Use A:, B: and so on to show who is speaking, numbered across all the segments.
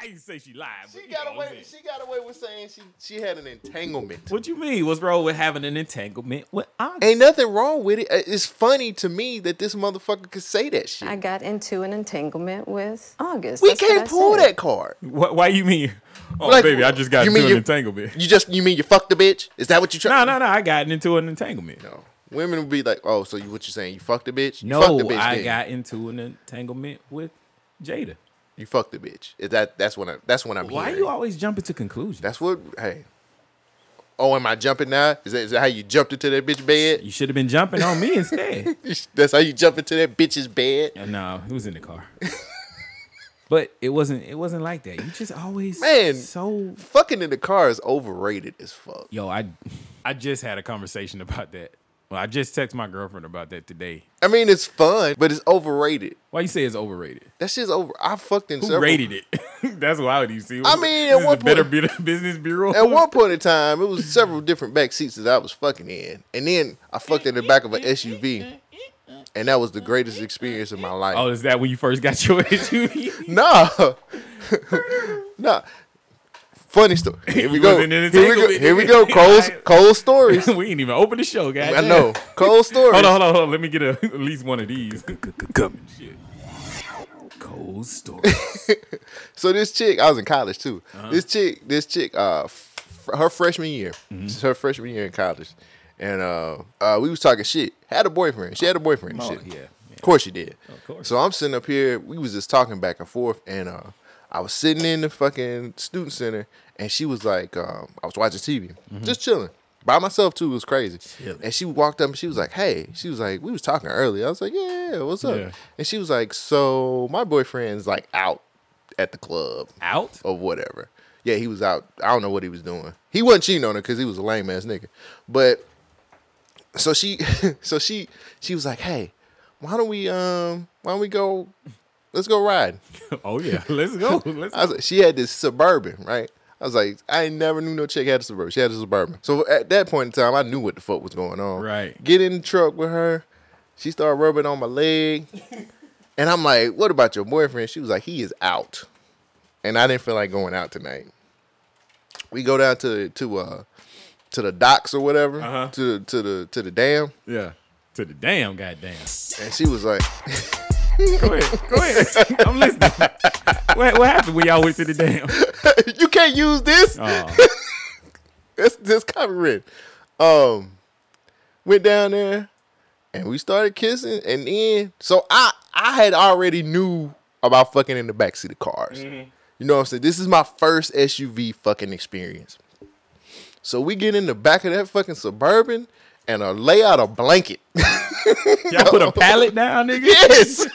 A: I didn't say she lied. but
B: She
A: you
B: got
A: know what
B: away.
A: I'm saying.
B: She got away with saying she she had an entanglement.
A: What you mean? What's wrong with having an entanglement with Andre?
B: Ain't nothing wrong with it. Uh, It's funny to me that this motherfucker could say that shit.
C: I got into an entanglement with
D: Oh.
C: August.
B: we
C: That's what
B: can't
C: I
B: pull
C: said.
B: that card.
A: Why, why you mean? Oh,
B: Like,
A: baby, I just got
B: you
A: into
B: mean
A: an
B: you-
A: entanglement.
B: You just you mean you fucked the bitch? Is that what you
A: No,
B: trying?
A: no, no. I got into an entanglement.
B: no. Women would be like, oh, so you what you saying? You fucked the bitch? You
A: No,
B: fucked the bitch
A: I
B: then.
A: got into an entanglement with Jada.
B: you fucked the bitch. Is that that's what I that's what I'm
A: Why
B: hearing.
A: you always jumping to conclusions?
B: that's what hey. Oh, am I jumping now? Is that, is that how you jumped into that bitch bed?
A: You should have been jumping on me instead.
B: That's how you jump into that bitch's bed?
A: Yeah, no, it was in the car. but it wasn't. It wasn't like that. You just always
B: Man.
A: so
B: Fucking in the car is overrated as fuck.
A: yo. I I just had a conversation about that. Well, I just texted my girlfriend about that today.
B: I mean, it's fun, but it's overrated.
A: Why you say it's overrated?
B: That shit's over. I fucked in
A: Who
B: several.
A: rated it? That's wild. You see,
B: I mean, at
A: This is
B: one
A: the Better
B: point-
A: Bu- Business Bureau.
B: At one point in time, it was several different back seats that I was fucking in, and then I fucked in the back of an SUV, and that was the greatest experience of my life.
A: Oh, is that when you first got your SUV?
B: Nah. nah. Funny story. Here we
A: You
B: go.
A: wasn't in
B: Here we
A: a
B: go.
A: tangle.
B: Here we go. Cold, cold stories.
A: we ain't even open the show, guys.
B: I know. Cold stories.
A: Hold on, hold on, hold on. Let me get a, at least one of these. Coming. Shit. Cold story. Uh-huh.
B: So this chick, I was in college too. This chick, this chick, uh, f- her freshman year,
A: Mm-hmm.
B: This is her freshman year in college, and uh, uh, we was talking shit. Had a boyfriend. She had a boyfriend. and
A: Oh,
B: shit.
A: yeah, yeah.
B: Of course she did.
A: Of course.
B: So I'm sitting up here. We was just talking back and forth, and uh, I was sitting in the fucking student center, and she was like, um, I was watching TV,
A: Mm-hmm.
B: just chilling. By myself too, it was crazy. And she walked up and she was like, "Hey," she was like, "We was talking earlier." I was like, "Yeah, what's up?"
A: Yeah.
B: And she was like, "So my boyfriend's like out at the club,
A: Out?
B: or whatever. Yeah, he was out. I don't know what he was doing. He wasn't cheating on her because he was a lame ass nigga. But so she, so she, she was like, "Hey, why don't we, um, why don't we go? Let's go ride."
A: Oh yeah. Let's go. Let's
B: I was like, she had this suburban, right? I was like, I ain't never knew no chick had a suburban. She had a suburban. So at that point in time, I knew what the fuck was going on.
A: Right.
B: Get in the truck with her. She started rubbing on my leg. and I'm like, what about your boyfriend? She was like, he is out. And I didn't feel like going out tonight. We go down to to uh to the docks or whatever,
A: Uh-huh.
B: to the to the to the dam.
A: Yeah. To the damn goddamn.
B: And she was like,
A: Go ahead. Go ahead. I'm listening. What, what happened when y'all went to the damn?
B: You can't use this.
A: Oh,
B: That's this copyright. Um, went down there and we started kissing, and then so I I had already knew about fucking in the backseat of cars.
A: Mm-hmm.
B: You know what I'm saying? This is my first SUV fucking experience. So we get in the back of that fucking suburban and I lay out a blanket.
A: y'all put a pallet down, nigga.
B: yes.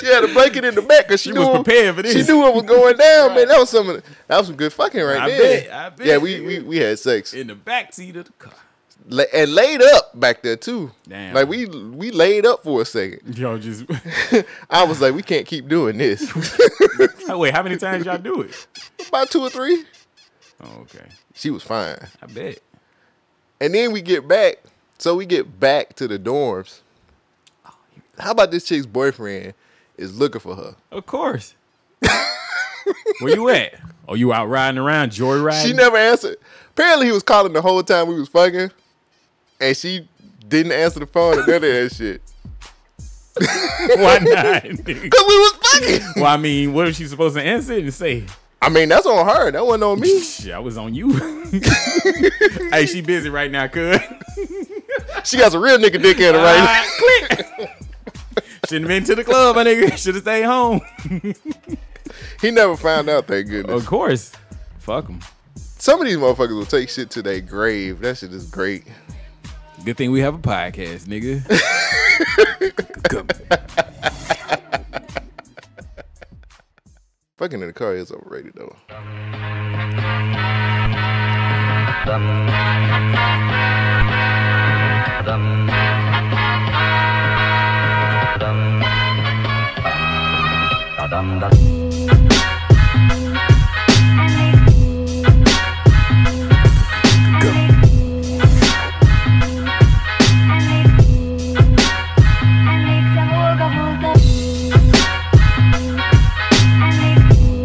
B: she had a blanket in the back because she,
A: She
B: knew
A: was prepared for
B: She
A: this.
B: knew what was going down, man. That was some of the- that was some good fucking right
A: I
B: there.
A: bet, I bet.
B: Yeah, we, we we had sex.
A: In the back seat of the car.
B: La- and laid up back there too.
A: Damn.
B: Like we we laid up for a second.
A: Y'all just
B: I was like, we can't keep doing this.
A: wait. How many times y'all do it?
B: About two or three,
A: Oh, okay.
B: she was fine.
A: I bet.
B: And then we get back. So we get back to the dorms. How about this chick's boyfriend is looking for her?
A: Of course. Where you at? Oh, you out riding around, joyriding?
B: She never answered. Apparently, he was calling the whole time we was fucking, and she didn't answer the phone or none of that shit.
A: Why not? nigga?
B: Cause we was fucking.
A: well, I mean, what was she supposed to answer and say?
B: I mean, that's on her. That wasn't on me.
A: Shit, I was on you. hey, she busy right now, cuz.
B: She got some real nigga dick in her right now.
A: Ah, click. Shouldn't have been to the club, my nigga. Should have stayed home.
B: He never found out. Thank goodness.
A: Of course. Fuck them.
B: Some of these motherfuckers will take shit to their grave. That shit is great.
A: Good thing we have a podcast, nigga.
B: Fucking in the car is overrated though.
E: Thank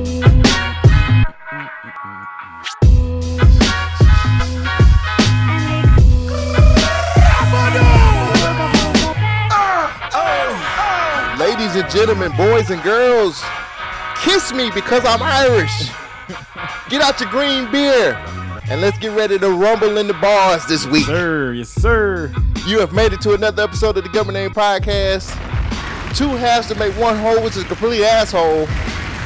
B: gentlemen, boys and girls, kiss me because I'm Irish. Get out your green beer and let's get ready to rumble in the bars this week.
A: Sir, yes, sir.
B: You have made it to another episode of the Government Name Podcast. Two halves to make one whole, which is a complete asshole.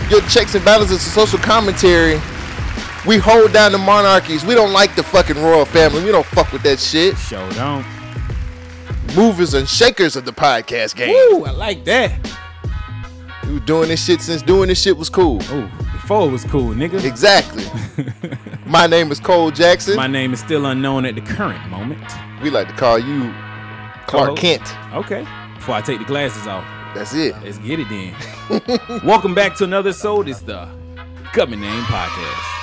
B: Your checks and balances and social commentary. We hold down the monarchies. We don't like the fucking royal family. We don't fuck with that shit.
A: Show down.
B: Movers and shakers of the podcast game.
A: Woo, I like that.
B: We were doing this shit since doing this shit was cool.
A: Oh, before it was cool, nigga.
B: Exactly. My name is Cole Jackson.
A: My name is still unknown at the current moment.
B: we like to call you Clark
A: Co-host.
B: Kent.
A: Okay. Before I take the glasses off,
B: That's it.
A: let's get it then. Welcome back to another episode. It's the Government Name Podcast.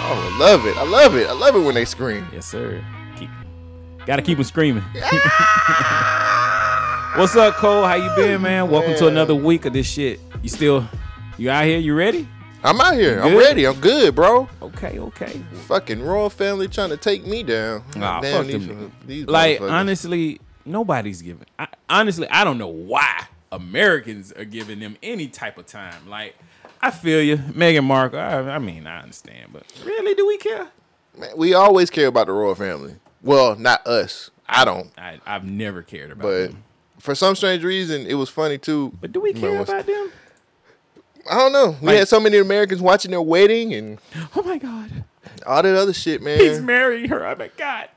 B: Oh, I love it. I love it. I love it when they scream.
A: Yes, sir. Keep, gotta keep them screaming. What's up, Cole? How you been, man? Welcome to
B: Oh, Man.
A: another week of this shit. You still, you out here? You ready?
B: I'm out here. I'm
A: good?
B: ready. I'm good, bro.
A: Okay, okay.
B: Fucking royal family trying to take me down.
A: Nah,
B: Damn,
A: fuck them.
B: these, these
A: like
B: motherfuckers.
A: honestly, nobody's giving. I, honestly, I don't know why Americans are giving them any type of time. Like, I feel you, Meghan Markle. I, I mean, I understand, but really, do we care?
B: Man, we always care about the royal family. Well, not us. I don't.
A: I, I've never cared about
B: But
A: them.
B: for some strange reason, it was funny too.
A: But do we
B: Man,
A: care
B: what's-
A: about them?
B: I don't know. We
A: Like-
B: had so many Americans watching their wedding and
A: Oh my God,
B: all that other shit, man.
A: he's marrying her. Oh my God.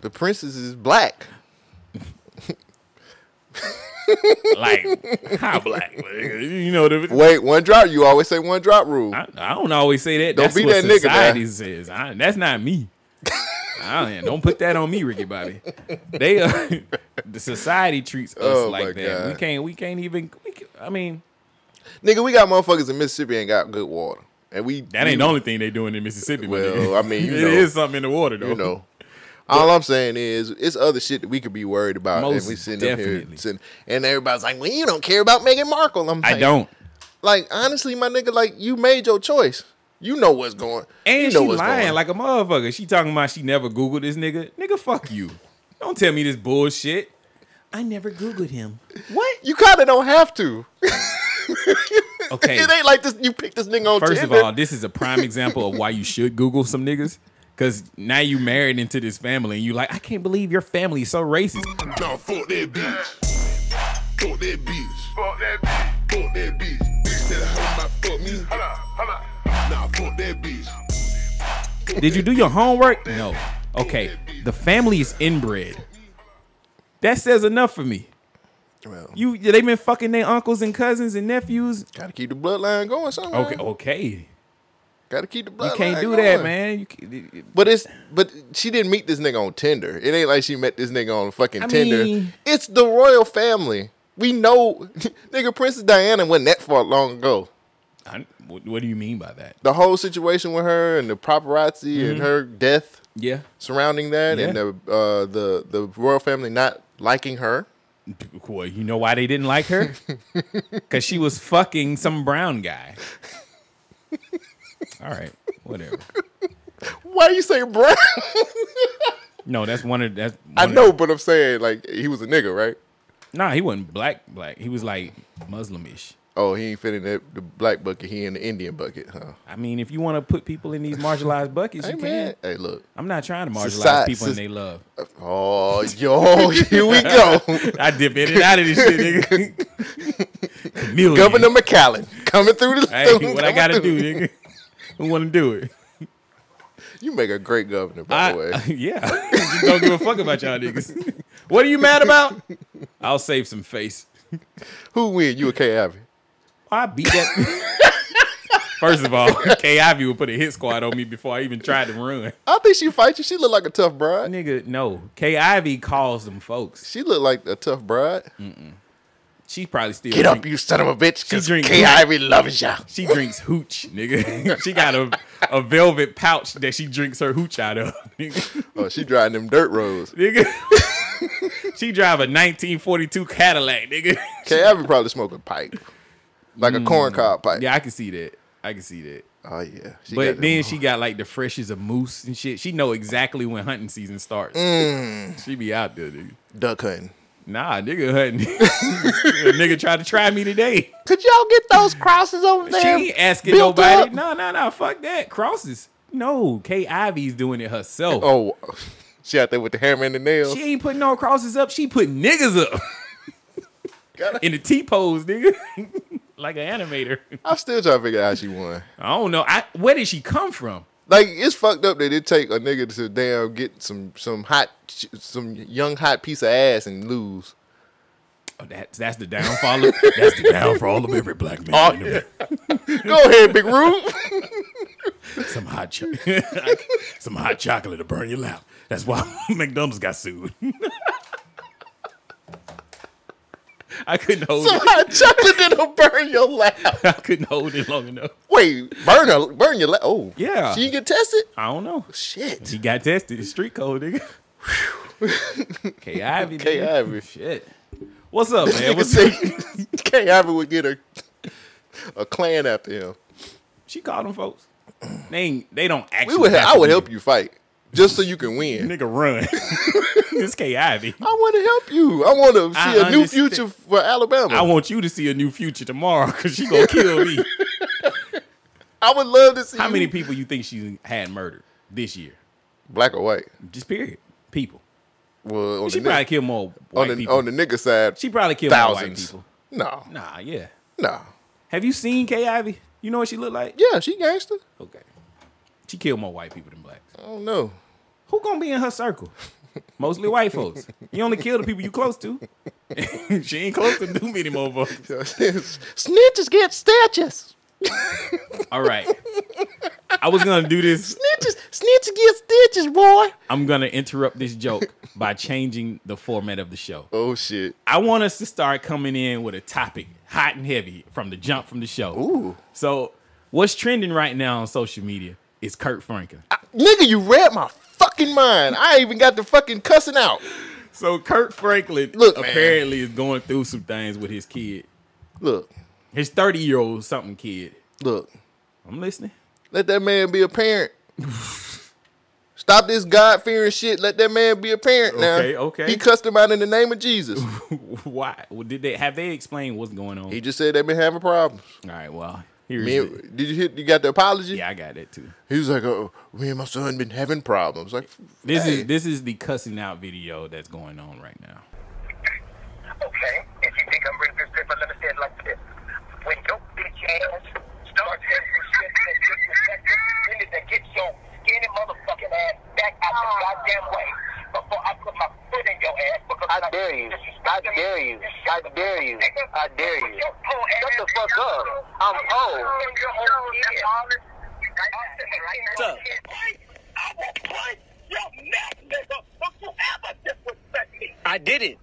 B: the princess is black.
A: Like, how black? Like, You know the.
B: Wait, one drop. You always say one drop rule.
A: I, I don't always say that.
B: Don't
A: that's
B: be
A: what
B: that nigga, man.
A: society says. I, that's not me. I don't, don't put that on me, Ricky Bobby. They uh, the society treats us
B: Oh, my
A: like that. We
B: God.
A: can't. We can't even. We can, I mean,
B: Nigga, we got motherfuckers in Mississippi ain't got good water, and we
A: that ain't the only thing they doing in Mississippi. my
B: Well,
A: nigga.
B: I mean, you
A: It
B: know.
A: is something in the water though.
B: you know. All I'm saying is, it's other shit that we could be worried about,
A: Most
B: and we sitting up here,
A: definitely.
B: sitting, and everybody's like, "Well, you don't care about Meghan Markle." I'm,
A: I
B: like,
A: don't.
B: Like, honestly, my nigga, like, you made your choice. You know what's going.
A: And
B: you know
A: she
B: what's
A: lying
B: going.
A: like a motherfucker. She talking about she never googled this nigga. Nigga, fuck you. Don't tell me this bullshit. I never googled him. What?
B: you kind of don't have to.
A: Okay.
B: It ain't like this. You picked this nigga on
A: First of
B: Tinder.
A: all, this is a prime example of why you should Google some niggas. Cause now you married into this family and you like, I can't believe your family is so racist.
E: Now fuck that bitch. Fuck that bitch. Fuck that bitch. Fuck that bitch. Bitch that how about fuck me. Hold up, hold up. Nah, fuck that bitch.
A: Did you do your homework? No. Okay. The family is inbred. That says enough for me.
B: Well, you
A: You they've been fucking their uncles and cousins and nephews.
B: gotta keep the bloodline going. Somewhere.
A: Okay, okay.
B: gotta keep the bloodline.
A: You can't do
B: going.
A: that, man. You can,
B: But it's but she didn't meet this nigga on Tinder. It ain't like she met this nigga on fucking
A: I
B: Tinder.
A: mean-
B: it's the royal family. We know, nigga. Princess Diana wasn't that far long ago.
A: I, what, what do you mean by that? Mm-hmm.
B: The whole situation with her and the paparazzi and her death
A: Yeah.
B: surrounding that, and
A: Yeah.
B: the uh, the the royal family not liking her.
A: Well, you know why they didn't like her? Because she was fucking some brown guy. All right, whatever.
B: Why you say brown?
A: No, that's one of that's. One
B: I
A: of-
B: know, but I'm saying like he was a nigga, right?
A: nah, he wasn't black. Black. He was like Muslimish.
B: Oh, he ain't fit in that, the black bucket. He in the Indian bucket, huh?
A: I mean, if you want to put people in these marginalized buckets,
B: Hey
A: you
B: man,
A: can.
B: hey look.
A: I'm not trying to marginalize
B: Society-
A: people in
B: soc-
A: they love.
B: Oh, yo, here we go.
A: I dip in and out of this shit, nigga. Chameleon.
B: Governor McAllen coming through the.
A: Hey, what I
B: coming
A: gotta
B: through.
A: do, nigga? I want to do it.
B: You make a great governor, by
A: I,
B: the way.
A: yeah. Just don't give a fuck about y'all niggas. what are you mad about? I'll save some face.
B: Who win? You or K. Ivy?
A: I beat that. First of all, K. Ivy would put a hit squad on me before I even tried to run.
B: I think she fight you. She look like a tough bride.
A: Nigga, no. K. Ivy calls them folks.
B: She look like a tough bride.
A: She probably still
B: Get
A: drink-
B: up, you son of a bitch, because
A: drink-
B: K. Ivy loves ya.
A: She drinks hooch, nigga. she got a, a velvet pouch that she drinks her hooch out of. Nigga.
B: Oh, she driving them dirt roads.
A: nigga. she drive a 1942 Cadillac, nigga.
B: K. Ivy probably smoking pipe, like a corn cob pipe.
A: Hmm. Yeah, I can see that. I can see that.
B: Oh yeah. She got
A: But
B: them-
A: then she got like the freshest of moose and shit. She know exactly when hunting season starts. She be out there, dude.
B: Mm. duck hunting.
A: Nah, nigga hunting. a nigga tried to try me today.
B: Could y'all get those crosses over
A: She
B: there?
A: ain't asking
B: built
A: nobody.
B: up?
A: No, no, no. Fuck that. Crosses. No, K. Ivy's doing it herself.
B: Oh, she out there with the hammer and the nail.
A: She ain't putting no crosses up. She put niggas up in the T pose, nigga, like an animator.
B: I'm still trying to figure out how she won.
A: I don't know. I, where did she come from?
B: Like it's fucked up that it take a nigga to damn get some some hot ch- some young hot piece of ass and lose.
A: Oh, that's that's the downfall. Of, that's the downfall of every black man. in America.
B: Oh, Go ahead, big room.
A: Some hot, cho- some hot chocolate to burn your lap. That's why McDonald's got sued. I couldn't
F: Oh,
A: hold
B: some
A: it.
B: hot chocolate that'll burn your lap.
A: I couldn't hold it long enough.
B: Wait, burn her, burn your lap. Oh,
A: Yeah.
B: She didn't get tested.
A: I don't know.
B: Shit.
A: He got tested. It's Street code, nigga. K Ivy.
B: K.
A: nigga.
B: Ivy.
A: Shit. What's up, man?
B: Nigga
A: What's up?
B: say K. Ivy would get a a clan after him.
A: She called them folks. They ain't, they don't actually.
B: We would.
A: have
B: I
A: to
B: would
A: be-
B: help you fight just so you can win.
A: Nigga, run. it's K Ivy.
B: I want to help you. I want to
A: I
B: see a new
A: understand.
B: future for Alabama. I
A: I want you to see a new future tomorrow because she gonna kill me.
B: would love to see
A: How
B: you-
A: many people you think she had murdered this year?
B: black or white.
A: Just period. People.
B: Well, on
A: She
B: the,
A: probably
B: ni-
A: killed more
B: on
A: white
B: the
A: people.
B: on the nigga side,
A: she probably killed more white
B: thousands.
A: people.
B: No,
A: Nah, yeah.
B: no,
A: Have you seen K Ivy? You know what she looked like?
B: yeah, she gangster.
A: Okay. She killed more white people than blacks.
B: I don't know.
A: who gonna be in her circle? Mostly white folks. You only kill the people you close to. she ain't close to too many motherfuckers.
B: Snitches get stitches.
A: All right. I was gonna do this.
B: Snitches, snitches get stitches, boy.
A: I'm gonna interrupt this joke by changing the format of the show.
B: Oh shit.
A: I want us to start coming in with a topic, hot and heavy, from the jump from the show.
B: Ooh.
A: So, what's trending right now on social media is Kurt Franklin.
B: Nigga, you read my fucking mind. I even got the fucking cussing out.
A: So, Kurt Franklin
B: Look, man.
A: apparently is going through some things with his kid,
B: Look,
A: his 30 year old something kid.
B: look.
A: I'm listening.
B: Let that man be a parent. Stop this God fearing shit. Let that man be a parent now.
A: Okay, okay.
B: He cussed him out in the name of Jesus.
A: Why Well, did they have they explained what's going on?
B: he just said they been having problems.
A: All right, well, here's
B: Me
A: the-
B: and, did you hear? You got the apology?
A: yeah, I got that too.
B: He was like, "Oh, me and my son been having problems." Like
A: This
B: hey,
A: is this is the cussing out video that's going on right now.
F: Okay, if you think I'm rapist, then let me say it like this. When your bitch ass starts saying shit that you really to get your skinny motherfucking ass back out the goddamn way before I put my foot in your ass because I dare you. I dare you. I dare you. I dare you. Shut the fuck up. I'm old.
G: Up. I will punch your neck, nigga, if you ever disrespect me. I did it.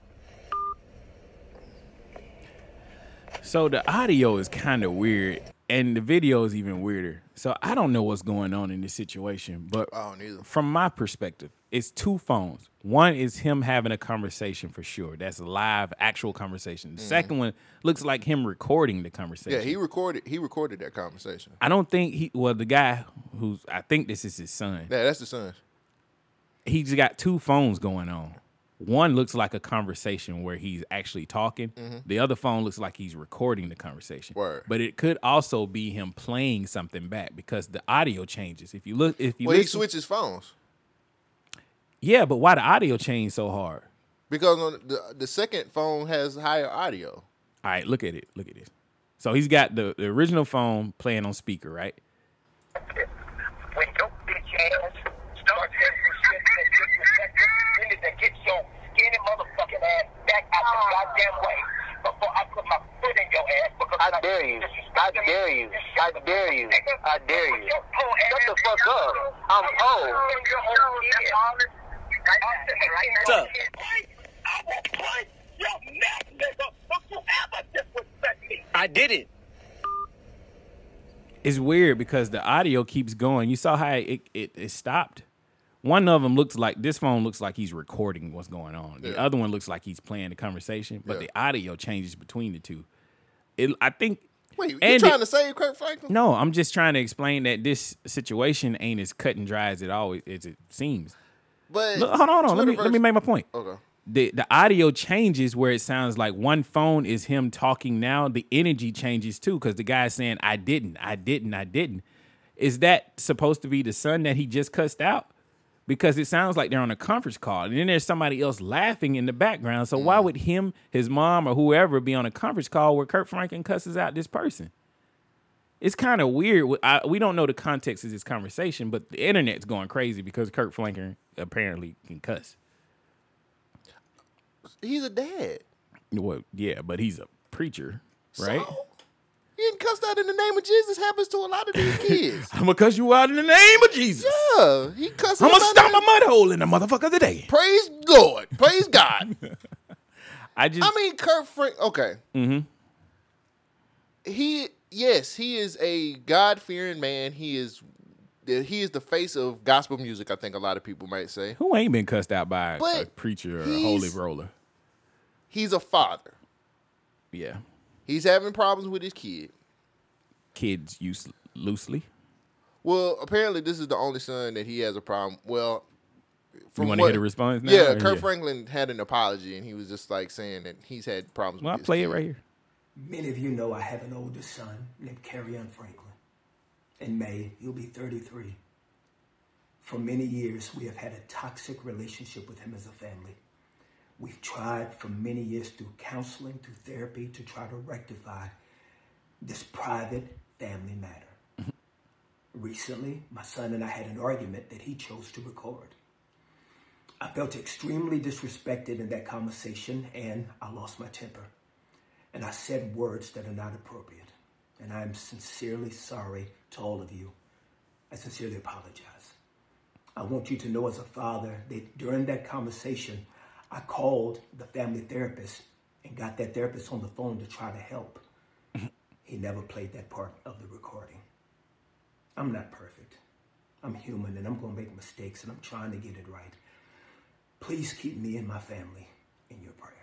A: So the audio is kind of weird, and the video is even weirder. So I don't know what's going on in this situation, but
B: I don't either.
A: from my perspective, it's two phones. One is him having a conversation for sure. That's live, actual conversation. The second one looks like him recording the conversation.
B: Mm-hmm. Yeah, he recorded. He recorded that conversation.
A: I don't think he. Well, the guy who's I think this is his son.
B: Yeah, that's the son.
A: he's got two phones going on. One looks like a conversation where he's actually talking.
B: Mm-hmm.
A: The other phone looks like he's recording the conversation.
B: Word.
A: But it could also be him playing something back because the audio changes. If you look, if you
B: Well, he
A: listen-
B: switches phones
A: yeah, but why the audio change so hard?
B: because on the the second phone has higher audio.
A: All right, look at it. Look at this. So he's got the, the original phone playing on speaker, right?
F: When your bitch ass starts saying shit that you really to get your skinny motherfucking ass back out the goddamn way before I put my foot in your ass because I dare you. I dare you. I dare you. I dare you. Shut the fuck up. I'm old.
G: Up. I will punch your neck, nigga, if you ever disrespect me. I did it.
A: it's weird because the audio keeps going. You saw how it, it, it stopped. One of them looks like this phone looks like he's recording what's going on. The
B: Yeah.
A: other one looks like he's playing the conversation, but
B: Yeah.
A: the audio changes between the two. It, I think.
B: Wait, you
A: and
B: trying
A: it-
B: to save Kirk Franklin?
A: No, I'm just trying to explain that this situation ain't as cut and dry as it always as it seems.
B: but
A: Look, hold on, hold on. Let me let me
B: Twitterverse-
A: make my point.
B: Okay.
A: the the audio changes where it sounds like one phone is him talking now. The energy changes too because the guy's saying I didn't, I didn't, I didn't. Is that supposed to be the son that he just cussed out? Because it sounds like they're on a conference call, and then there's somebody else laughing in the background. So why would him, his mom, or whoever be on a conference call where Kurt Franklin cusses out this person? it's kind of weird. We- I, we don't know the context of this conversation, but the internet's going crazy because Kurt Flanker apparently can cuss.
B: He's a dad.
A: Well, yeah, but he's a preacher, right?
B: So, getting cussed out in the name of Jesus happens to a lot of these kids.
A: I'm gonna cuss you out in the name of Jesus.
B: yeah, he cussing.
A: I'm gonna
B: about
A: stomp
B: it.
A: a mud hole in the motherfucker today.
B: Praise Lord. Praise God.
A: I just,
B: I mean, Kurt Frank. Okay. Mm-hmm. He yes, he is a God fearing man. He is he is the face of gospel music. I think a lot of people might say
A: who ain't been cussed out by a
B: But
A: preacher or a
B: he's-
A: holy roller?
B: he's a father.
A: Yeah,
B: He's having problems with his kid.
A: kids use loosely.
B: Well, apparently this is the only son that he has a problem. Well,
A: You
B: from
A: want to
B: what-
A: hear the response? Now,
B: Yeah,
A: or-
B: Kurt Franklin had an apology, and he was just like saying that he's had problems.
A: Well, I
B: with his
A: play it
B: kid.
A: right here.
H: Many of you know I have an older son named Carrion Franklin. In May, he'll be 33. For many years, we have had a toxic relationship with him as a family. We've tried for many years through counseling, through therapy, to try to rectify this private family matter. Recently, my son and I had an argument that he chose to record. I felt extremely disrespected in that conversation, and I lost my temper and I said words that are not appropriate. And I am sincerely sorry to all of you. I sincerely apologize. I want you to know as a father that during that conversation, I called the family therapist and got that therapist on the phone to try to help. he never played that part of the recording. I'm not perfect. I'm human and I'm going to make mistakes and I'm trying to get it right. Please keep me and my family in your prayers.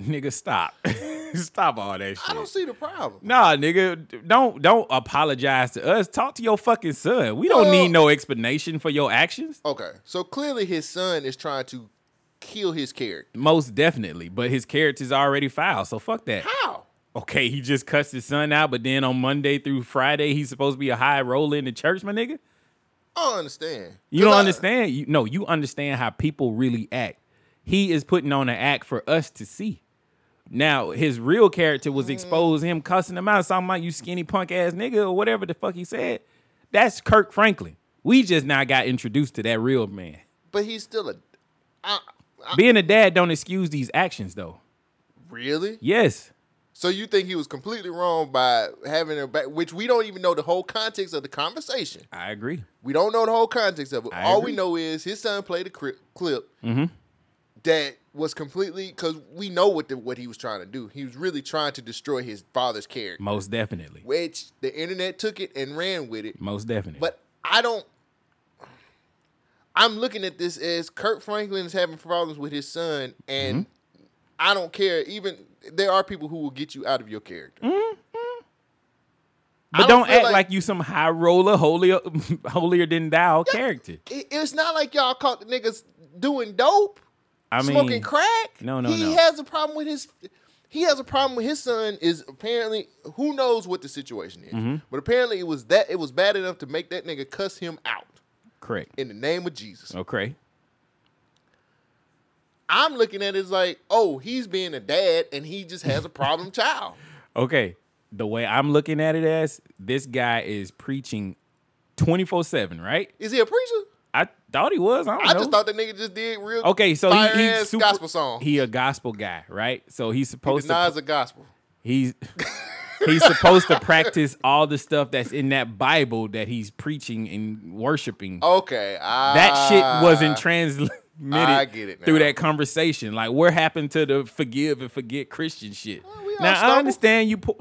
A: Nigga, stop, stop all that shit.
B: I don't see the problem.
A: Nah, nigga, don't don't apologize to us. Talk to your fucking son. We don't
B: Well-
A: need no explanation for your actions.
B: Okay, so clearly his son is trying to kill his character.
A: Most definitely, but his character's already filed, so fuck that.
B: How?
A: Okay, he just cussed his son out, but then on Monday through Friday, he's supposed to be a high roller in the church, my nigga.
B: I don't understand.
A: You don't
B: 'Cause I-
A: understand. You no, you understand how people really act. He is putting on an act for us to see. Now his real character was exposed. Him cussing him out, talking about you skinny punk ass nigga or whatever the fuck he said. That's Kirk Franklin. We just now got introduced to that real man.
B: But he's still a. I, I,
A: Being a dad don't excuse these actions though.
B: really?
A: Yes,
B: So you think he was completely wrong by having a back, which we don't even know the whole context of the conversation.
A: I agree.
B: We don't know the whole context of it.
A: I
B: All
A: agree.
B: we know is his son played a cri- clip
A: Mm-hmm.
B: that was completely because we know what the, what he was trying to do. He was really trying to destroy his father's character,
A: Most definitely.
B: which the internet took it and ran with it.
A: Most definitely.
B: But I don't. I'm looking at this as Kurt Franklin is having problems with his son, and
A: Mm-hmm.
B: I don't care. Even there are people who will get you out of your character.
A: Mm.
B: I
A: but
B: don't
A: don't,
B: feel
A: act like,
B: like-
A: you some high roller, holier, holier than thou character.
B: It- it's not like y'all caught the niggas doing dope.
A: I mean,
B: smoking crack.
A: No, no,
B: he
A: no.
B: has a problem with his. He has a problem with his son. Is apparently who knows what the situation is,
A: mm-hmm.
B: but apparently it was that it was bad enough to make that nigga cuss him out
A: Correct.
B: in the name of Jesus.
A: Okay.
B: I'm looking at it as like, oh, he's being a dad and he just has a problem child.
A: Okay. The way I'm looking at it as this guy is preaching 24 7, right?
B: Is he a preacher?
A: I thought he was. I don't
B: I
A: know.
B: just thought that nigga just did real.
A: okay, so
B: fire
A: he, he's
B: ass
A: super,
B: gospel song. He
A: He a gospel guy, right? So he's supposed to
B: denies the gospel.
A: he's he's supposed to practice all the stuff that's in that Bible that he's preaching and worshiping.
B: Okay, I,
A: that shit wasn't transmitted
B: Ah, I get it
A: through
B: now.
A: that conversation. Like, what happened to the forgive and forget Christian shit?
B: we all
A: now
B: stumble.
A: I understand you. Po-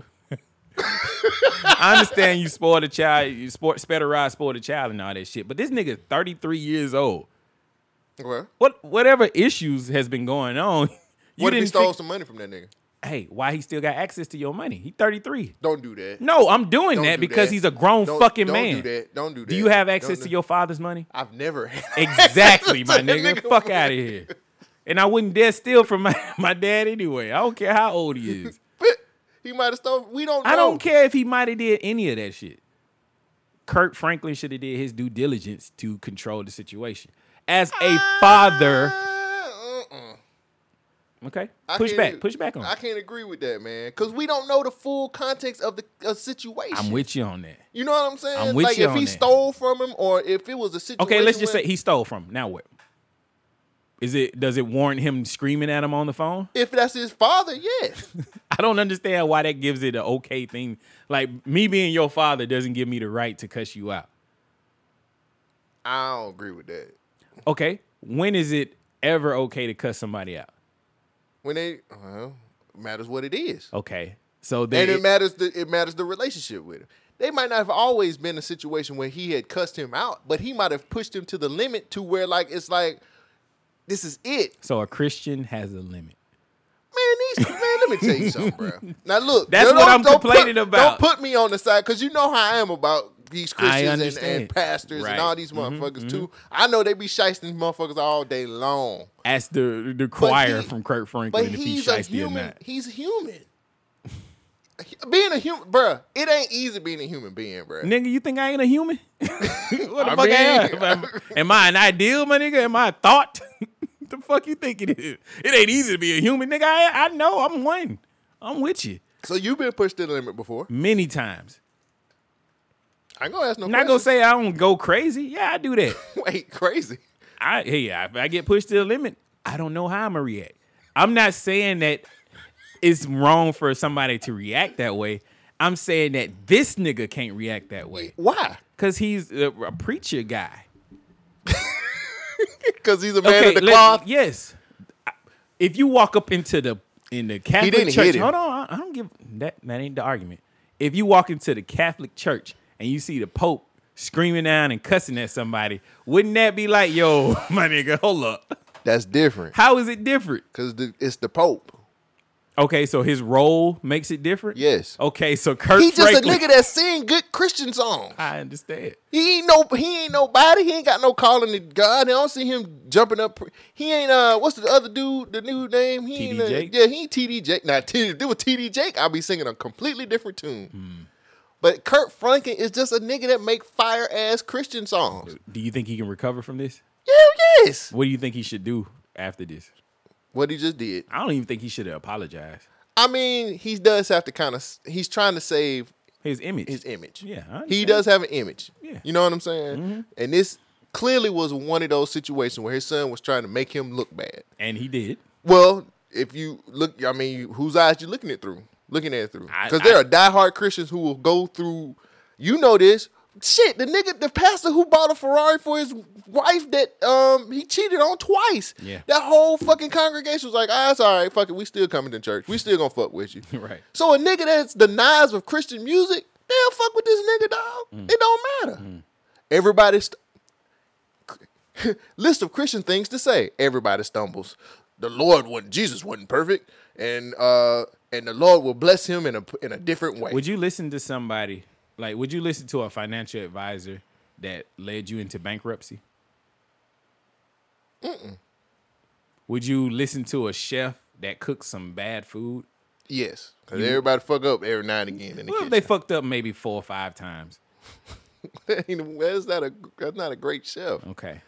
A: I understand you spoiled a child, you sport, sped a rod, spoiled a child, and all that shit. But this nigga, thirty three years old.
B: Well,
A: What whatever issues has been going on, you
B: what if
A: didn't.
B: he stole
A: fig-
B: some money from that nigga?
A: hey, why he still got access to your money? He thirty three.
B: Don't do that.
A: No, I'm doing
B: Don't
A: that
B: do
A: because
B: that.
A: he's a grown
B: Don't-
A: fucking
B: don't
A: man.
B: do that. Don't do
A: Do
B: that.
A: you have
B: Don't
A: access
B: do-
A: to your father's money?
B: I've never had
A: Exactly, my
B: to that
A: nigga.
B: nigga
A: Fuck
B: money.
A: out of here. And I wouldn't dare steal from my, my dad anyway. I don't care how old he is.
B: But he might have stole. We don't. Know.
A: I don't care if he might have did any of that shit. Kurt Franklin should have did his due diligence to control the situation. As a
B: Ah.
A: father,
B: Uh, uh-uh.
A: okay,
B: I
A: push
B: can't
A: back,
B: even-
A: push back on.
B: I
A: it.
B: can't agree with that, man, because we don't know the full context of the uh, situation.
A: I'm with you on that.
B: You know what I'm saying?
A: I'm with
B: like
A: you
B: if he
A: on that.
B: stole from him or if it was a situation.
A: Okay, let's just
B: where-
A: say he stole from. him. Now what? Is it? Does it warrant him screaming at him on the phone?
B: if that's his father, yes.
A: I don't understand why that gives it an okay thing. Like me being your father doesn't give me the right to cuss you out.
B: I don't agree with that.
A: Okay, when is it ever okay to cuss somebody out?
B: When they well, matters what it is,
A: Okay, so
B: and
A: they,
B: it matters the it matters the relationship with him. They might not have always been in a situation where he had cussed him out, but he might have pushed him to the limit to where like it's like this is it,
A: so a Christian has a limit.
B: man. These man, let me tell you something, bro. Now look,
A: That's
B: don't-
A: what I'm
B: don't
A: complaining
B: put,
A: about.
B: Don't put me on the side because you know how I am about these Christians and, and
A: understand.
B: pastors
A: Right. Mm-hmm,
B: and all these motherfuckers too. I know they be shysting motherfuckers all day long.
A: Ask the the
B: But
A: choir
B: he-
A: from Kurt
B: But
A: Franklin if he's
B: he's a
A: shiesty or
B: human.
A: not.
B: He's human. Being a human, bruh, it ain't easy being a human being, bruh.
A: Nigga, you think I ain't a human? what the
B: I
A: fuck I
B: mean-
A: am? am? am I an ideal, my nigga? Am I a thought? the fuck you think it is? It ain't easy to be a human, nigga. I, I know. I'm one. I'm with you.
B: so you've been pushed to the limit before.
A: Many times.
B: I ain't gonna ask no.
A: I'm not gonna say I don't go crazy. Yeah, I do that.
B: say wait crazy.
A: I hey, if I get pushed to the limit, I don't know how I'm gonna react. I'm not saying that it's wrong for somebody to react that way. I'm saying that this nigga can't react that way
B: Why?
A: because he's a, a preacher guy.
B: Because he's a man of the
A: let-
B: cloth.
A: Yes. I- If you walk up into the in the Catholic
B: didn't
A: church,
B: hit him.
A: hold on, I, I don't give that. That ain't the argument. If you walk into the Catholic church and you see the Pope screaming down and cussing at somebody, wouldn't that be like, yo, my nigga, hold up?
B: That's different.
A: How is it different?
B: Because it's the Pope.
A: Okay, so his role makes it different.
B: Yes.
A: Okay, so Kurt
B: He just
A: Franklin-
B: a nigga that sing good Christian songs.
A: I understand.
B: He ain't no. He ain't nobody. He ain't got no calling to God. I don't see him jumping up. He ain't. Uh, what's the other dude? The new name. He ain't.
A: TD
B: uh,
A: Jake?
B: yeah, he ain't TD Jake. Now, T- if it was TD Jake, I'd be singing a completely different tune.
A: Hmm.
B: But Kurt Franklin is just a nigga that make fire ass Christian songs.
A: Do you think he can recover from this?
B: Yeah, yes.
A: What do you think he should do after this?
B: What he just did.
A: I don't even think he should have apologized.
B: I mean, he does have to kind of. He's trying to save
A: His image.
B: his image.
A: Yeah, I
B: he
A: understand.
B: does have an image.
A: Yeah. Mm-hmm.
B: you know what I'm saying. And this clearly was one of those situations where his son was trying to make him look bad.
A: and he did.
B: Well, if you look, I mean, you- whose eyes you looking at through? Looking at it through?
A: I-
B: Because there
A: I-
B: are diehard Christians who will go through. You know this shit. The nigga, the pastor who bought a Ferrari for his wife that um he cheated on twice.
A: Yeah.
B: That whole fucking congregation was like, ah, it's all right. Fuck it, we still coming to church. We still gonna fuck with you.
A: Right.
B: So a nigga that's denies of Christian music, they'll fuck with this nigga, dog.
A: Mm.
B: It don't matter. Everybody. St- list of Christian things to say. Everybody stumbles. The Lord wasn't Jesus wasn't perfect, and uh, and the Lord will bless him in a in a different way.
A: Would you listen to somebody like? Would you listen to a financial advisor that led you into bankruptcy? Mm-mm. Would you listen to a chef that cooks some bad food?
B: yes, because everybody fuck up every now and again in the
A: Well,
B: kitchen.
A: if they fucked up maybe four or five times.
B: that's not a that's not a great chef.
A: Okay.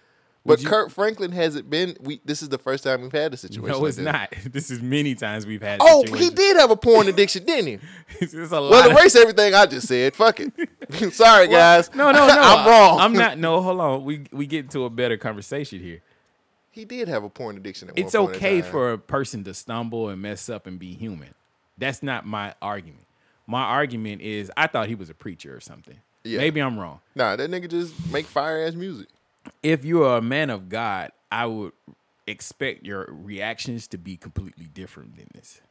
B: But
A: you-
B: Kurt Franklin hasn't been. We this is the first time we've had a situation.
A: No,
B: like
A: it's
B: this.
A: not. This is many times we've had.
B: Oh, he
A: situations.
B: did have a porn addiction, didn't he?
A: It's a lot.
B: Well,
A: of-
B: erase everything I just said. Fuck it. Sorry, guys.
A: no, no, no.
B: I'm wrong.
A: I'm not. No, hold on. We we get into a better conversation here.
B: He did have a porn addiction. At
A: it's
B: one point in
A: okay
B: time.
A: for a person to stumble and mess up and be human. That's not my argument. My argument is I thought he was a preacher or something.
B: Yeah.
A: Maybe I'm wrong.
B: nah. That nigga just make fire ass music.
A: If you are a man of God, I would expect your reactions to be completely different than this.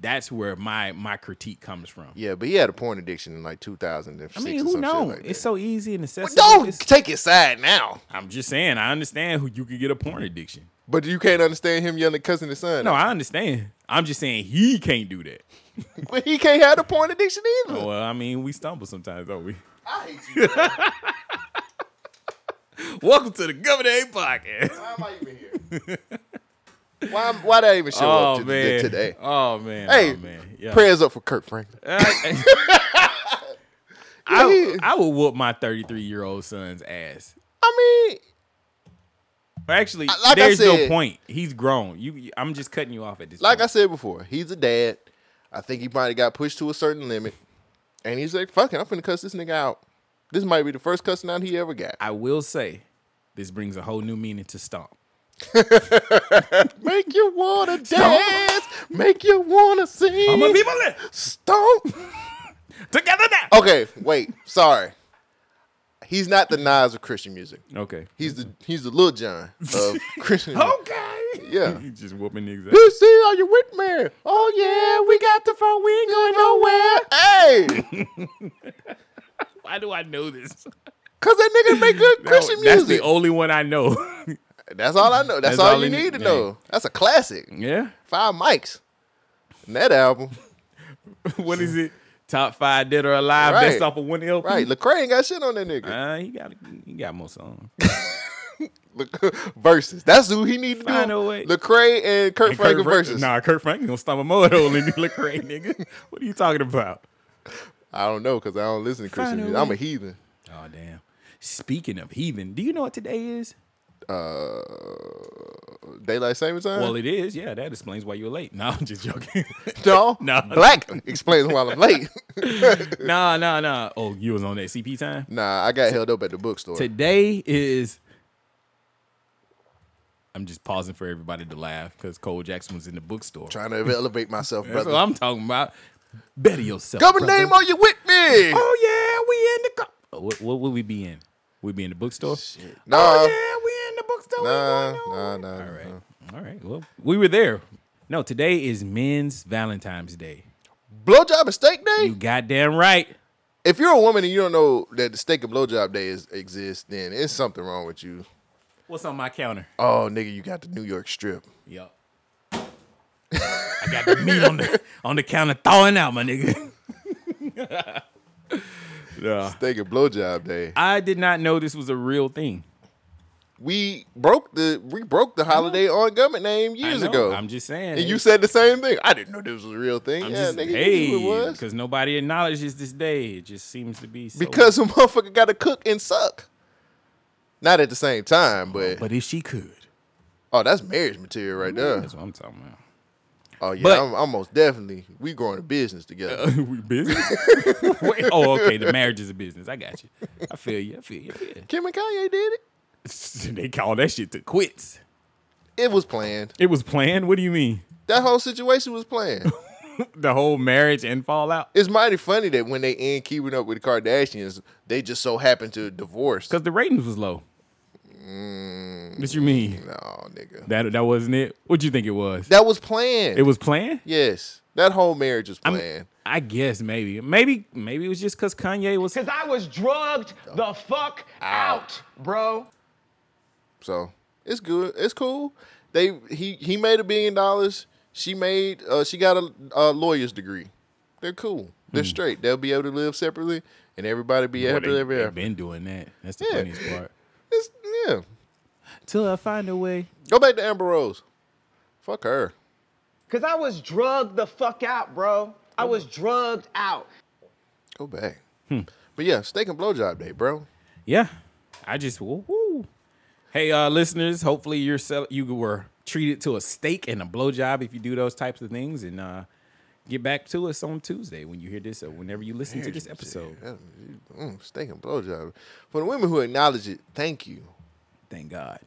A: That's where my my critique comes from.
B: Yeah, but he had a porn addiction in like 2006
A: I mean,
B: or
A: who
B: some
A: knows?
B: shit like
A: it's
B: that.
A: so easy and accessible.
B: Don't
A: It's-
B: take his side now.
A: I'm just saying, I understand who you could get a porn addiction.
B: But you can't understand him yelling cussing his son.
A: No,
B: out.
A: I understand. I'm just saying he can't do that. Oh,
B: but he can't have the porn addiction either.
A: Well, I mean, we stumble sometimes, don't we?
B: I hate you. bro. Why
A: Welcome to the Governor A podcast.
B: am I even here? Why? Why that even show
A: Oh
B: up to,
A: man.
B: today?
A: Oh man.
B: hey,
A: oh, man. Yeah. Uh,
B: prayers up for Kirk Franklin.
A: I, I would whoop my 33 year old son's ass.
B: I mean,
A: Actually,
B: I- like I
A: there's no
B: said-
A: point. He's grown. You, I'm just cutting you off at this.
B: like I
A: point.
B: said before, he's a dad. I think he probably got pushed to a certain limit, and he's like, "Fuck it, I'm finna cuss this nigga out." This might be the first cussing out he ever got.
A: I will say, this brings a whole new meaning to stomp.
B: Make you wanna dance, make you wanna sing.
A: I'm a people live
B: Stomp.
A: together now.
B: Okay, wait. Sorry. He's not the Nas of Christian music.
A: Okay.
B: He's the he's the Lil John of Christian. music.
A: Okay.
B: Yeah.
A: He's just whooping niggas. ass.
B: You see, are you with me? Oh yeah, we got the phone. We ain't going nowhere. Hey,
A: Why do I know this?
B: cause that nigga make good Christian
A: That's
B: music.
A: the only one I know.
B: That's all I know. That's,
A: That's
B: all,
A: all
B: you
A: you
B: need to
A: need.
B: know. That's a classic.
A: yeah.
B: Five mics. And that album,
A: What is it? Top five dead or alive.
B: Right.
A: Best off of one LP.
B: right? Lecrae ain't got shit on that nigga.
A: Uh, he got he got more songs.
B: Versus. That's who he need to
A: Find
B: do.
A: a way.
B: Lecrae and Kurt
A: And
B: Franklin
A: Frank-
B: versus.
A: Nah, Kurt Franklin gonna stomp a mold hole in you, Lecrae, nigga. What are you talking about?
B: I don't know because I don't listen to Christian
A: Find a
B: music. I'm a
A: way.
B: heathen.
A: Oh damn. Speaking of heathen, do you know what today is?
B: Uh, daylight saving time.
A: Well, it is. Yeah, that explains why you're late. No, I'm just joking.
B: no,
A: No.
B: Black explains why I'm late.
A: nah, nah, nah. Oh, you was on that CP time.
B: nah, I got held up at the bookstore.
A: Today is. I'm just pausing for everybody to laugh because Cole Jackson was in the bookstore.
B: trying to elevate myself,
A: That's
B: brother.
A: what I'm talking about. Better yourself.
B: Governor
A: brother.
B: name, are you with me?
A: Oh yeah, we in the. Co- Oh, what, what would we be in? We be in the bookstore.
B: Nah,
A: Oh yeah, we in the bookstore. We
B: nah,
A: going
B: nah,
A: nowhere.
B: nah. nah.
A: All right, all right. Well, we were there. No, today is Men's Valentine's Day.
B: Blowjob and steak day.
A: You goddamn right.
B: if you're a woman and you don't know that the steak and blowjob day is, exists, then it's something wrong with you.
A: What's on my counter?
B: Oh, nigga, you got the New York Strip.
A: Yup. I got the meat on the on the counter thawing out, my nigga. yeah.
B: Steak and blowjob day.
A: I did not know this was a real thing.
B: We broke the we broke the holiday on government name
A: Mm-hmm. I
B: years
A: know,
B: ago.
A: I'm just saying.
B: and you
A: it-
B: said the same thing. I didn't know this was a real thing.
A: I'm
B: yeah,
A: just
B: nigga, you knew it
A: hey,
B: was.
A: because nobody acknowledges this day. It just seems to be so
B: Because a motherfucker got to cook and suck. Not at the same time, but,
A: But if she could,
B: oh, that's marriage material right there.
A: that's what I'm talking about.
B: Oh yeah,
A: But-
B: I'm, I'm most definitely we growing a business together.
A: we business? Wait, oh, okay. The marriage is a business. I got you. I feel you. I feel you. I feel
B: Kim and Kanye did it.
A: you. they call that shit the quits.
B: It was planned.
A: It was planned. What do you mean?
B: That whole situation was planned.
A: The whole marriage and fallout?
B: it's mighty funny that when they end keeping up with the Kardashians, they just so happen to divorce.
A: Because the ratings was low. what you mean?
B: No, Mm, nigga.
A: That that wasn't it. What you think it was?
B: That was planned.
A: It was planned.
B: yes. That whole marriage was
A: mean-
B: planned.
A: I guess maybe, maybe, maybe it was just because Kanye was.
I: Cause I was drugged the fuck out, bro.
B: so it's good. It's cool. They he he made a billion dollars. She made uh she got a, a lawyer's degree. They're cool. They're straight. They'll be able to live separately and everybody be
A: Well,
B: happy
A: Hmm. they,
B: ever
A: have
B: after.
A: been doing that. That's the
B: Yeah.
A: funniest part.
B: It's yeah.
A: Till I find a way.
B: Go back to Amber Rose. Fuck her.
I: Cause I was drugged the fuck out, bro. I was drugged out.
B: Go back.
A: Hmm.
B: But yeah, steak and blowjob day, bro.
A: Yeah, I just woo. woo. Hey, uh, listeners, hopefully you're sell- you were treated to a steak and a blowjob if you do those types of things, and uh, get back to us on Tuesday when you hear this or whenever you listen to this episode.
B: Mm, steak and blowjob. For the women who acknowledge it, thank you.
A: Thank God.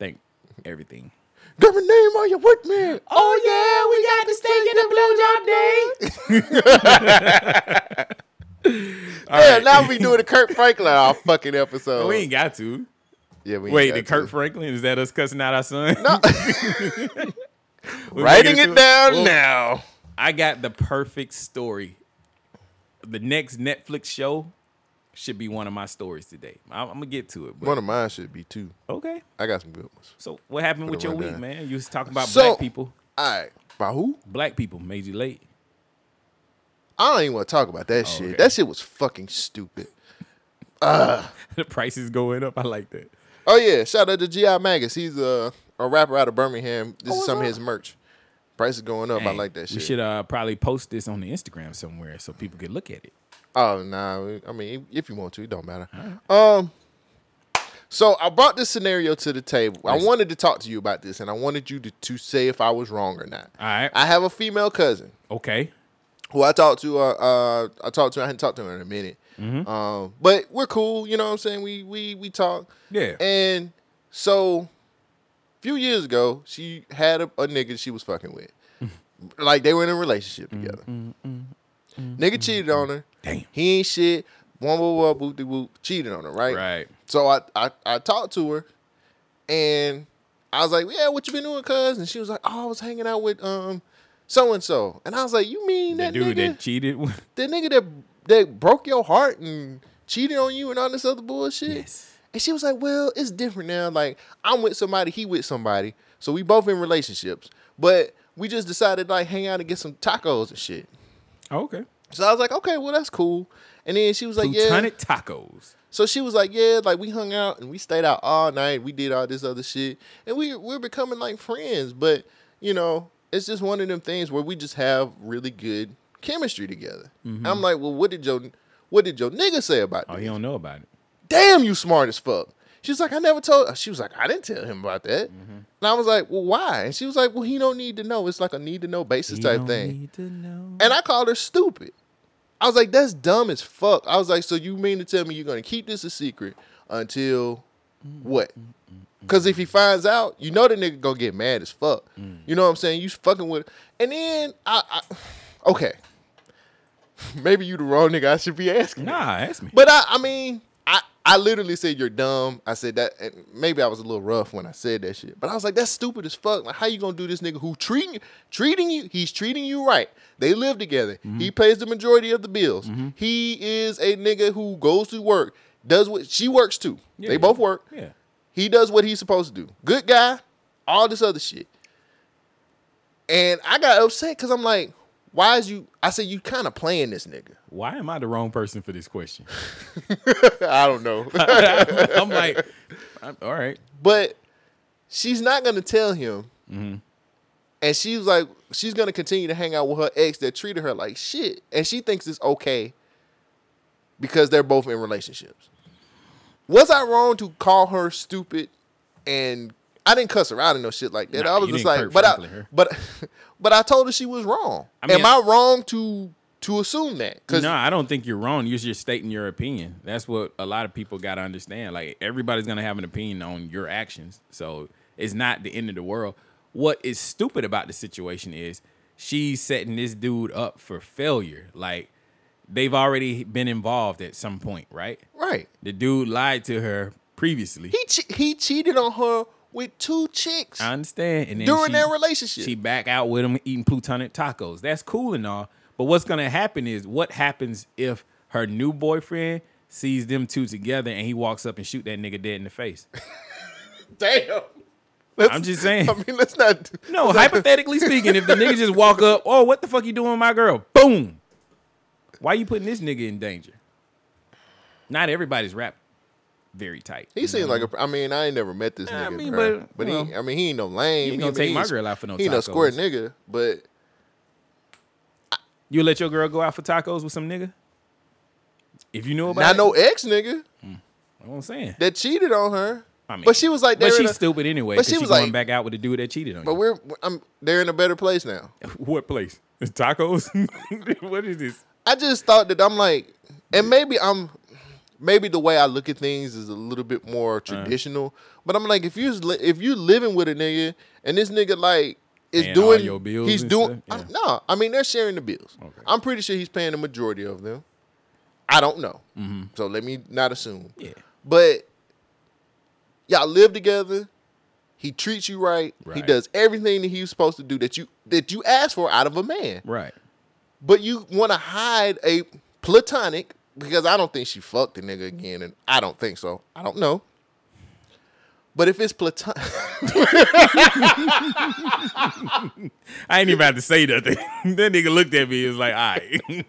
A: Thank everything.
B: Give me name on your work, man.
A: Oh yeah, we got the steak and the blowjob day.
B: yeah, now we doing the Kurt Franklin our fucking episode.
A: we ain't got to.
B: yeah, we ain't
A: Wait,
B: got
A: the
B: to.
A: Kurt Franklin is that us cussing out our son? We're
B: Writing
A: making
B: it
A: to-
B: down
A: Well,
B: now.
A: I got the perfect story. The next Netflix show should be one of my stories today. I'm, I'm gonna get to it. But
B: One of mine should be two.
A: okay.
B: I got some good ones.
A: So what happened with
B: the
A: your week,
B: rundown.
A: man? You was talking about
B: So-
A: black people.
B: All right. By who?
A: Black people made you late. Oh,
B: I don't even want to talk about that shit.
A: okay.
B: That shit was fucking stupid. Uh.
A: the price is going up. I like that.
B: Oh yeah, shout out to G.I. Magus. He's a a rapper out of Birmingham. This is
A: Oh, what's
B: some of
A: up?
B: his merch. Price is going up. I
A: Hey,
B: like that shit.
A: We should uh, probably post this on the Instagram somewhere so people can look at it.
B: Oh nah. we- I mean, if you want to, it don't matter. Um. So I brought this scenario to the table. I wanted to talk to you about this, and I wanted you to, to say if I was wrong or not.
A: All right.
B: I have a female cousin
A: Okay.
B: who I talked to. Uh, uh I talked to. I hadn't talked to her in a minute.
A: Mm-hmm.
B: Um, but we're cool. You know what I'm saying? We we we talk.
A: Yeah.
B: And so, a few years ago, she had a, a nigga she was fucking with. like they were in a relationship together.
A: Mm-hmm.
B: nigga cheated on her.
A: Damn.
B: He ain't shit. One whoa whoa boop de whoop cheated on her. Right.
A: Right.
B: So I I, I talked to her, and I was like, "Yeah, what you been doing, cuz?" And she was like, "Oh, I was hanging out with um." So and so, and I was like, "You mean
A: The
B: that
A: dude
B: nigga?
A: that cheated. with-
B: that nigga that that broke your heart and cheated on you and all this other bullshit.
A: Yes.
B: And she was like, "Well, it's different now. Like I'm with somebody, he with somebody, so we both in relationships. But we just decided to, like hang out and get some tacos and shit."
A: Oh, okay.
B: So I was like, "Okay, well that's cool." And then she was like, "Yeah."
A: Plutonic tacos.
B: So she was like, "Yeah, like we hung out and we stayed out all night. We did all this other shit, and we we're becoming like friends. But you know, it's just one of them things where we just have really good chemistry together." I'm like, "Well, what did your what did your nigga say about
A: Mm-hmm. Oh,
B: this?
A: you don't know about it.
B: Damn, you smart as fuck." She was like, "I never told." She was like, "I didn't tell him about that."
A: Mm-hmm.
B: And I was like, "Well, why?" And she was like, "Well, he don't need to know. It's like a need to know basis
A: You
B: type
A: don't
B: thing."
A: need to know.
B: And I called her stupid. I was like, that's dumb as fuck. I was like, so you mean to tell me you're gonna keep this a secret until what? Cause if he finds out, you know the nigga gonna get mad as fuck. You know what I'm saying? You fucking with and then I, I okay. Maybe you the wrong nigga I should be asking.
A: Nah, ask me.
B: But I, I mean, I, I literally said you're dumb. I said that, and maybe I was a little rough when I said that shit. But I was like, that's stupid as fuck. Like, how you gonna do this nigga who treating treating you? He's treating you right. They live together.
A: Mm-hmm.
B: He pays the majority of the bills. He is a nigga who goes to work, does what she works too. they
A: yeah.
B: both work.
A: yeah.
B: He does what he's supposed to do. Good guy, all this other shit. And I got upset because I'm like, why is you? I said you kind of playing this nigga.
A: Why am I the wrong person for this question?
B: I don't know.
A: I'm like, I'm, all right.
B: But she's not gonna tell him.
A: Mm-hmm.
B: And she's like, she's gonna continue to hang out with her ex that treated her like shit, and she thinks it's okay because they're both in relationships. Was I wrong to call her stupid? And I didn't cuss her out and no shit like that.
A: Nah,
B: I was
A: you
B: just
A: didn't
B: like,
A: Kirk
B: but I,
A: Franklin her.
B: but, but I told her she was wrong.
A: I mean,
B: Am I wrong to to assume that? Because
A: No, I don't think you're wrong. You're just stating your opinion. That's what a lot of people got to understand. Like everybody's gonna have an opinion on your actions, so it's not the end of the world. What is stupid about the situation is she's setting this dude up for failure. Like they've already been involved at some point, right?
B: right,
A: The dude lied to her previously.
B: he che- he cheated on her with two chicks.
A: I understand. And then
B: During
A: she-
B: their relationship.
A: she back out with him eating plutonic tacos. That's cool and all, but what's gonna happen is what happens if her new boyfriend sees them two together and he walks up and shoot that nigga dead in the face?
B: Damn. Let's-
A: I'm just saying.
B: I mean, let's not.
A: No, hypothetically speaking, if the nigga just walk up, oh, what the fuck you doing, with my girl? Boom. Why you putting this nigga in danger? Not everybody's rap very tight.
B: He seems like a. I mean, I ain't never met this
A: Nah, I
B: nigga,
A: mean,
B: bruh.
A: but,
B: but,
A: you
B: he.
A: know,
B: I mean, he ain't no lame.
A: ain't gonna
B: I mean,
A: take
B: he
A: my
B: ain't-
A: girl out for no
B: He ain't no
A: tacos.
B: squirt nigga, but
A: You let your girl go out for tacos with some nigga? If you knew about
B: not
A: it,
B: no ex nigga
A: Hmm. that's what I'm saying.
B: that cheated on her.
A: I mean,
B: but she was like,
A: but
B: they're in
A: she's
B: a-
A: stupid anyway.
B: But
A: But
B: she was
A: she's going
B: like,
A: back out with the dude that cheated on
B: But
A: you.
B: we're. I'm. They're in a better place now.
A: What place? It's tacos. what is this?
B: I just thought that I'm like, and maybe I'm, maybe the way I look at things is a little bit
A: Uh-huh.
B: more traditional. But I'm like, if you was li- if you living with a nigga and this nigga like is
A: Paying all
B: doing,
A: your bills
B: he's
A: and
B: doing.
A: stuff?
B: I'm- no, I mean they're sharing the bills. I'm pretty sure he's paying the majority of them. I don't know, so let me not assume.
A: Mm-hmm. Yeah.
B: But y'all live together. He treats you right. He
A: Right.
B: does everything that he's supposed to do that you that you ask for out of a man
A: Right.
B: but you want to hide a platonic because I don't think she fucked the nigga again, and I don't think so. I don't know. But if it's platonic,
A: I ain't even about to say nothing. that nigga looked at me. It's like, all right.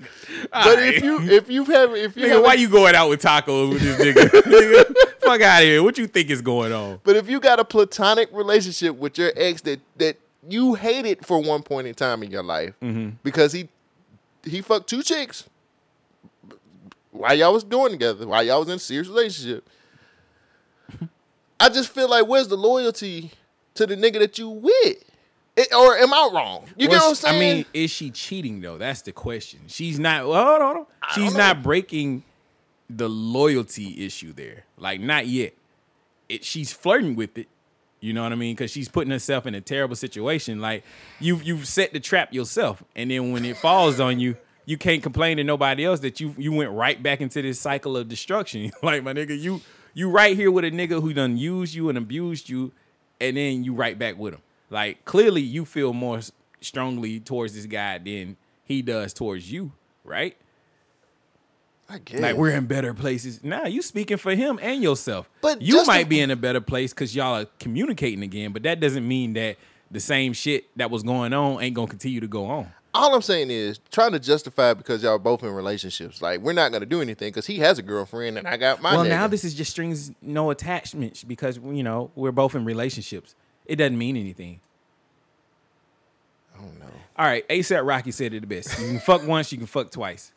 B: but if you if you have if you
A: nigga,
B: have
A: why you going out with tacos with this nigga? nigga fuck out of here. What you think is going on?
B: But if you got a platonic relationship with your ex that that you hated for one point in time in your life because he he fucked two chicks while y'all was doing together, while y'all was in a serious relationship. I just feel like where's the loyalty to the nigga that you with? It- or am I wrong? You
A: Was
B: get what I'm
A: she-
B: saying?
A: I mean, is she cheating though? That's the question. She's not. Well, hold on, hold on. She's
B: know.
A: not breaking the loyalty issue there. Like not yet. It, she's flirting with it. You know what I mean? Because she's putting herself in a terrible situation. Like you, you've set the trap yourself, and then when it falls on you, you can't complain to nobody else that you you went right back into this cycle of destruction. like my nigga, you you right here with a nigga who done used you and abused you, and then you right back with him. Like clearly, you feel more s- strongly towards this guy than he does towards you, right?
B: I guess.
A: Like we're in better places. Nah, you speaking for him and yourself.
B: But
A: you
B: just
A: might
B: the-
A: be in a better place because y'all are communicating again. But that doesn't mean that the same shit that was going on ain't gonna continue to go on.
B: All I'm saying is trying to justify it because y'all both in relationships. Like we're not gonna do anything because he has a girlfriend and I got my.
A: well,
B: nigga.
A: now this is just strings no attachments because you know we're both in relationships. It doesn't mean anything. I don't know. All right, ASAP Rocky said it the best. You can fuck once, you can fuck twice.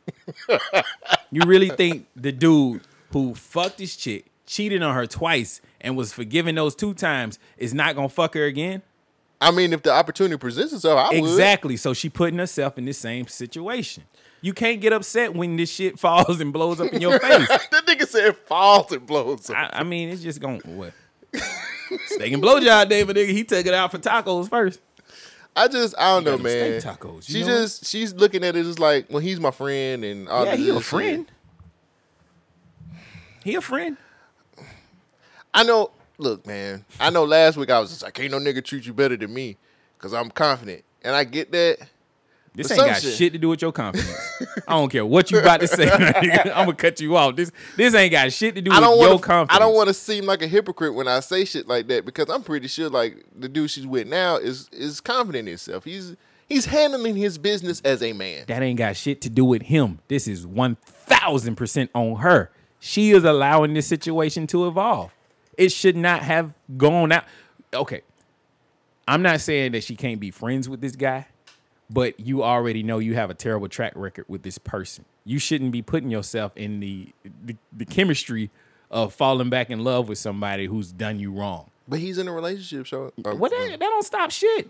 A: you really think the dude who fucked this chick, cheated on her twice, and was forgiven those two times is not gonna fuck her again?
B: I mean, if the opportunity presents itself, I would.
A: Exactly. So she putting herself in this same situation. You can't get upset when this shit falls and blows up in your face.
B: that nigga said falls and blows. up.
A: I, I mean, it's just going what steak and blowjob day, but nigga, he took it out for tacos first.
B: I just I don't know,
A: got them
B: man.
A: steak tacos, you
B: she
A: know
B: just she's looking at it as like, well, he's my friend and all
A: yeah,
B: this
A: he a
B: other shit.
A: friend. He a friend.
B: I know. Look, man. I know. Last week I was just like, ain't no nigga treat you better than me because I'm confident, and I get that.
A: This
B: But
A: ain't
B: some
A: got
B: shit-
A: shit to do with your confidence. I don't care what you about to say. I'm gonna cut you off. This this ain't got shit to do
B: I don't
A: with your
B: want.
A: confidence.
B: I don't want to seem like a hypocrite when I say shit like that because I'm pretty sure like the dude she's with now is is confident in himself. He's he's handling his business as a man.
A: that ain't got shit to do with him. This is 1000% on her. She is allowing this situation to evolve. It should not have gone out. Okay. I'm not saying that she can't be friends with this guy, but you already know you have a terrible track record with this person. You shouldn't be putting yourself in the the, the chemistry of falling back in love with somebody who's done you wrong.
B: But he's in a relationship, so um,
A: What that, that don't stop shit.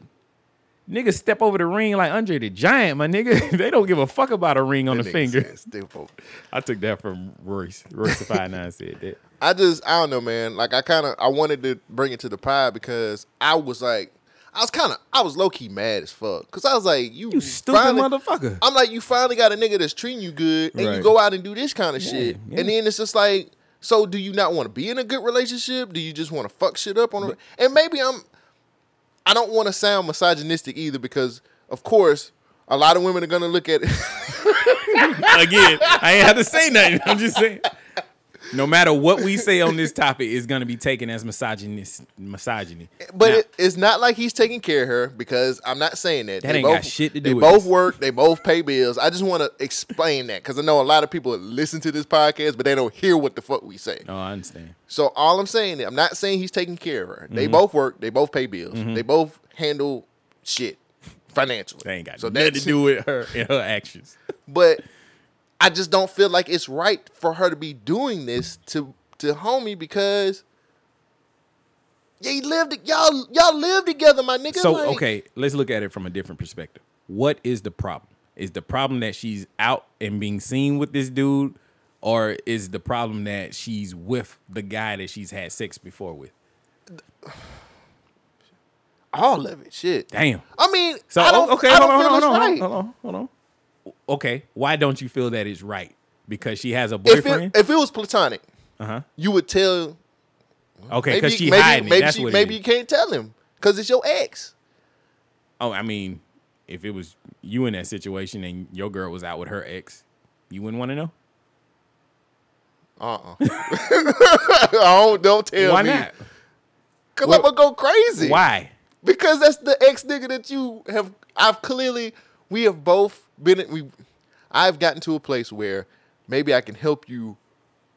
A: Niggas step over the ring like Andre the Giant, my nigga. they don't give a fuck about a ring on the
B: nigga
A: finger.
B: said stupid.
A: I took that from Royce. Royce the Five Nine said that.
B: I just I don't know, man. Like I kind of I wanted to bring it to the pod because I was like I was kind of I was low key mad as fuck because I was like you
A: You stupid
B: finally-
A: motherfucker.
B: I'm like you finally got a nigga that's treating you good and
A: Right.
B: you go out and do this kind of shit
A: yeah.
B: and then it's just like so do you not want to be in a good relationship? Do you just want to fuck shit up on a, and maybe I'm I don't want to sound misogynistic either because of course a lot of women are gonna look at it.
A: Again, I ain't have to say nothing. I'm just saying. No matter what we say on this topic, it's gonna be taken as misogynist misogyny.
B: But
A: Now,
B: it, it's not like he's taking care of her because I'm not saying that.
A: That ain't got shit to do
B: They
A: with
B: both
A: this.
B: work. They both pay bills. I just want to explain that because I know a lot of people listen to this podcast, but they don't hear what the fuck we say.
A: oh, I understand. Mm-hmm.
B: So all I'm saying, I'm not saying he's taking care of her. They both work. They both pay bills. They both handle shit financially.
A: They ain't got
B: so
A: nothing
B: that's-
A: to do with her and her actions.
B: But I just don't feel like it's right for her to be doing this to to homie because. They lived y'all y'all live together, my nigga.
A: So
B: like-
A: okay, let's look at it from a different perspective. What is the problem? Is the problem that she's out and being seen with this dude, or is the problem that she's with the guy that she's had sex before with?
B: All of it. Shit.
A: Damn.
B: I mean,
A: So
B: I don't,
A: okay,
B: I don't
A: hold,
B: feel
A: on, hold, on,
B: it's
A: hold on,
B: right.
A: hold on, hold on. Okay, why don't you feel that it's right? Because she has a
B: If
A: boyfriend. Uh-huh.
B: it, if it was platonic, you would tell.
A: okay,
B: Maybe
A: because she
B: maybe,
A: hiding. it.
B: maybe,
A: That's
B: she,
A: what
B: maybe
A: it
B: you
A: is.
B: can't tell him because it's your ex.
A: Oh, I mean, if it was you in that situation and your girl was out with her ex, you wouldn't want to know.
B: Uh-uh. Uh uh don't, don't tell
A: Why
B: me.
A: not?
B: Cause
A: Well-
B: I'm gonna go crazy.
A: Why?
B: Because that's the ex nigga that you have. I've clearly we have both been. We, I've gotten to a place where maybe I can help you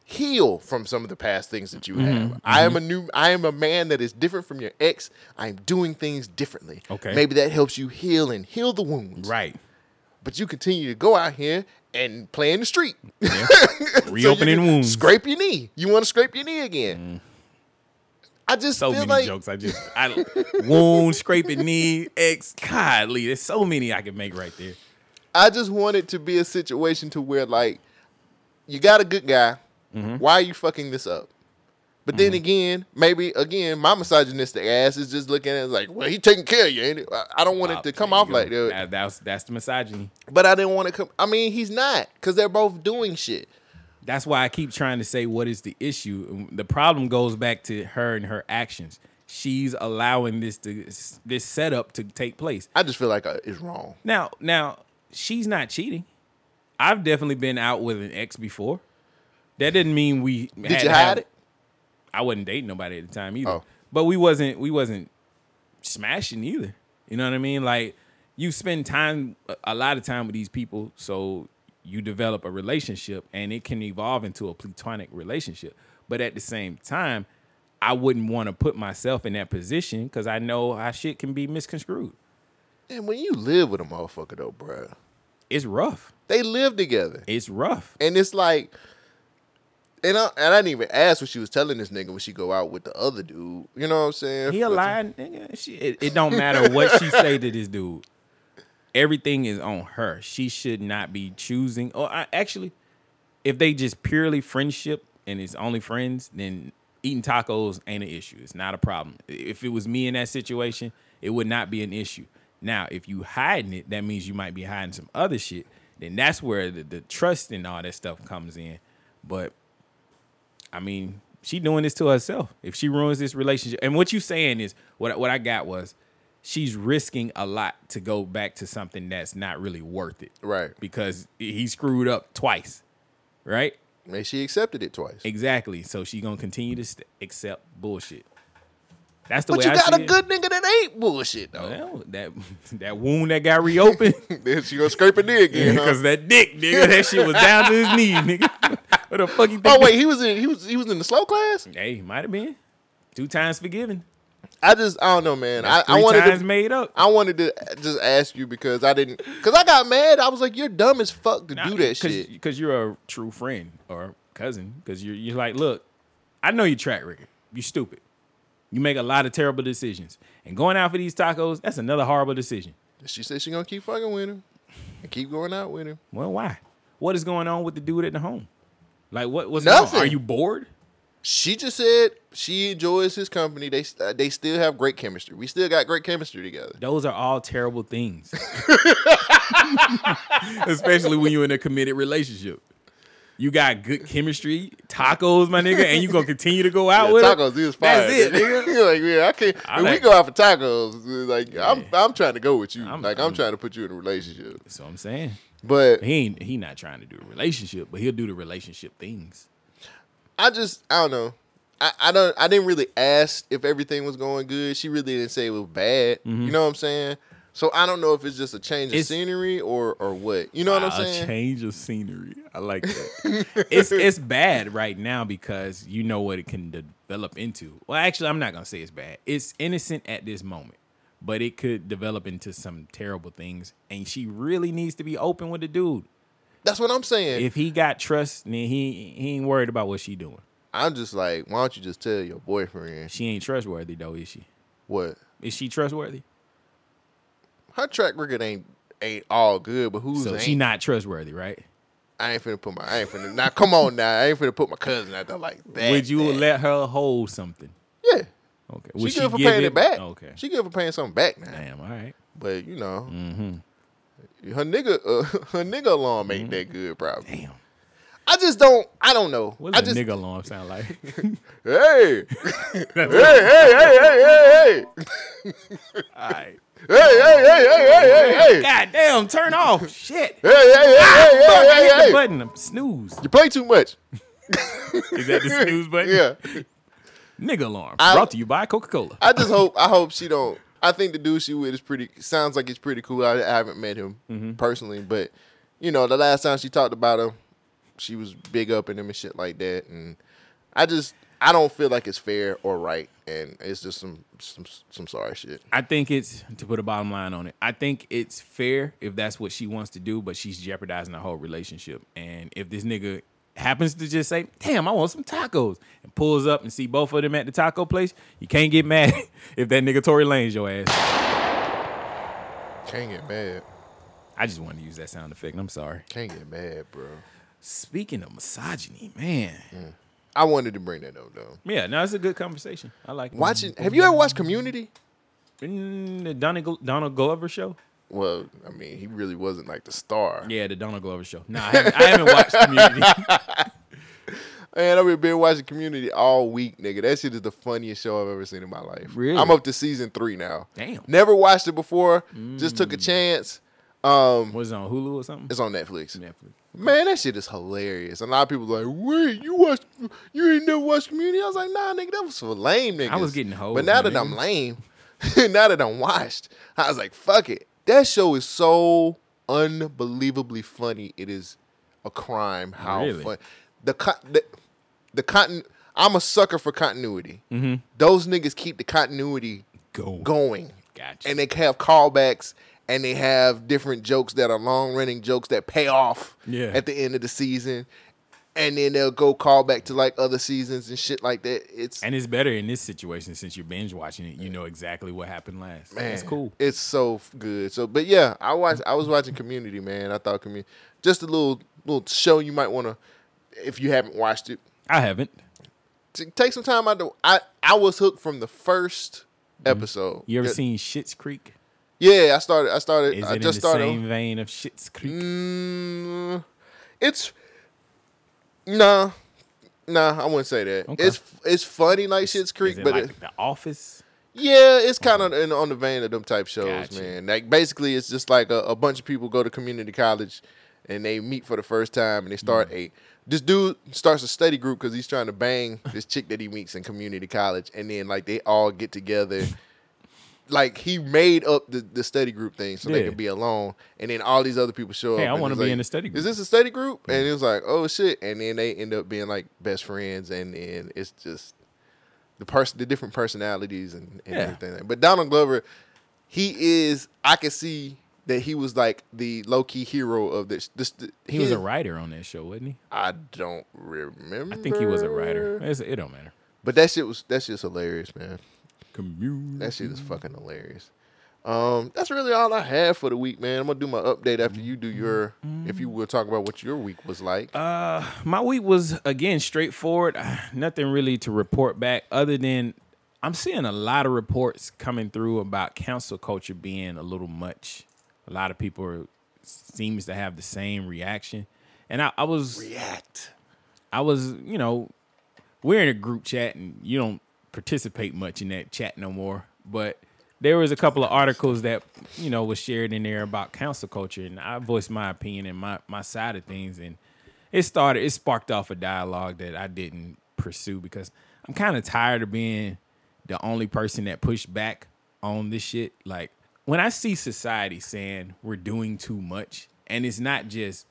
B: heal from some of the past things that you
A: Mm-hmm,
B: have. I am a new. I am a man that is different from your ex. I'm doing things differently.
A: Okay.
B: Maybe that helps you heal and heal the wounds.
A: Right.
B: But you continue to go out here and play in the street. So you
A: Reopening
B: can
A: wounds.
B: Scrape your knee. You want to scrape your knee again. I just
A: Mm. so
B: feel
A: many
B: like
A: jokes. I just I wound, scraping knee, ex. Godly, there's so many I can make right there.
B: I just want it to be a situation to where like you got a good guy.
A: Mm-hmm.
B: Why are you fucking this up? But then again, maybe again, my misogynistic ass is just looking at it like, well, he taking care of you. Ain't it? I- I don't want
A: Wow,
B: it to come
A: Ah, there you
B: off
A: go.
B: like that.
A: That- That's that's the misogyny.
B: But I didn't want to come. I mean, he's not because they're both doing shit.
A: That's why I keep trying to say what is the issue. The problem goes back to her and her actions. She's allowing this to this setup to take place.
B: I just feel like uh, it's wrong.
A: Now, now she's not cheating. I've definitely been out with an ex before. That didn't mean we
B: Did you hide it?
A: I wasn't dating nobody at the time either.
B: Oh.
A: But we wasn't we wasn't smashing either. You know what I mean? Like you spend time a- a lot of time with these people, so you develop a relationship and it can evolve into a platonic relationship. But at the same time, I wouldn't want to put myself in that position because I know how shit can be misconstrued.
B: And when you live with a motherfucker though, bruh,
A: It's rough.
B: they live together.
A: It's rough.
B: And it's like, and I, and I didn't even ask what she was telling this nigga when she go out with the other dude. You know what I'm saying?
A: He a lying nigga. She, it, it don't matter what she say to this dude. Everything is on her. She should not be choosing. Or I, actually, if they just purely friendship and it's only friends, then eating tacos ain't an issue. It's not a problem. If it was me in that situation, it would not be an issue. Now, if you hiding it, that means you might be hiding some other shit. Then that's where the, the trust and all that stuff comes in. But I mean, she doing this to herself. If she ruins this relationship, and what you saying is what what I got was she's risking a lot to go back to something that's not really worth it.
B: Right.
A: Because he screwed up twice. Right?
B: And she accepted it twice.
A: Exactly. So she going to continue to st- accept bullshit. That's the
B: But
A: way
B: you
A: I
B: got
A: see
B: a
A: it.
B: good nigga that ain't bullshit though.
A: Well, that that wound that got reopened
B: Then she gonna scrape a knee again. huh?
A: because that dick, nigga, that shit was down to his knees, nigga. what the fuck you think?
B: Oh wait, he was in he was he was in the slow class.
A: Hey, might have been two times forgiven.
B: I just I don't know, man. I,
A: Three
B: I wanted
A: times
B: to,
A: made up.
B: I wanted to just ask you because I didn't because I got mad. I was like, you're dumb as fuck to do that shit.
A: because you're a true friend or cousin. Because you're you're like, look, I know your track record. You stupid. You make a lot of terrible decisions, and going out for these tacos, that's another horrible decision.
B: She said she gonna keep fucking with him and keep going out with him.
A: Well, why? What is going on with the dude at the home? Like, what? What's
B: Nothing.
A: Going on? Are you bored?
B: She just said she enjoys his company. They uh, they still have great chemistry. We still got great chemistry together.
A: Those are all terrible things, especially when you're in a committed relationship. You got good chemistry, tacos, my nigga, and you gonna continue to go out
B: Yeah,
A: with her?
B: tacos is fire.
A: That's it, nigga.
B: nigga. like yeah, I can't.
A: I
B: when we
A: like-
B: go out for tacos, it's like I'm I'm trying to go with you.
A: I'm-
B: like I'm,
A: I'm-
B: trying to put you in a relationship.
A: That's what I'm saying.
B: But
A: He ain't he not trying to do a relationship, but he'll do the relationship things.
B: I just I don't know. I, I don't I didn't really ask if everything was going good. She really didn't say it was bad. You know what I'm saying? So I don't know if it's just a change of
A: Mm-hmm. It's-
B: scenery or or what. You know what I'm saying?
A: change of scenery. I like that. it's it's bad right now because you know what it can develop into. Well, actually, I'm not gonna say it's bad. It's innocent at this moment, but it could develop into some terrible things. And she really needs to be open with the dude.
B: That's what I'm saying.
A: If he got trust, then he he ain't worried about what she doing.
B: I'm just like, why don't you just tell your boyfriend
A: She ain't trustworthy though, is she?
B: what
A: Is she trustworthy?
B: her track record ain't ain't all good, but who's
A: So
B: ain't?
A: she not trustworthy, right?
B: I ain't finna put my I ain't finna now come on now. I ain't finna put my cousin out there like that.
A: Would you
B: that.
A: let her hold something?
B: Yeah.
A: Okay.
B: She
A: Would
B: good for
A: give Oh,
B: paying it back.
A: Okay.
B: She good for paying something back now.
A: Damn. All right. Mm-hmm.
B: But you know. Her nigga uh, her nigga alarm ain't that good probably.
A: Damn.
B: I just don't I don't know.
A: What
B: I
A: does
B: just
A: a nigga alarm sound like?
B: Hey. hey, hey, hey, hey, hey, hey.
A: all right.
B: Hey, hey, hey, hey, hey, hey, hey.
A: God damn. Turn off. Shit. Ah,
B: Hey, hey, hey, hey,
A: Fuck, I
B: hey,
A: hit
B: hey,
A: the
B: hey.
A: button. I'm snooze.
B: You play too much.
A: Is that the snooze button?
B: Yeah.
A: Nigga alarm.
B: I-
A: Brought to you by Coca Cola.
B: I just hope I hope she don't. I think the dude she with is pretty. Sounds like he's pretty cool. I, I haven't met him
A: Mm-hmm.
B: personally, but you know, the last time she talked about him, she was big up in him and shit like that. And I just I don't feel like it's fair or right, and it's just some some some sorry shit.
A: I think it's to put a bottom line on it. I think it's fair if that's what she wants to do, but she's jeopardizing the whole relationship. And if this nigga happens to just say, "Damn, I want some tacos," and pulls up and see both of them at the taco place, you can't get mad if that nigga Tory Lane's your ass.
B: Can't get mad.
A: I just wanted to use that sound effect. I'm sorry.
B: Can't get mad, bro. Mm.
A: Speaking of misogyny, man.
B: I wanted to bring that up though.
A: Yeah, no, it's a good conversation. I like it. Mm-hmm.
B: Watching. Have you ever watched Community?
A: Mm, the Donald, Donald Glover show?
B: Well, I mean, he really wasn't like the star.
A: Yeah, the Donald Glover show. No, I haven't, I haven't watched Community.
B: Man, I've been watching Community all week, nigga. That shit is the funniest show I've ever seen in my life.
A: Really?
B: I'm up to season three now.
A: Damn. Mm.
B: Never watched it before. Just took a chance. Um,
A: Was it on Hulu or something?
B: it's on Netflix.
A: Netflix.
B: Man, that shit is hilarious. And a lot of people like, wait, you watched, you ain't never watched Community? I was like, nah, nigga, that was for lame niggas.
A: I was getting hoes,
B: But now that
A: man.
B: I'm lame, now that I'm washed, I was like, fuck it. That show is so unbelievably funny. It is a crime how
A: Really?
B: fun. The, co- the the cotton. I'm a sucker for continuity. Those niggas keep the continuity
A: Going.
B: going.
A: Gotcha.
B: And they have callbacks and they have different jokes that are long running jokes that pay off
A: Yeah.
B: at the end of the season. And then they'll go call back to like other seasons and shit like that. It's
A: And it's better in this situation since you're binge watching it. You know exactly what happened last.
B: man,
A: That's cool.
B: It's so f- good. So, but yeah, I watched. I was watching Community, man. I thought Community, just a little little show you might want to, if you haven't watched it,
A: I haven't.
B: t- take some time out. To, I I was hooked from the first
A: Mm-hmm.
B: episode.
A: You ever
B: Yeah,
A: seen Shit's Creek?
B: Yeah, I started. I started.
A: Is
B: I
A: it
B: just
A: in the
B: started.
A: same vein of Shit's Creek?
B: Mm, it's nah, nah. I wouldn't say that.
A: Okay.
B: It's it's funny like Shit's Creek,
A: Is it
B: but
A: like
B: it-
A: The Office?
B: yeah, it's kind of in on the vein of them type shows,
A: Gotcha.
B: man. Like basically, it's just like a, a bunch of people go to community college and they meet for the first time and they
A: Mm.
B: start a. This dude starts a study group because he's trying to bang this chick that he meets in community college, and then like they all get together. Like he made up the, the study group thing so they
A: Yeah.
B: could be alone, and then all these other people show
A: Hey,
B: up.
A: I
B: and
A: wanna
B: it's
A: be
B: like,
A: in a study
B: Is
A: group."
B: this a study group? And it was like, oh shit! And then they end up being like best friends, and then it's just the person, the different personalities and, and
A: Yeah.
B: everything. But Donald Glover, he is. I can see that he was like the low key hero of this. this th-
A: He was a
B: his-
A: writer on that show, wasn't he?
B: I don't remember.
A: I think he was a writer. It's- it don't matter.
B: But that shit was that shit's hilarious, man.
A: Commune.
B: That shit is fucking hilarious. Um, that's really all I have for the week, man. I'm gonna do my update after you do your. If you will talk about what your week was like.
A: my week was again straightforward. Uh, Nothing really to report back other than I'm seeing a lot of reports coming through about council culture being a little much. A lot of people are, seems to have the same reaction, and I, I was
B: React.
A: I was, you know, we're in a group chat and you don't participate much in that chat no more. But there was a couple of articles that, you know, was shared in there about council culture and I voiced my opinion and my, my side of things and it started it sparked off a dialogue that I didn't pursue because I'm kind of tired of being the only person that pushed back on this shit. Like when I see society saying we're doing too much and it's not just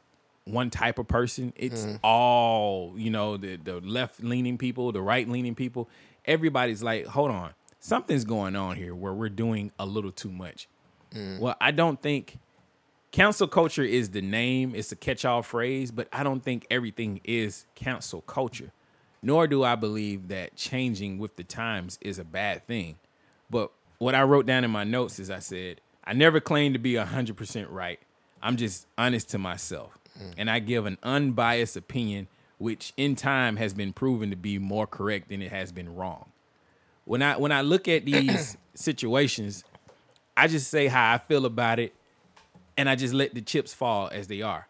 A: one type of person. It's all, you know, the, the left leaning people, the right leaning people. Everybody's like, hold on, something's going on here where we're doing a little too much.
F: Mm-hmm.
A: Well, I don't think council culture is the name, it's a catch all phrase, but I don't think everything is council culture. Nor do I believe that changing with the times is a bad thing. But what I wrote down in my notes is I said, I never claim to be 100% right. I'm just honest to myself. And I give an unbiased opinion, which in time has been proven to be more correct than it has been wrong. When I when I look at these situations, I just say how I feel about it and I just let the chips fall as they are.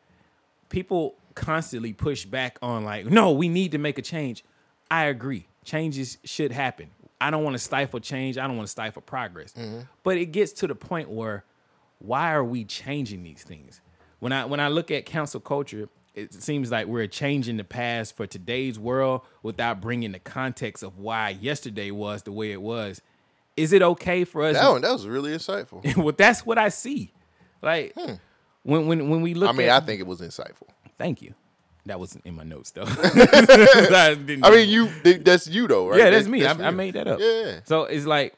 A: People constantly push back on like, no, we need to make a change. I agree. Changes should happen. I don't want to stifle change. I don't want to stifle progress.
B: Mm-hmm.
A: But it gets to the point where why are we changing these things? When I when I look at council culture, it seems like we're changing the past for today's world without bringing the context of why yesterday was the way it was. Is it okay for us?
B: That one, that was really insightful. Hmm.
A: well, that's what I see. Like when when when we look.
B: I mean, I
A: at,
B: think it was insightful.
A: thank you. That wasn't in my notes though. I, didn't-
B: I mean, you th- that's you though, right?
A: yeah, that's
B: That-
A: me. I, I
B: you.
A: made that up.
B: Yeah.
A: So it's like,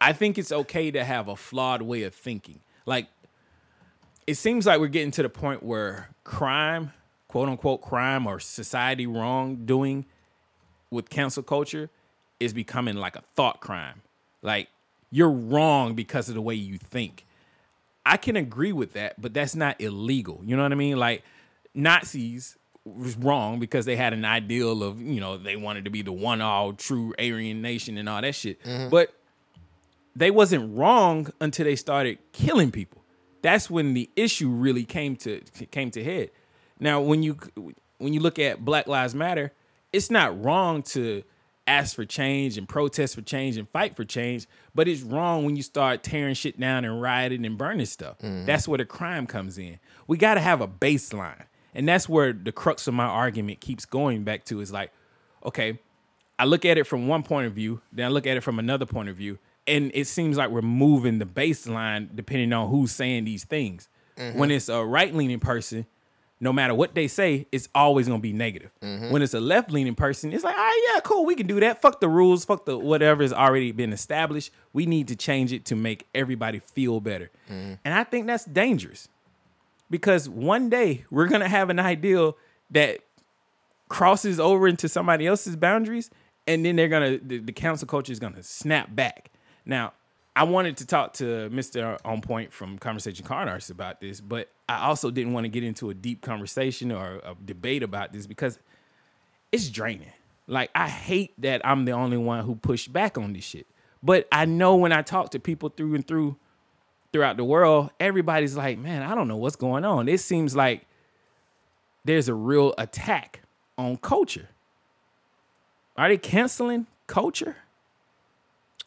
A: I think it's okay to have a flawed way of thinking. Like, it seems like we're getting to the point where crime, quote unquote, crime or society wrongdoing with cancel culture is becoming like a thought crime. Like, you're wrong because of the way you think. I can agree with that, but that's not illegal. You know what I mean? Like Nazis was wrong because they had an ideal of, you know, they wanted to be the one all true Aryan nation and all that shit. But they wasn't wrong until they started killing people. That's when the issue really came to came to head. Now, when you when you look at Black Lives Matter, it's not wrong to ask for change and protest for change and fight for change, but it's wrong when you start tearing shit down and rioting and burning stuff. That's where the crime comes in. We got to have a baseline. And that's where the crux of my argument keeps going back to is like, okay, I look at it from one point of view, then I look at it from another point of view, and it seems like we're moving the baseline depending on who's saying these things. When it's a right leaning person, no matter what they say, it's always gonna be negative.
B: Mm-hmm.
F: Mm-hmm.
A: When it's a left leaning person, it's like, ah, yeah, cool, we can do that. Fuck the rules, fuck the whatever has already been established. We need to change it to make everybody feel better. And I think that's dangerous because one day we're gonna have an ideal that crosses over into somebody else's boundaries, and then they're gonna the, the council culture is gonna snap back. Now, I wanted to talk to Mister On Point from Conversation Car Artists about this, but I also didn't want to get into a deep conversation or a debate about this because it's draining. Like I hate that I'm the only one who pushed back on this shit. But I know when I talk to people through and through throughout the world, everybody's like, man, I don't know what's going on. It seems like there's a real attack on culture. Are they canceling culture?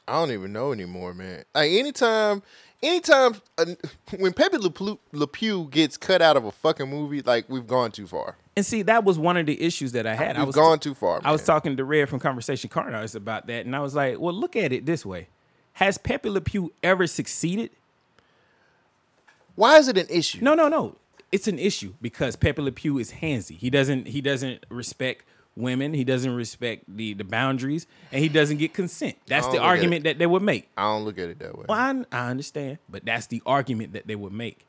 B: I don't even know anymore, man. Like anytime, anytime uh, when Pepe Le, Pew- Le Pew gets cut out of a fucking movie, like we've gone too far.
A: And see, that was one of the issues that I had. I
B: We've
A: was
B: gone too far.
A: I was
B: man.
A: talking to Red from Conversation Card Artists about that, and I was like, well, look at it this way. Has Pepe Le Pew ever succeeded?
B: Why is it an issue?
A: No, no, no. It's an issue because Pepe Le Pew is handsy. He doesn't he doesn't respect women. He doesn't respect the the boundaries, and he doesn't get consent. That's
B: I
A: the
B: don't look at it.
A: argument that they would make.
B: I don't look at it that way.
A: Well, I, I understand, but that's the argument that they would make.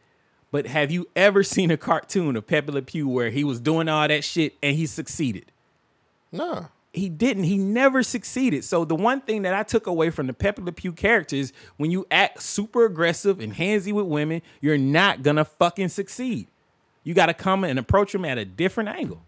A: But have you ever seen a cartoon of Pepe Le Pew where he was doing all that shit and he succeeded?
B: Nah.
A: he didn't. He never succeeded. So the one thing that I took away from the Pepe Le Pew character is when you act super aggressive and handsy with women, you're not gonna fucking succeed. You gotta come and approach them at a different angle.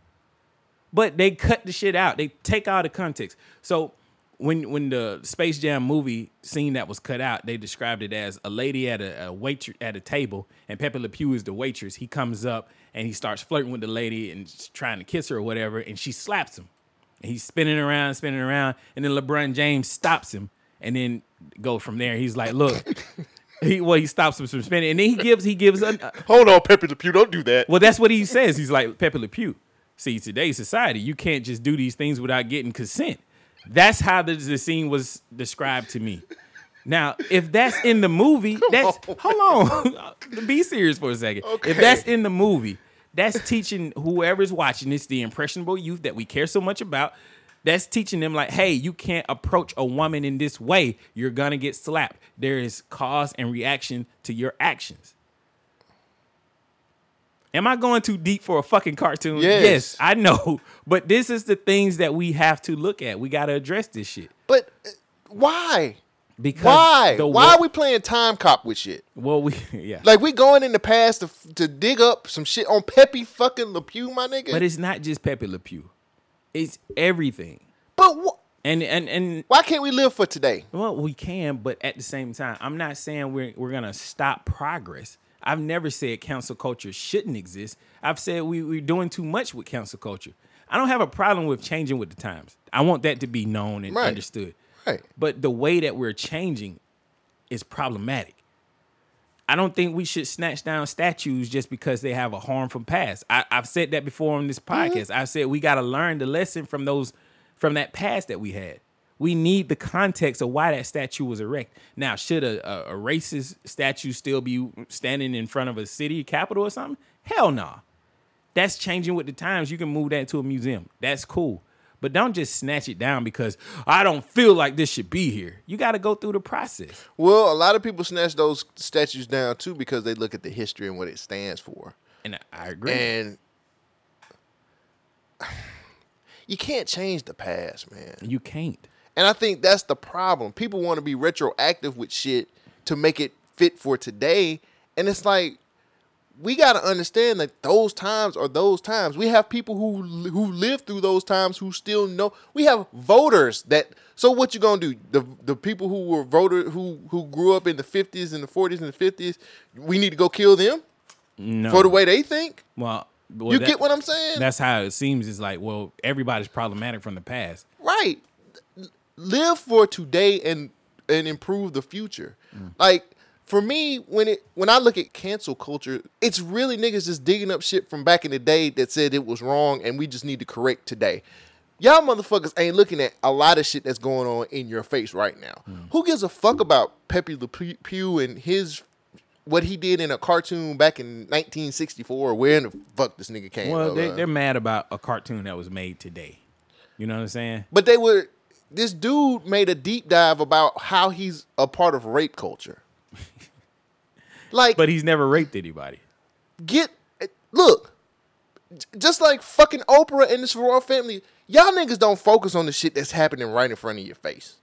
A: But they cut the shit out. They take out the context. So when when the Space Jam movie scene that was cut out, they described it as a lady at a, a waitress at a table, and Pepe Le Pew is the waitress. He comes up and he starts flirting with the lady and trying to kiss her or whatever, and she slaps him. And he's spinning around, spinning around, and then LeBron James stops him, and then go from there. He's like, "Look," he well, he stops him from spinning, and then he gives he gives a,
B: Hold on, Pepe Le Pew. Don't do that.
A: well, that's what he says. He's like Pepe Le Pew. See, today's society, you can't just do these things without getting consent. That's how the, the scene was described to me. Now, if that's in the movie, that's hold on. Be serious for a second. If that's in the movie, that's teaching whoever's watching this, the impressionable youth that we care so much about, that's teaching them like, hey, you can't approach a woman in this way. You're gonna get slapped. There is cause and reaction to your actions. Am I going too deep for a fucking cartoon?
B: Yes.
A: I know. But this is the things that we have to look at. We got to address this shit.
B: But uh, why?
A: Because
B: Why?
A: the
B: Why are
A: wo-
B: we playing time cop with shit?
A: Well, we yeah.
B: Like we going in the past to f- to dig up some shit on Pepe fucking Le Pew, my nigga.
A: but it's not just Pepe Le Pew. It's everything.
B: but wh-
A: And and and
B: why can't we live for today?
A: well, we can, but at the same time, I'm not saying we're we're gonna stop progress. I've never said council culture shouldn't exist. I've said we, we're doing too much with council culture. I don't have a problem with changing with the times. I want that to be known and
B: Right.
A: understood.
B: Right.
A: But the way that we're changing is problematic. I don't think we should snatch down statues just because they have a harmful past. I, I've said that before on this podcast. I've said we got to learn the lesson from those from that past that we had. We need the context of why that statue was erect. Now, should a, a, a racist statue still be standing in front of a city capital or something? Hell no. That's changing with the times. You can move that to a museum. That's cool. But don't just snatch it down because I don't feel like this should be here. You got to go through the process.
B: Well, a lot of people snatch those statues down too because they look at the history and what it stands for.
A: And I- I agree.
B: And you can't change the past, man.
A: you can't.
B: And I think that's the problem. People want to be retroactive with shit to make it fit for today. And it's like we got to understand that those times are those times. We have people who who live through those times who still know. We have voters that so what you going to do? The the people who were voter who who grew up in the 50s and the 40s and the 50s, we need to go kill them
A: No.
B: for the way they think?
A: well, well,
B: you
A: that-
B: get what I'm saying?
A: That's how it seems. It's like, well, everybody's problematic from the past.
B: Right. Live for today and and improve the future.
A: Mm.
B: Like for me, when it when I look at cancel culture, it's really niggas just digging up shit from back in the day that said it was wrong and we just need to correct today. Y'all motherfuckers ain't looking at a lot of shit that's going on in your face right now.
A: Mm.
B: Who gives a fuck about Pepe Le Pew- Pew and his what he did in a cartoon back in 1964 or where in the fuck this nigga came
A: Well,
B: up,
A: they,
B: uh,
A: they're mad about a cartoon that was made today. You know what I'm saying?
B: But they were this dude made a deep dive about how he's a part of rape culture. like
A: But he's never raped anybody.
B: get look, j- just like fucking Oprah and this royal family, y'all niggas don't focus on the shit that's happening right in front of your face.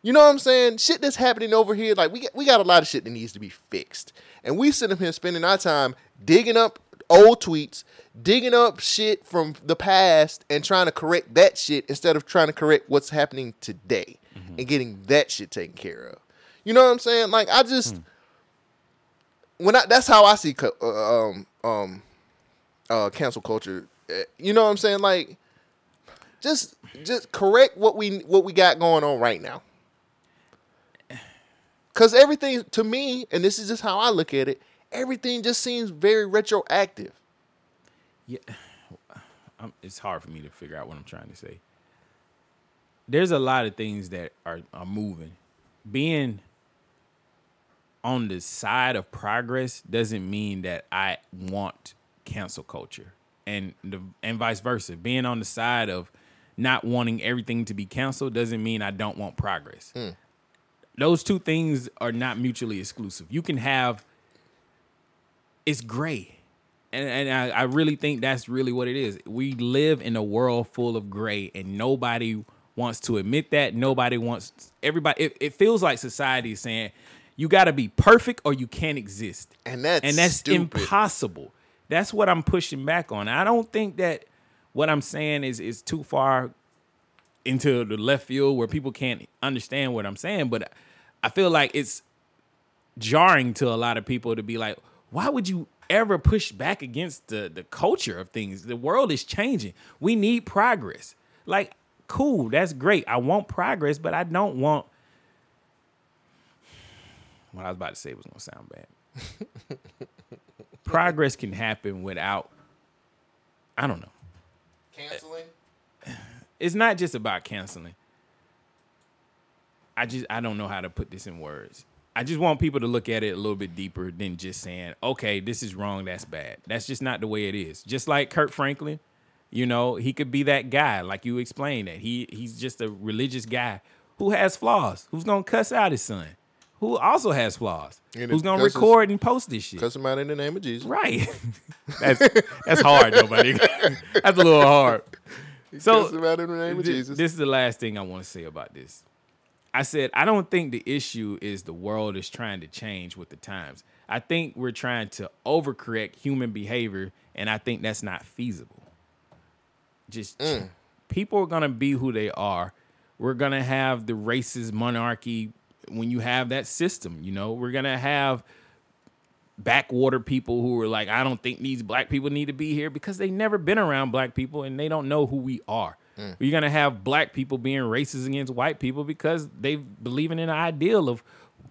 B: You know what I'm saying? Shit that's happening over here, like we got, we got a lot of shit that needs to be fixed, and we sit up here spending our time digging up old tweets, digging up shit from the past, and trying to correct that shit instead of trying to correct what's happening today and getting that shit taken care of. You know what I'm saying? Like I just when I that's how I see co- uh, um um uh cancel culture. Uh, You know what I'm saying? Like just just correct what we what we got going on right now. Cuz everything to me and this is just how I look at it, everything just seems very retroactive.
A: I'm, it's hard for me to figure out what I'm trying to say. There's a lot of things that are, are moving. Being on the side of progress doesn't mean that I want cancel culture and the, and vice versa. Being on the side of not wanting everything to be canceled doesn't mean I don't want progress. Those two things are not mutually exclusive. You can have it's gray and, and I, I really think that's really what it is. We live in a world full of gray, and nobody wants to admit that. Nobody wants everybody. It, it feels like society is saying you got to be perfect or you can't exist,
B: And that's
A: and that's
B: stupid.
A: impossible. That's what I'm pushing back on. I don't think that what I'm saying is is too far into the left field where people can't understand what I'm saying, but I feel like it's jarring to a lot of people to be like, why would you ever push back against the the culture of things? The world is changing. We need progress. Like, cool, that's great. I want progress, but I don't want what I was about to say was gonna sound bad. progress can happen without I don't know.
B: Canceling?
A: It's not just about canceling. I just I don't know how to put this in words. I just want people to look at it a little bit deeper than just saying, "Okay, this is wrong, that's bad." That's just not the way it is. Just like Kurt Franklin, you know, he could be that guy like you explained that. He he's just a religious guy who has flaws, who's going to cuss out his son, who also has flaws,
B: And
A: who's
B: it
A: going to
B: cusses-
A: record and post this shit.
B: Cuss him out in the name of Jesus.
A: Right. that's that's hard though, buddy. that's a little hard. So
B: Cuss him out in the name of
A: Th-
B: Jesus.
A: This is the last thing I want to say about this. I said I don't think the issue is the world is trying to change with the times. I think we're trying to overcorrect human behavior, and I think that's not feasible. Just people are gonna be who they are. We're gonna have the racist monarchy when you have that system. You know, we're gonna have backwater people who are like, I don't think these black people need to be here because they never been around black people and they don't know who we are.
B: Mm.
A: You're gonna have black people being racist against white people because they believing in an ideal of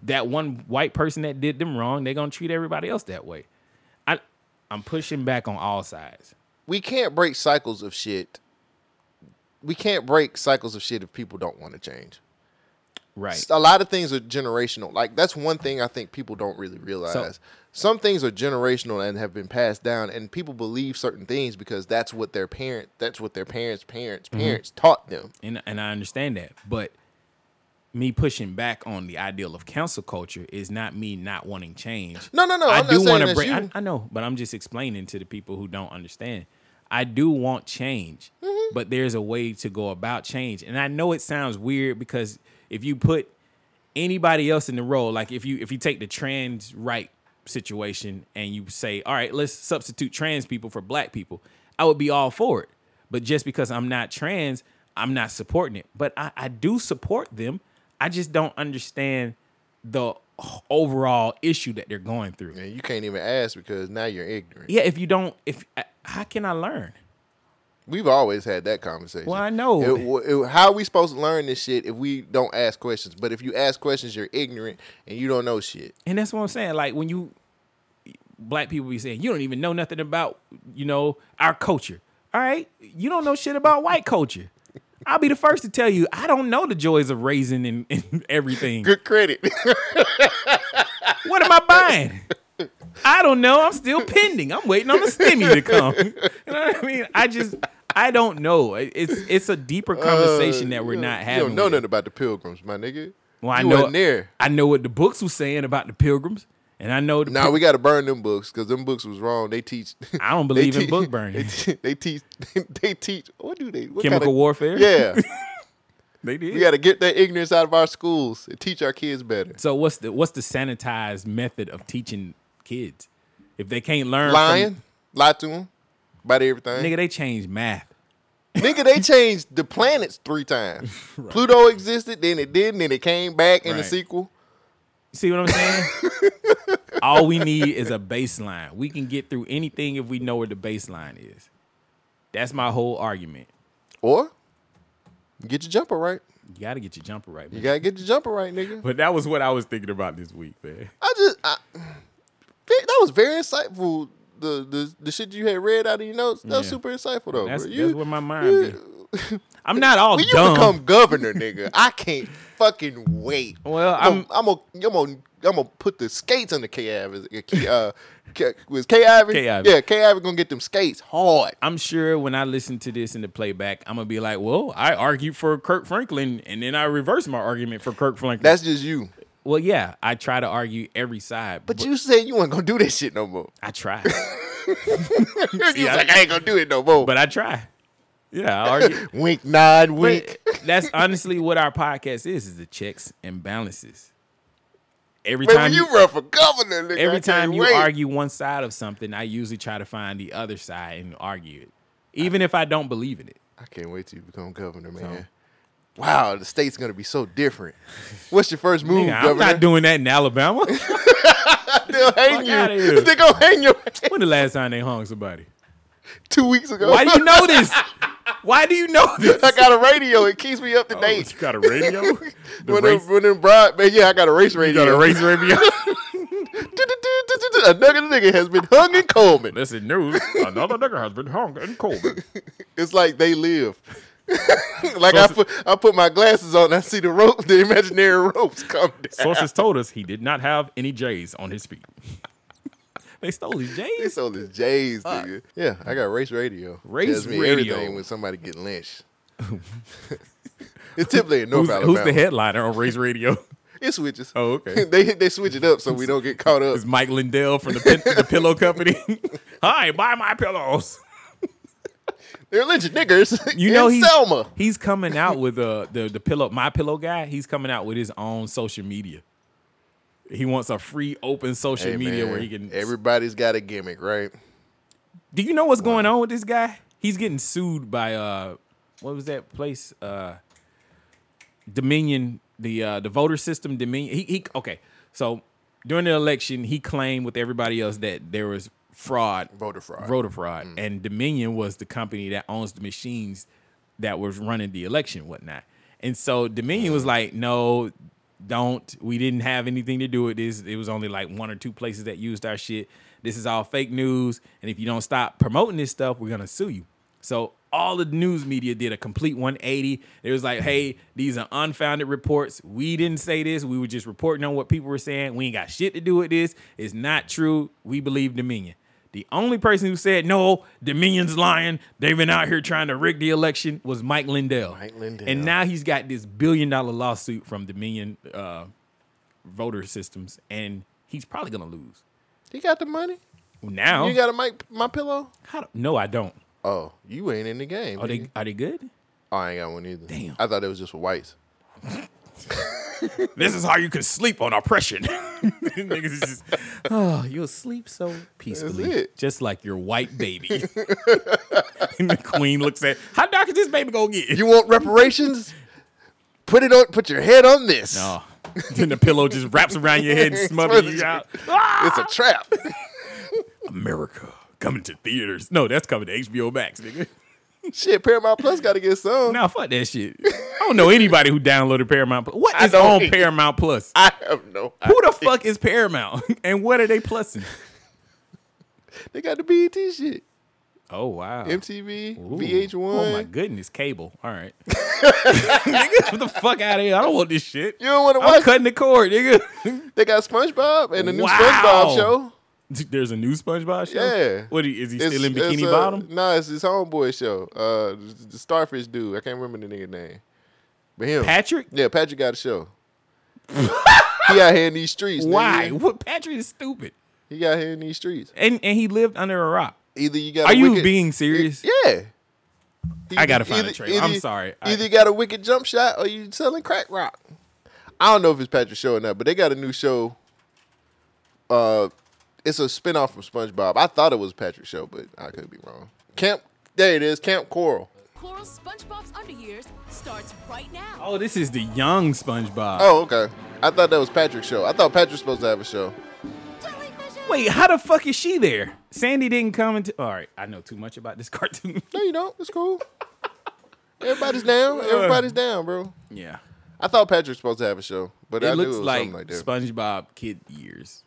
A: that one white person that did them wrong, they're gonna treat everybody else that way. I I'm pushing back on all sides.
B: we can't break cycles of shit. We can't break cycles of shit if people don't want to change.
A: Right.
B: A lot of things are generational. Like that's one thing I think people don't really realize. Some things are generational and have been passed down, and people believe certain things because that's what their parent, that's what their parents, parents,
A: Mm-hmm.
B: parents taught them.
A: and and I understand that, but me pushing back on the ideal of council culture is not me not wanting change.
B: No, no, no,
A: I
B: I'm not
A: do
B: saying
A: wanna
B: that's
A: bring.
B: you.
A: I, I know, but I'm just explaining to the people who don't understand. I do want change, but there's a way to go about change, and I know it sounds weird because if you put anybody else in the role, like if you if you take the trans right situation and you say, all right, let's substitute trans people for black people, I would be all for it. But just because I'm not trans, I'm not supporting it. But I, I do support them. I just don't understand the overall issue that they're going through.
B: And you can't even ask because now you're ignorant.
A: Yeah, if you don't, if I- how can I learn?
B: We've always had that conversation.
A: Well, I know.
B: It- w- it- how are we supposed to learn this shit if we don't ask questions? But if you ask questions, you're ignorant and you don't know shit.
A: And that's what I'm saying. Like when you black people be saying, you don't even know nothing about, you know, our culture. All right. You don't know shit about white culture. I'll be the first to tell you, I don't know the joys of raising and, and everything.
B: Good credit.
A: What am I buying? I don't know. I'm still pending. I'm waiting on the stimmy to come. You know what I mean? I just I don't know. It- It's it's a deeper conversation that we're not having.
B: Uh, You don't know
A: with it.
B: nothing about the pilgrims, my nigga.
A: Well, I
B: you
A: know
B: wasn't there.
A: I know what the books were saying about the pilgrims, and I know the
B: Now we got to burn them books because them books was wrong. They teach.
A: I don't
B: they
A: believe in
B: teach-
A: book burning.
B: They, te- they teach. They teach. What do they? What
A: Chemical
B: kinda-
A: warfare?
B: Yeah,
A: They did.
B: we got to get that ignorance out of our schools and teach our kids better.
A: So what's the what's the sanitized method of teaching kids if they can't learn? from-
B: Lying, lie to them about everything.
A: nigga, they changed math.
B: Nigga, they changed the planets three times. Pluto existed, then it didn't, then it came back in the
A: Right.
B: sequel.
A: See what I'm saying? All we need is a baseline. We can get through anything if we know where the baseline is. That's my whole argument.
B: Or get your jumper right.
A: You got to get your jumper right,
B: You
A: man.
B: gotta get your jumper right, nigga.
A: But that was what I was thinking about this week, man.
B: I just I, that was very insightful. The, the the shit you had read out of your notes, that was
A: Yeah.
B: super insightful though.
A: That's,
B: bro.
A: that's
B: You,
A: where my mind. Be. I'm not all
B: when you
A: dumb.
B: become governor, nigga, I can't fucking wait.
A: Well,
B: I'm I'm gonna I'm gonna I'm gonna put the skates on the K Ivy. Uh, K, was K Ivy?
A: K. Ivey.
B: Yeah, K Ivy gonna get them skates hard.
A: I'm sure when I listen to this in the playback, I'm gonna be like, "Well, I argued for Kirk Franklin, and then I reversed my argument for Kirk Franklin."
B: That's just you.
A: well, yeah, I try to argue every side,
B: But you said you weren't gonna do that shit no more.
A: I try,
B: you was
A: I-
B: like, I ain't gonna do it no more.
A: but I try. Yeah, I argue.
B: wink, nod, wink.
A: But that's honestly what our podcast is: is the checks and balances. Every
B: But
A: time
B: when you run for governor, nigga, I
A: every
B: can't
A: time you
B: wait.
A: argue one side of something, I usually try to find the other side and argue it, even if I don't believe in it.
B: I can't wait till you become governor, man. Wow, the state's gonna be so different. What's your first move,
A: Nigga, I'm
B: governor?
A: not doing that in Alabama.
B: They'll hang
A: Fuck outta
B: you.
A: here.
B: They gonna hang you
A: when the last time they hung somebody?
B: two weeks ago.
A: Why do you know this? Why do you know this?
B: I got a radio. It keeps me up to
A: Oh,
B: date.
A: you got a radio? The
B: When
A: race-
B: them, when them broad, man, yeah, I got a race
A: you
B: radio.
A: got a race radio?
B: Another nigga has been hung in Coleman.
A: Listen, news. Another nigga has been hung in Coleman.
B: It's like they live. like I put I put my glasses on, I see the rope, the imaginary ropes come down.
A: Sources told us he did not have any J's on his feet. they stole his
B: It's
A: J's?
B: all this J's, nigga. Yeah, I got race radio.
A: Race
B: Tells me
A: radio.
B: Everything when somebody get lynched. it's typically in North
A: Who's,
B: Alabama.
A: who's the headliner on Race Radio?
B: It switches.
A: Oh, okay.
B: they they switch it up so we don't get caught up.
A: It's Mike Lindell from the, pin- the Pillow Company. Hi, buy my pillows.
B: They're lynching niggers.
A: You know
B: in
A: he's
B: Selma.
A: he's coming out with uh the the pillow my pillow guy. He's coming out with his own social media. He wants a free open social
B: Hey,
A: media where
B: man,
A: he can.
B: Everybody's got a gimmick, right?
A: Do you know what's going on with this guy? He's getting sued by uh what was that place uh Dominion the uh the voter system Dominion. He he okay. So during the election, he claimed with everybody else that there was fraud,
B: Voter fraud. Mm.
A: voter fraud, and Dominion was the company that owns the machines that was running the election, and whatnot. And so Dominion was like, no, don't. We didn't have anything to do with this. It was only like one or two places that used our shit. This is all fake news. And if you don't stop promoting this stuff, we're gonna sue you. So all the news media did a complete 180. It was like, hey, these are unfounded reports. We didn't say this. We were just reporting on what people were saying. We ain't got shit to do with this. It's not true. We believe Dominion. The only person who said no, Dominion's lying. They've been out here trying to rig the election was Mike Lindell.
B: Mike Lindell.
A: And now he's got this billion dollar lawsuit from Dominion uh, voter systems, and he's probably gonna lose.
B: You got the money?
A: Now,
B: You got a mic, my pillow?
A: how do- no, I don't.
B: Oh, you ain't in the game.
A: Are
B: nigga.
A: they are they good?
B: Oh, I ain't got one either.
A: Damn.
B: I thought it was just for whites.
A: This is how you can sleep on oppression. Niggas is just, oh, you'll sleep so peacefully,
B: it.
A: just like your white baby. and the queen looks at, how dark is this baby gonna get?
B: You want reparations? put it on. Put your head on this.
A: Oh. then the pillow just wraps around your head and smothers
B: Smothers
A: you
B: you.
A: out. Ah!
B: It's a trap.
A: America coming to theaters. No, that's coming to HBO Max, nigga.
B: Shit, Paramount Plus got to get some.
A: Now fuck that shit. I don't know anybody who downloaded Paramount. Plus. What
B: I
A: is
B: don't
A: on
B: either.
A: Paramount Plus?
B: I have no.
A: Who the
B: idea.
A: fuck is Paramount? and what are they plussing?
B: They got the BET shit,
A: Oh wow.
B: MTV,
A: Ooh.
B: VH1.
A: Oh my goodness, cable. All right. nigga, get the fuck out of here. I don't want this shit.
B: You don't want to
A: I'm
B: watch.
A: cutting the cord, nigga.
B: They got SpongeBob and the new
A: Wow.
B: SpongeBob show.
A: There's a new SpongeBob show.
B: Yeah.
A: What is he
B: It's-
A: still in
B: it's,
A: Bikini
B: uh,
A: Bottom?
B: nah, it's his homeboy show. Uh, the Starfish dude. I can't remember the nigga name. But him.
A: Patrick?
B: Yeah, Patrick got a show. he out here in these streets. nigga.
A: Why? What Patrick is stupid.
B: He got here in these streets.
A: And and he lived under a rock.
B: Either you got.
A: Are
B: a
A: you
B: wicked-
A: being serious?
B: Yeah.
A: I gotta find a trailer. I'm sorry. I-
B: Either you got a wicked jump shot or you selling crack rock. I don't know if it's Patrick Show or not, but they got a new show. Uh, it's a spinoff from SpongeBob. I thought it was Patrick Show, but I could be wrong. Camp, there it is. Camp Coral.
J: Coral SpongeBob's Underyears starts right now.
A: Oh, this is the young SpongeBob.
B: Oh, okay. I thought that was Patrick Show. I thought Patrick was supposed to have a show.
A: Wait, how the fuck is she there? Sandy didn't come into. All right, I know too much about this cartoon.
B: No, you don't. It's cool. Everybody's down. Everybody's down, bro.
A: yeah,
B: I thought Patrick was supposed to have a show, but
A: it
B: I knew
A: looks
B: it was
A: like,
B: something like that.
A: SpongeBob kid years,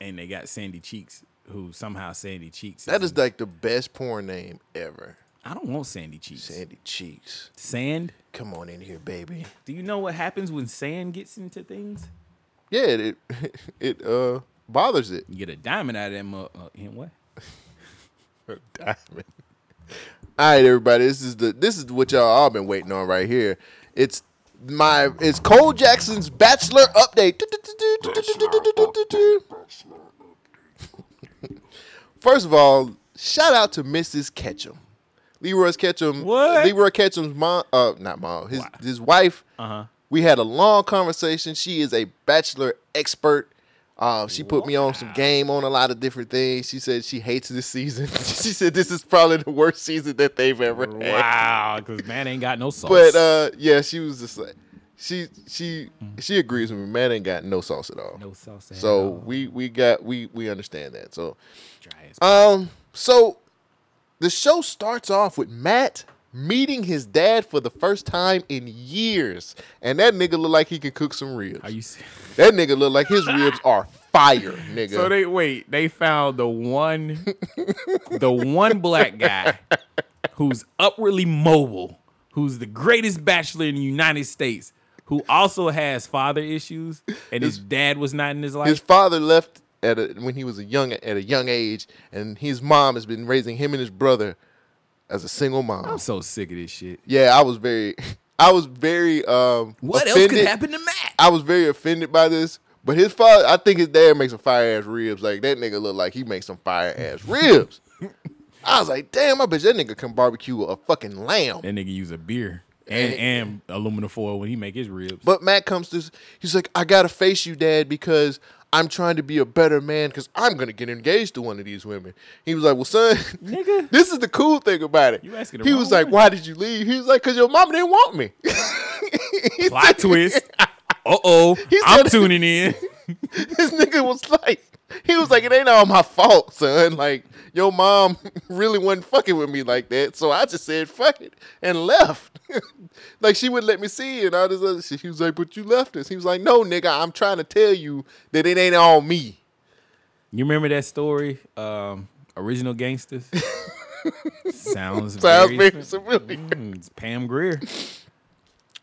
A: and they got Sandy Cheeks, who somehow Sandy Cheeks.
B: that is
A: in-
B: like the best porn name ever.
A: I don't want Sandy Cheeks.
B: Sandy Cheeks.
A: Sand.
B: Come on in here, baby.
A: Do you know what happens when sand gets into things?
B: Yeah, it it, it, uh bothers it.
A: You get a diamond out of that mug. Uh, and what?
B: Diamond. All right, everybody. This is the this is what y'all all been waiting on right here. It's my it's Cole Jackson's Bachelor Update. First of all, shout out to Mrs. Ketchum. Leroy's Ketchum.
A: What?
B: Leroy Ketchum's mom uh not mom, his his wife. Uh-huh. We had a long conversation. She is a bachelor expert. Uh, she put me on some game on a lot of different things. She said she hates this season. she said this is probably the worst season that they've ever had.
A: Wow, because man ain't got no sauce.
B: But uh, yeah, she was just like she she she agrees with me. Man ain't got no sauce at all.
A: Mm. no sauce. at
B: so
A: all.
B: we we got we we understand that. So
A: Dry as-
B: um, so the show starts off with Matt meeting his dad for the first time in years, and that nigga look like he can cook some ribs.
A: Are you? serious?
B: that nigga look like his ribs are fire, nigga.
A: So they wait. They found the one, the one black guy who's upwardly mobile, who's the greatest bachelor in the United States, who also has father issues, and his, dad was not in his life.
B: his father left at a, when he was a young at a young age, and his mom has been raising him and his brother as a single mom.
A: I'm so sick of this shit.
B: yeah, I was very, I was very. Um,
A: What else could
B: offended.
A: happen to Matt?
B: I was very offended by this. But his father, I think his dad makes some fire ass ribs. Like that nigga look like he makes some fire ass ribs. I was like, damn, I bet that nigga can barbecue a fucking lamb.
A: that nigga use a beer and, and aluminum foil when he make his ribs.
B: But Matt comes to, he's like, I gotta face you, Dad, because I'm trying to be a better man, because I'm gonna get engaged to one of these women. He was like, Well, son,
A: Nigga.
B: this is the cool thing about it.
A: You asking the
B: he
A: wrong
B: was like,
A: one.
B: Why did you leave? He was like, Because your mama didn't want me. He
A: Plot
B: said-
A: twist. Uh oh,
B: He
A: I'm
B: said-
A: tuning in.
B: This nigga was like, He was like, "It ain't all my fault, son. Like your mom really wasn't fucking with me like that, so I just said fuck it and left. like she wouldn't let me see it and all this other shit. He was like, "But you left us." He was like, "No, nigga, I'm trying to tell you that it ain't all me."
A: You remember that story? Um, original gangsters. Sounds
B: Sounds
A: very,
B: very familiar.
A: Mm, it's Pam Greer.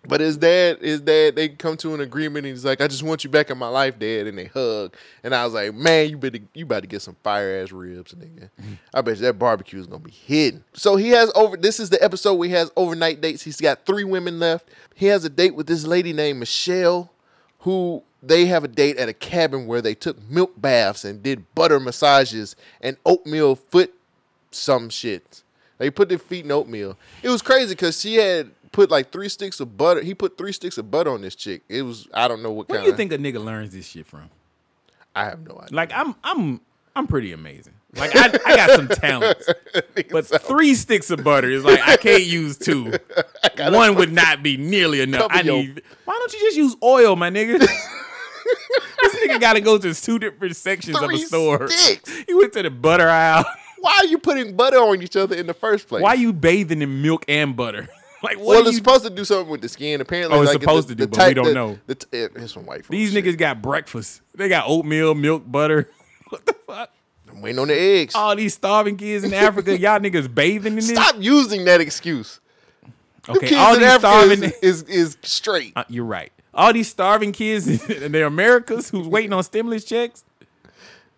B: But his dad, his dad, they come to an agreement, and he's like, "I just want you back in my life, Dad." And they hug, and I was like, "Man, you better, you about to get some fire ass ribs, nigga. I bet you that barbecue is gonna be hitting." So he has over. This is the episode where he has overnight dates. He's got three women left. He has a date with this lady named Michelle, who they have a date at a cabin where they took milk baths and did butter massages and oatmeal foot some shit. They put their feet in oatmeal. It was crazy because she had put like three sticks of butter. He put three sticks of butter on this chick. It was I don't know what
A: Where
B: kind.
A: do you think a nigga learns this shit from?
B: I have no idea.
A: Like I'm, I'm, I'm pretty amazing. Like I, I got some talents, but three sticks of butter is like I can't use two. One would not be nearly enough.
B: Cover
A: I
B: your-
A: need. Why don't you just use oil, my nigga? this nigga got to go to two different sections of a
B: Three
A: store.
B: sticks?
A: He went to the butter aisle.
B: Why are you putting butter on each other in the first place?
A: Why you bathing in milk and butter? Like what?
B: Well,
A: do
B: it's
A: you-
B: supposed to do something with the skin. Apparently,
A: Oh, it's
B: like,
A: supposed to do, but we
B: type-
A: don't
B: the-
A: know.
B: The, t- eh, it's some white. folk
A: These
B: shit.
A: niggas got breakfast. They got oatmeal, milk, butter. What the fuck?
B: I'm waiting on the eggs.
A: All these starving kids in Africa, y'all niggas bathing in this.
B: Stop using that excuse. The
A: Okay,
B: kids
A: all
B: in
A: these
B: Africa
A: starving.
B: is, is is straight.
A: Uh, you're right. All these starving kids in the Americas who's waiting on stimulus checks.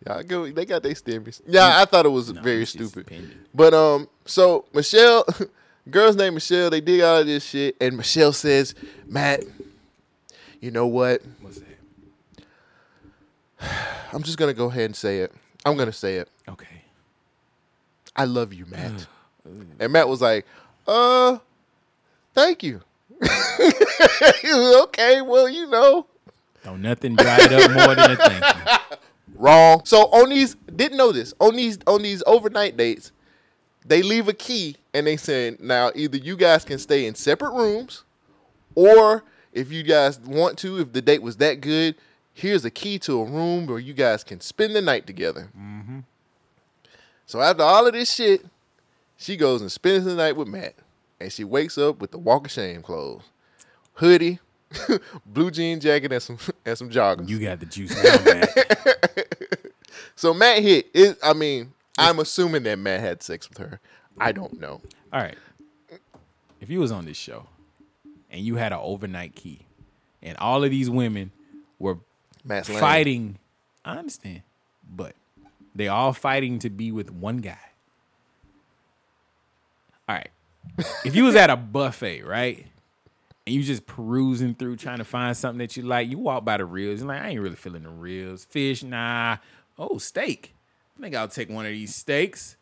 B: Y'all go, they got their stimulus. Yeah, I thought it was very
A: it's just
B: stupid.
A: opinion.
B: But um, so Michelle, girl's name Michelle, they dig all of this shit, and Michelle says, Matt, you know what?
A: What's that?
B: I'm just gonna go ahead and say it. I'm gonna say it.
A: Okay.
B: I love you, Matt. and Matt was like, uh, thank you. He was, okay, well, you know.
A: Don't nothing dry it up more than a thank you.
B: Wrong. So on these, didn't know this. On these, on these overnight dates, they leave a key and they said, now either you guys can stay in separate rooms, or if you guys want to, if the date was that good, here's a key to a room where you guys can spend the night together. So after all of this shit, she goes and spends the night with Matt, and she wakes up with the walk of shame clothes, hoodie, blue jean jacket, and some and some joggers.
A: You got the juice now, man.
B: So Matt hit. It, I mean, I'm assuming that Matt had sex with her. I don't know.
A: All right. If you was on this show and you had an overnight key and all of these women were
B: Matt's lame.
A: fighting, I understand, but they all fighting to be with one guy. All right. If you was at a buffet, right? And you just perusing through trying to find something that you like, you walk by the ribs and like, I ain't really feeling the ribs. Fish, nah. Oh, steak. I think I'll take one of these steaks.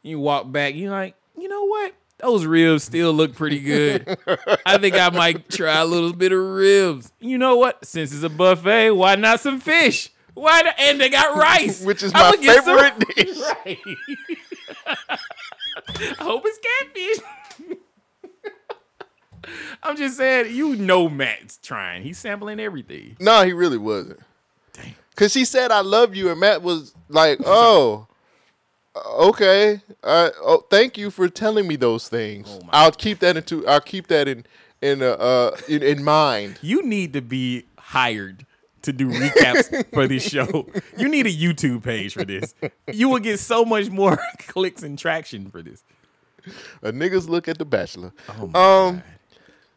A: You walk back, you like, you know what? Those ribs still look pretty good. I think I might try a little bit of ribs. You know what? Since it's a buffet, why not some fish? Why not? And they got rice,
B: Which is
A: I'ma
B: my
A: get some-
B: favorite dish.
A: Right. I hope it's catfish. I'm just saying, you know, Matt's trying. He's sampling everything.
B: No, he really wasn't.
A: Damn.
B: Cause she said I love you, and Matt was like, "Oh, okay. Uh, oh, thank you for telling me those things.
A: Oh
B: I'll keep that into. I'll keep that in in uh, uh in, in mind."
A: You need to be hired to do recaps for this show. You need a YouTube page for this. You will get so much more clicks and traction for this. Oh
B: A niggas look at the Bachelor. um,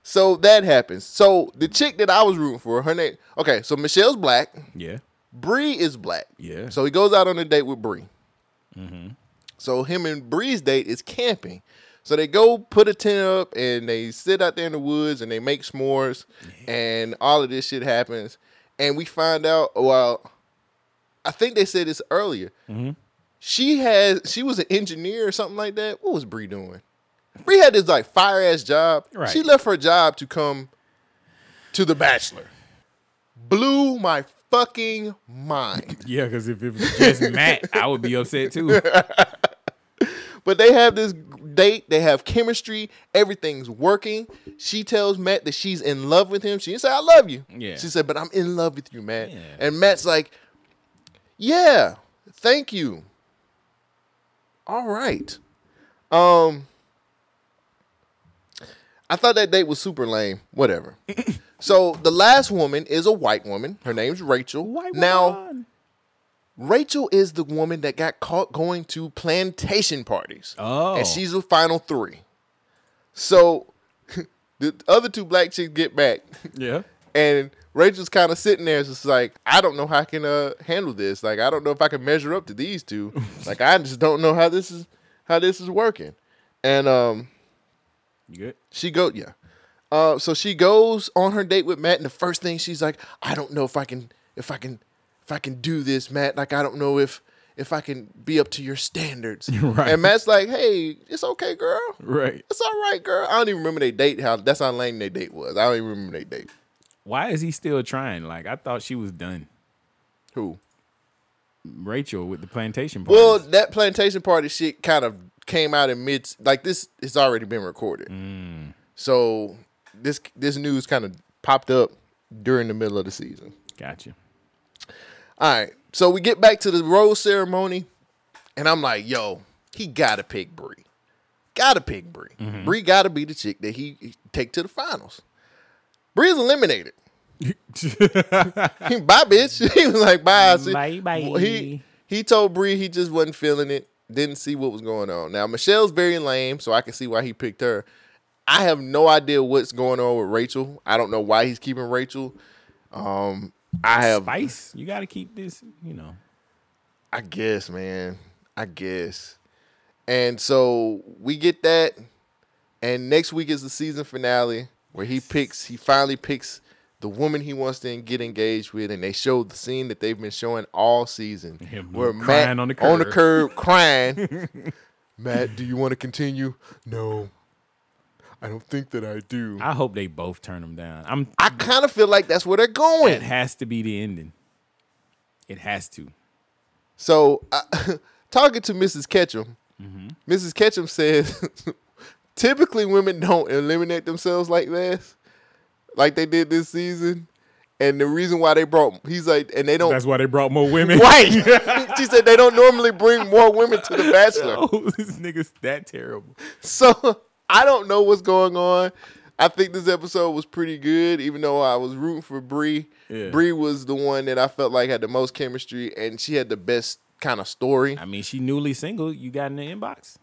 B: so that happens. So the chick that I was rooting for, her name. Okay, so Michelle's black.
A: Yeah.
B: Bree is black.
A: Yeah. Mm-hmm.
B: So he goes out on a date with Bree. So him and Bree's date is camping. So they go put a tent up and they sit out there in the woods and they make s'mores and all of this shit happens. And we find out, well, I think they said this earlier.
A: Mm-hmm.
B: She has she was an engineer or something like that. What was Bree doing? Bree had this like fire ass job.
A: Right.
B: She left her job to come to The Bachelor. Blew my fucking mind.
A: Yeah, because if it was just Matt, I would be upset too.
B: But they have this date, they have chemistry, everything's working. She tells Matt that she's in love with him. She didn't say, I love you.
A: Yeah.
B: She said, But I'm in love with you, Matt.
A: Yeah.
B: And Matt's like, Yeah. Thank you. All right. Um I thought that date was super lame. Whatever. so the last woman is a white woman. Her name's Rachel. now Rachel is the woman that got caught going to plantation parties.
A: Oh.
B: And she's the final three. So the other two black chicks get back.
A: Yeah.
B: And Rachel's kind of sitting there, just like, I don't know how I can uh, handle this. Like, I don't know if I can measure up to these two. like, I just don't know how this is how this is working. And um,
A: You good?
B: she go, yeah. Uh, so she goes on her date with Matt, and the first thing she's like, I don't know if I can, if I can, if I can do this, Matt. Like, I don't know if if I can be up to your standards.
A: Right.
B: And Matt's like, Hey, it's okay, girl.
A: Right.
B: It's all right, girl. I don't even remember they date. How that's how lame they date was. I don't even remember they date.
A: Why is he still trying? Like I thought she was done.
B: Who?
A: Rachel with the plantation parties.
B: Well, that plantation party shit kind of came out in mid. Like this, it's already been recorded.
A: Mm.
B: So this this news kind of popped up during the middle of the season.
A: gotcha.
B: All right, so we get back to the rose ceremony, and I'm like, yo, he gotta pick Bree. Gotta pick Bree.
A: Mm-hmm.
B: Bree gotta be the chick that he he take to the finals. Bree's eliminated. He- bye, bitch. he was like, bye. I see-
A: Bye, bye.
B: He he told Bree he just wasn't feeling it. Didn't see what was going on. Now Michelle's very lame, so I can see why he picked her. I have no idea what's going on with Rachel. I don't know why he's keeping Rachel. Um, I have
A: Spice, you got to keep this. You know.
B: I guess, man. I guess. And so we get that. And next week is the season finale where he picks, he finally picks the woman he wants to get engaged with. And they show the scene that they've been showing all season.
A: Him
B: where
A: crying on the
B: On the
A: curb.
B: curb crying. Matt, do you want to continue? No. I don't think that I do. I,
A: I hope they both turn him down. I'm.
B: kind of feel like that's where they're
A: It
B: going.
A: has to be the ending. It has to.
B: So, I, talking to Mrs. Ketchum,
A: Mm-hmm.
B: Mrs. Ketchum says, typically women don't eliminate themselves like this, like they did this season. And the reason why they brought, he's like, and they don't.
A: That's why they brought more women.
B: right. she said they don't normally bring more women to the bachelor.
A: Oh, this nigga's that terrible.
B: So I don't know what's going on. I think this episode was pretty good, even though I was rooting for Bree.
A: Yeah.
B: Bree was the one that I felt like had the most chemistry, and she had the best kind of story.
A: I mean, she newly single. You got in the inbox.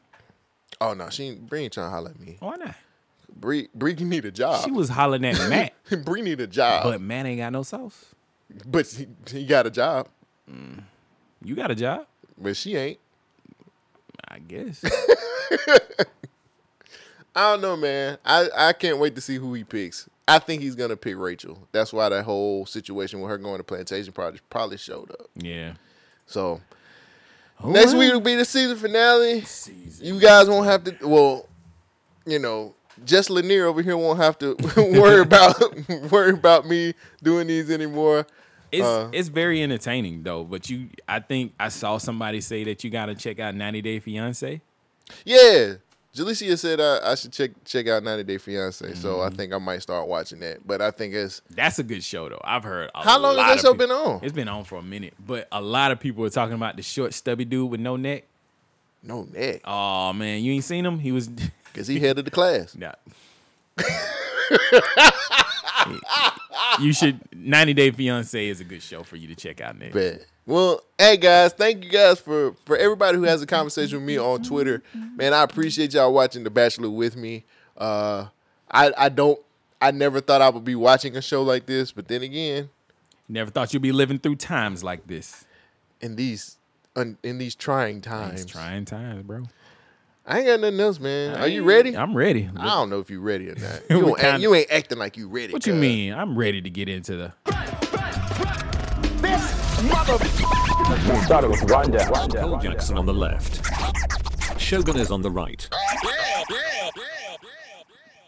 B: Oh no, she ain't, Bree ain't trying to holler at me.
A: Why not?
B: Bree, Bree need a job.
A: She was hollering at Matt,
B: Bree need a job,
A: but Matt ain't got no sauce. Mm.
B: but, he, he got a job,
A: You got a job,
B: but she ain't.
A: I guess.
B: I don't know, man. I, I can't wait to see who he picks. I think he's gonna pick Rachel. That's why that whole situation with her going to plantation project probably showed up.
A: yeah.
B: So next week will be the season finale. You guys won't have to. Well, you know, just Lanier over here won't have to worry about worry about me doing these anymore.
A: It's
B: Uh.
A: it's very entertaining though. But you, I think I saw somebody say that you got to check out 90 Day Fiance.
B: Yeah. Jalicia said I, I should check check out 90 Day Fiance, so I think I might start watching that. But I think it's
A: Mm-hmm. That's a good show though. I've heard. a
B: How long has
A: lot
B: that
A: of
B: show
A: people-
B: been on?
A: It's been on for a minute, but a lot of people are talking about the short, stubby dude with no neck.
B: no neck
A: Oh man, you ain't seen him? He was.
B: because he head of the class.
A: Nah. you should 90 Day Fiance is a good show for you to check out, Nick.
B: Bet. Well, hey guys, thank you guys for for everybody who has a conversation with me on Twitter. Man, I appreciate y'all watching The Bachelor with me. Uh, I I don't I never thought I would be watching a show like this, but then again,
A: Never thought you'd be living through times like this.
B: in these un, in these trying times,
A: It's trying times, bro.
B: I ain't got nothing else, man. Are you ready?
A: I'm ready.
B: I don't know if you ready or not.
A: We
B: You, don't act,
A: kinda-
B: you ain't acting like you ready.
A: What you
B: cuz.
A: mean? I'm ready to get into the.
K: Started with Rhonda. Phil Jackson on the left. Shogun is on the right.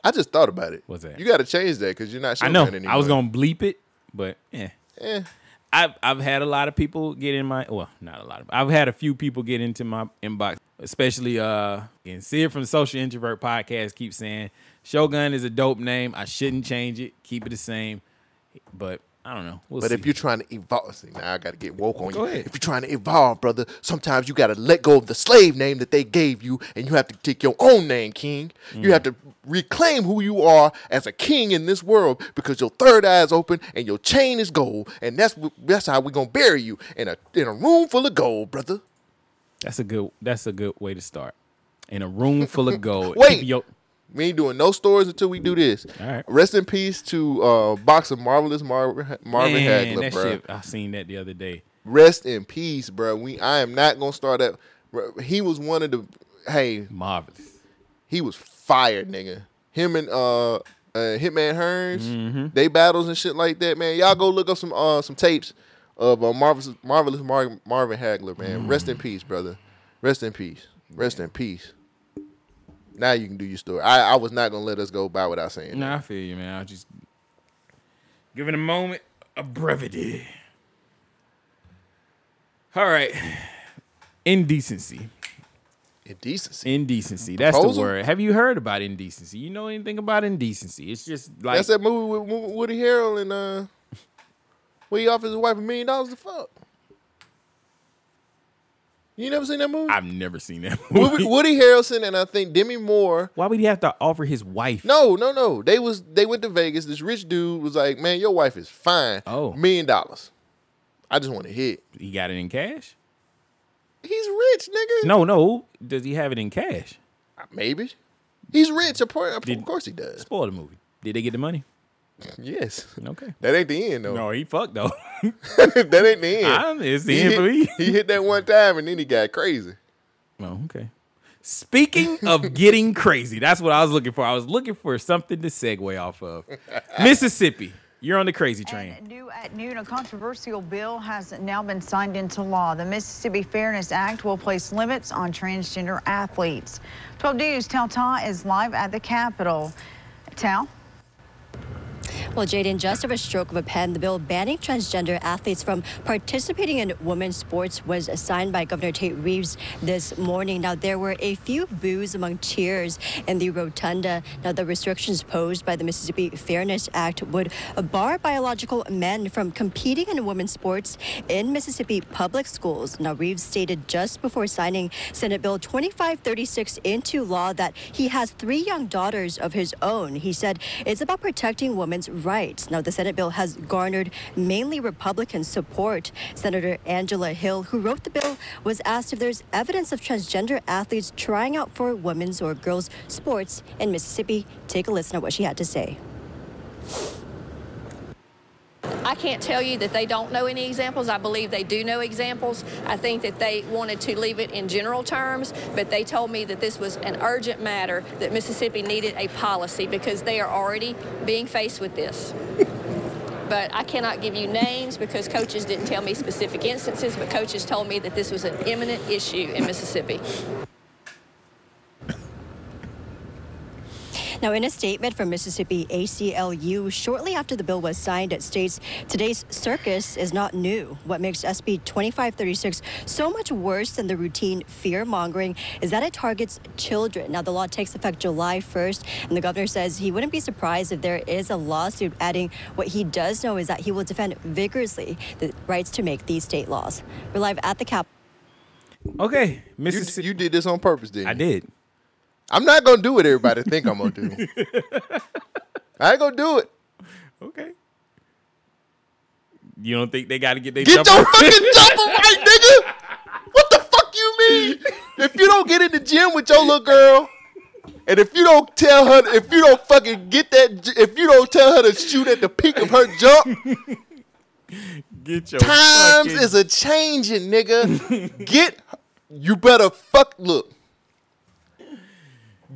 B: I just thought about it.
A: What's that?
B: You got to change that because you're not.
A: I
B: Showing
A: know.
B: anymore.
A: I was gonna bleep it, but yeah.
B: Eh,
A: I've I've had a lot of people get in my well, not a lot of. I've had a few people get into my inbox, especially uh and Sid from Social Introvert Podcast keeps saying Shogun is a dope name. I shouldn't change it. Keep it the same. But I don't know. We'll
B: but
A: see.
B: if you're trying to evolve, see, now I got to get woke on
A: Go
B: you.
A: ahead.
B: If you're trying to evolve, brother, sometimes you got to let go of the slave name that they gave you, and you have to take your own name, king. You have to reclaim who you are as a king in this world because your third eye is open and your chain is gold, and that's wh- that's how we're gonna bury you in a in a room full of gold, brother.
A: that's a good that's a good way to start. In a room full of gold.
B: Wait.
A: Keep your-
B: We ain't doing no stories until we do this.
A: All right.
B: Rest in peace to uh, boxer marvelous Mar- Marvin
A: Man,
B: Hagler,
A: that
B: bro.
A: shit, I seen that the other day.
B: Rest in peace, bro. We I am not gonna start up. bro, He was one of the hey,
A: Marvelous.
B: he was fired, nigga. Him and uh, uh Hitman Hearns,
A: Mm-hmm.
B: they battles and shit like that, man. Y'all go look up some uh some tapes of uh, marvelous marvelous Mar- Marvin Hagler, man.
A: Mm-hmm.
B: Rest in peace, brother. Rest in peace. Rest in peace. Now you can do your story. I, I was not gonna let us go by without saying. that.
A: Nah, I feel you, man. I was just give it a moment of brevity. All right. Indecency.
B: Indecency.
A: Indecency. That's the
B: Proposal?
A: word. Have you heard about indecency? You know anything about indecency? It's just like
B: That's that movie with Wo- Woody Harrelson and uh, where he offers his wife a million dollars to fuck. You never seen that movie?
A: I've never seen that
B: Woody,
A: movie.
B: Woody Harrelson and I think Demi Moore.
A: Why would he have to offer his wife?
B: No, no, no. They was they went to Vegas. This rich dude was like, "Man, your wife is fine.
A: Oh.
B: million dollars. I just want to hit."
A: He got it in cash?
B: He's rich, nigga.
A: No, no. Does he have it in cash?
B: Uh, maybe he's rich. Of course, of
A: Did-
B: course he does.
A: Spoil the movie. Did they get the money?
B: Yes,
A: Okay.
B: that ain't the end though.
A: No, he fucked though.
B: that ain't the end.
A: I- it's the
B: he
A: end
B: hit,
A: for me.
B: He hit that one time and then he got crazy.
A: Oh, okay. Speaking of getting crazy, that's what I was looking for. I was looking for something to segue off of. Mississippi, you're on the crazy train.
L: And new at noon, a controversial bill has now been signed into law. The Mississippi Fairness Act will place limits on transgender athletes. 12 News, Tal Ta is live at the Capitol. Tal?
M: Well, Jaden, just over a stroke of a pen, the bill banning transgender athletes from participating in women's sports was signed by Governor Tate Reeves this morning. Now, there were a few boos among cheers in the rotunda. Now, the restrictions posed by the Mississippi Fairness Act would bar biological men from competing in women's sports in Mississippi public schools. Now, Reeves stated just before signing Senate Bill 2536 into law that he has three young daughters of his own. He said it's about protecting women's rights. Now, the Senate bill has garnered mainly Republican support. Senator Angela Hill, who wrote the bill, was asked if there's evidence of transgender athletes trying out for women's or girls' sports in Mississippi. Take a listen to what she had to say.
N: I can't tell you that they don't know any examples. I believe they do know examples. I think that they wanted to leave it in general terms, but they told me that this was an urgent matter, that Mississippi needed a policy because they are already being faced with this. But I cannot give you names because coaches didn't tell me specific instances, but coaches told me that this was an imminent issue in Mississippi.
M: Now, in a statement from Mississippi ACLU, shortly after the bill was signed, it states today's circus is not new. What makes SB 2536 so much worse than the routine fear mongering is that it targets children. Now, the law takes effect July 1st, and the governor says he wouldn't be surprised if there is a lawsuit, adding what he does know is that he will defend vigorously the rights to make these state laws. We're live at the Capitol.
A: Okay,
B: Mississippi. You, did this on purpose, didn't you? I
A: did.
B: I'm not gonna do what everybody think I'm gonna do. I ain't gonna do it.
A: Okay. You don't think they got to get their
B: Get
A: jumper?
B: your fucking jumper right, nigga. What the fuck you mean? If you don't get in the gym with your little girl, and if you don't tell her, if you don't fucking get that, j- if you don't tell her to shoot at the peak of her jump,
A: Get your
B: times
A: fucking-
B: is a changing, nigga. Get, you better fuck. Look,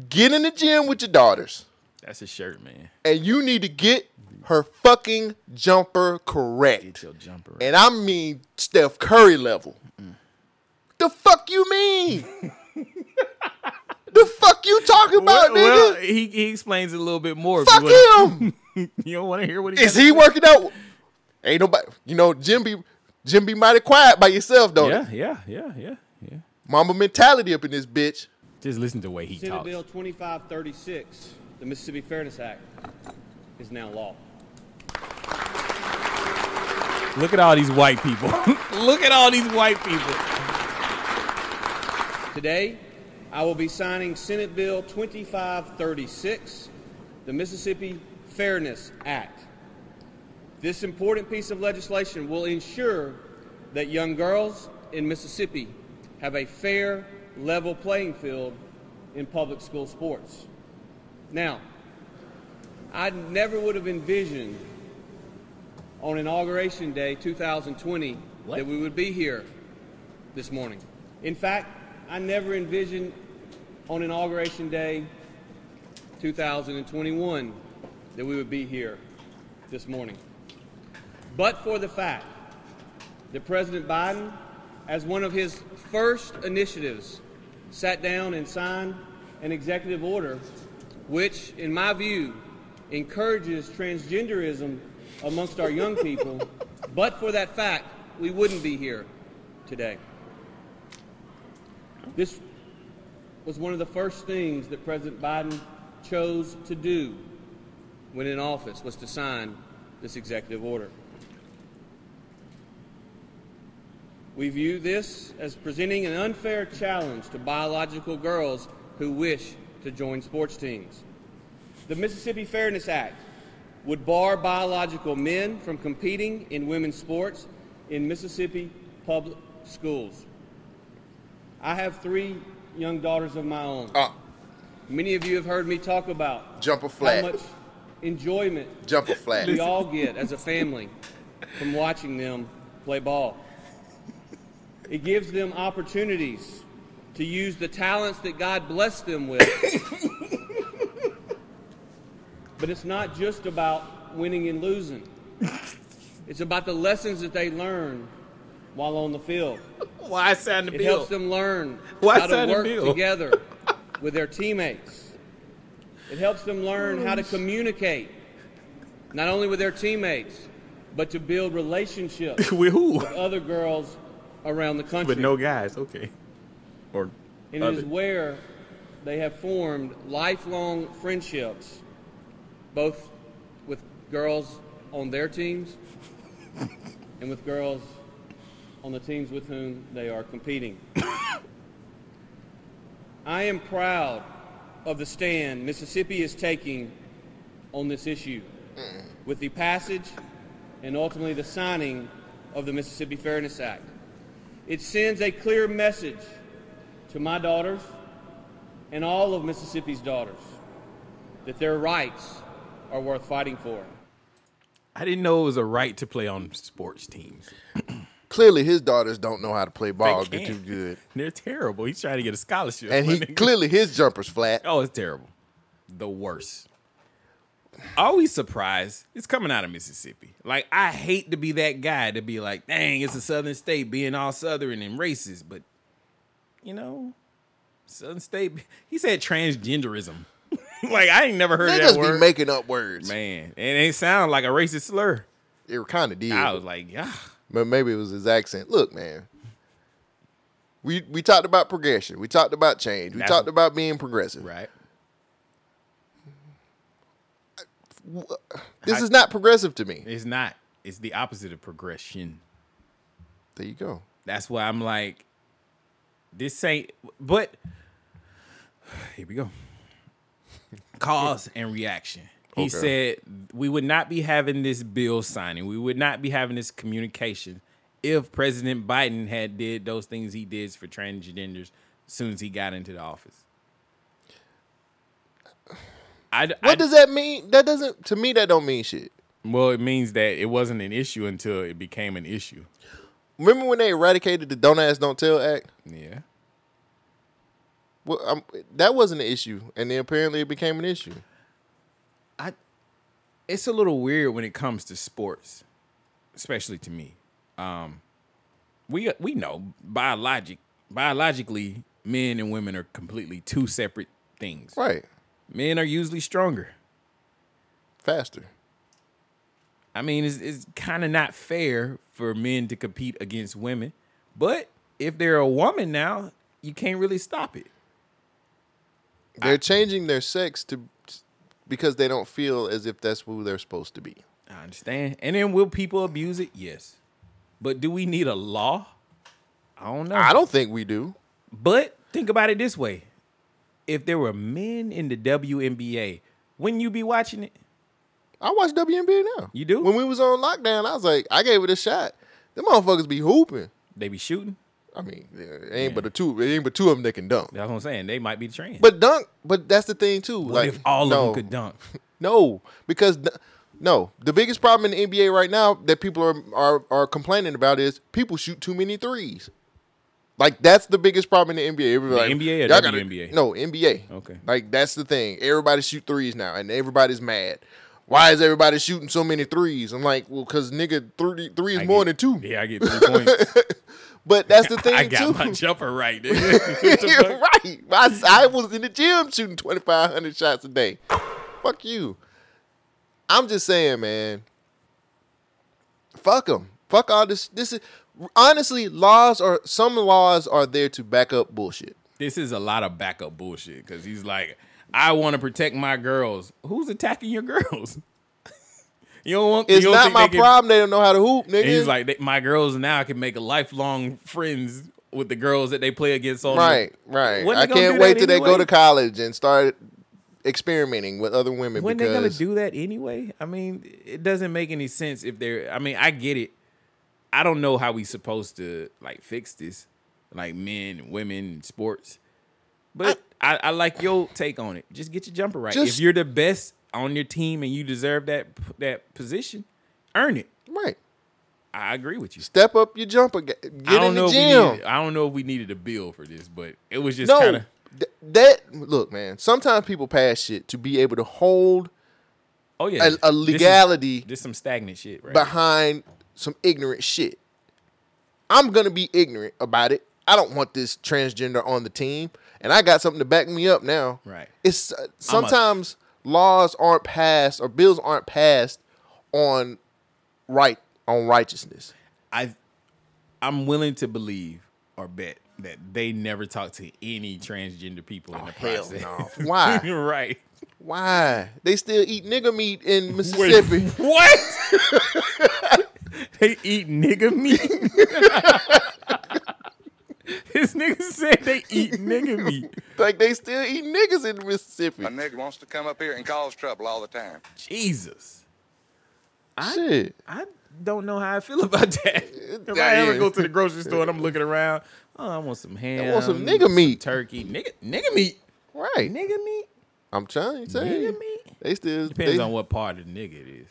B: get in the gym with your daughters.
A: That's a shirt, man.
B: and you need to get her fucking jumper correct.
A: jumper.
B: And I mean Steph Curry level. The fuck you mean? the fuck you talking about,
A: Well, well,
B: nigga?
A: he, he explains it a little bit more. if
B: Fuck
A: you wanna-
B: him.
A: You don't want to hear what he
B: Is
A: gotta
B: he
A: say?
B: working out? Ain't nobody. You know, Jim be Jim be mighty quiet by yourself, don't
A: Yeah,
B: he?
A: yeah, yeah, yeah, yeah.
B: Mama mentality up in this bitch.
A: Just listen to the way he
O: Senate
A: talks.
O: Bill 2536, the Mississippi Fairness Act, is now law.
A: Look at all these white people. Look at all these white people.
O: Today, I will be signing Senate Bill 2536, the Mississippi Fairness Act. This important piece of legislation will ensure that young girls in Mississippi have a fair, level playing field in public school sports. Now, I never would have envisioned on Inauguration Day 2020 that we would be here this morning. In fact, I never envisioned on Inauguration Day 2021 that we would be here this morning. But for the fact that President Biden, as one of his first initiatives, sat down and signed an executive order which, in my view, encourages transgenderism amongst our young people. but for that fact, we wouldn't be here today. This was one of the first things that President Biden chose to do when in office was to sign this executive order. We view this as presenting an unfair challenge to biological girls who wish to join sports teams. The Mississippi Fairness Act would bar biological men from competing in women's sports in Mississippi public schools. I have three young daughters of my own. Many of you have heard me talk about
B: Jumper flat.
O: how much enjoyment
B: Jumper flat.
O: we all get as a family from watching them play ball. It gives them opportunities to use the talents that God blessed them with. but it's not just about winning and losing, it's about the lessons that they learn while on the field.
A: Why sign the
O: it
A: bill?
O: helps them learn
A: Why
O: how
A: sign
O: to
A: the
O: work
A: bill?
O: together with their teammates. It helps them learn how to communicate, not only with their teammates, but to build relationships
A: With who?
O: other girls around the country.
A: But no guys, okay. Or
O: And
A: Uh,
O: it is where they have formed lifelong friendships, both with girls on their teams and with girls on the teams with whom they are competing. I am proud of the stand Mississippi is taking on this issue
B: Mm.
O: with the passage and ultimately the signing of the Mississippi Fairness Act. It sends a clear message to my daughters and all of Mississippi's daughters that their rights are worth fighting for.
A: I didn't know it was a right to play on sports teams.
B: Clearly, his daughters don't know how to play ball.
A: They
B: They're too
A: can't.
B: good,
A: They're terrible. He's trying to get a scholarship.
B: and he clearly his jumper's flat.
A: Oh, it's terrible. The worst. Always surprised. It's coming out of Mississippi. Like I hate to be that guy to be like, dang, it's a Southern state being all Southern and racist, but you know, Southern state. He said transgenderism. like I ain't never heard
B: Niggas
A: that
B: be
A: word.
B: making up words,
A: man. It ain't sound like a racist slur.
B: It kind of did.
A: I was like, yeah.
B: But maybe it was his accent. Look, man. We we talked about progression. We talked about change. We
A: That's-
B: talked about being progressive.
A: Right.
B: This is not progressive to me.
A: It's not. It's the opposite of progression.
B: There you go.
A: That's why I'm like, this ain't. But here we go. Cause and reaction. He
K: Okay.
A: said we would not be having this bill signing. We would not be having this communication if President Biden had did those things he did for transgenders as soon as he got into the office. I, what
B: does that mean? That doesn't to me. That don't mean shit.
A: Well, it means that it wasn't an issue until it became an issue.
B: Remember when they eradicated the "Don't Ask, Don't Tell" Act?
A: Yeah.
B: Well, um, that wasn't an issue, and then apparently it became an issue.
A: it's a little weird when it comes to sports, especially to me. Um, we we know biologic biologically, men and women are completely two separate things.
B: Right.
A: Men are usually stronger,
B: faster.
A: I mean, it's it's kind of not fair for men to compete against women, but if they're a woman now, you can't really stop it.
B: They're changing their sex to because they don't feel as if that's who they're supposed to be.
A: I understand. And then will people abuse it? Yes. But do we need a law? I don't know.
B: I don't think we do.
A: But think about it this way: if there were men in the WNBA, wouldn't you be watching it?
B: I watch WNBA now.
A: You do?
B: When we was on lockdown, I was like, I gave it a shot. Them motherfuckers be hooping.
A: They be shooting.
B: I mean, yeah, it ain't but the two. It ain't but two of them that can dunk.
A: That's what I'm saying. They might be the trend.
B: But dunk. But that's the thing too.
A: What
B: like
A: if all
B: no,
A: of them could dunk?
B: No, because th- no, the biggest problem in the NBA right now that people are, are are complaining about is people shoot too many threes. Like that's the biggest problem in the NBA. Everybody, like,
A: NBA or
B: "Y'all gotta-"
A: WNBA?
B: no NBA.
A: Okay.
B: like that's the thing. Everybody shoot threes now, and everybody's mad. Why is everybody shooting so many threes? I'm like, well, because nigga, three three is more than two.
A: Yeah, I get three points.
B: But that's the thing
A: I got
B: too.
A: my jumper right.
B: Yeah,
A: Nigga.
B: right. I, I was in the gym shooting 2,500 shots a day. Fuck you. I'm just saying, man. Fuck them. Fuck all this. This is honestly laws are some laws are there to back up bullshit.
A: this is a lot of backup bullshit because he's like, I want to protect my girls. Who's attacking your girls? you don't want.
B: It's
A: you don't
B: not
A: think
B: my
A: they can-
B: problem. They don't know how to hoop, nigga.
A: And he's like, "They- my girls now can make a lifelong friends with the girls that they play against. On the-
B: right, right.
A: When
B: I
A: "Oh, they gonna
B: can't
A: do
B: wait
A: that
B: till they go
A: anyway?
B: to college and start experimenting with other women.
A: When they
B: because
A: gonna do that anyway? I mean, it doesn't make any sense if they're. I mean, I get it. I don't know how we supposed to like fix this, like men, women, sports. But I, I, like your take on it. Just get your jumper right.
B: Just-
A: if you're the best on your team and you deserve that that position, earn it.
B: Right.
A: I agree with you.
B: step up your jumper. Get get
A: I don't
B: in the
A: know. If we
B: gym.
A: needed, I don't know if we needed a bill for this, but it was just
B: no,
A: kind of.
B: th- that look, man. Sometimes people pass shit to be able to hold
A: Oh yeah,
B: a, a legality
A: Just some stagnant shit, right?
B: behind some ignorant shit. I'm gonna be ignorant about it. I don't want this transgender on the team, and I got something to back me up now.
A: Right.
B: It's uh, sometimes laws aren't passed or bills aren't passed on right on righteousness.
A: I I'm willing to believe or bet that they never talk to any transgender people in the
B: Oh, hell
A: process.
B: no. Why?
A: right.
B: Why they still eat nigga meat in Mississippi?
A: What? they eat nigga meat. This nigga said they eat nigga meat.
B: like they still eat niggas in Mississippi.
P: A nigga wants to come up here and cause trouble all the time.
A: Jesus. I,
B: Shit.
A: I don't know how I feel about that. If I ever
B: yeah.
A: go to the grocery store and I'm looking around, oh, I want some ham.
B: I want some nigga meat.
A: Turkey. Nigga, nigga meat.
B: Right.
A: Nigga meat.
B: I'm trying to tell you.
A: Nigga meat.
B: They still
A: Depends
B: they,
A: on what part of the nigga it is.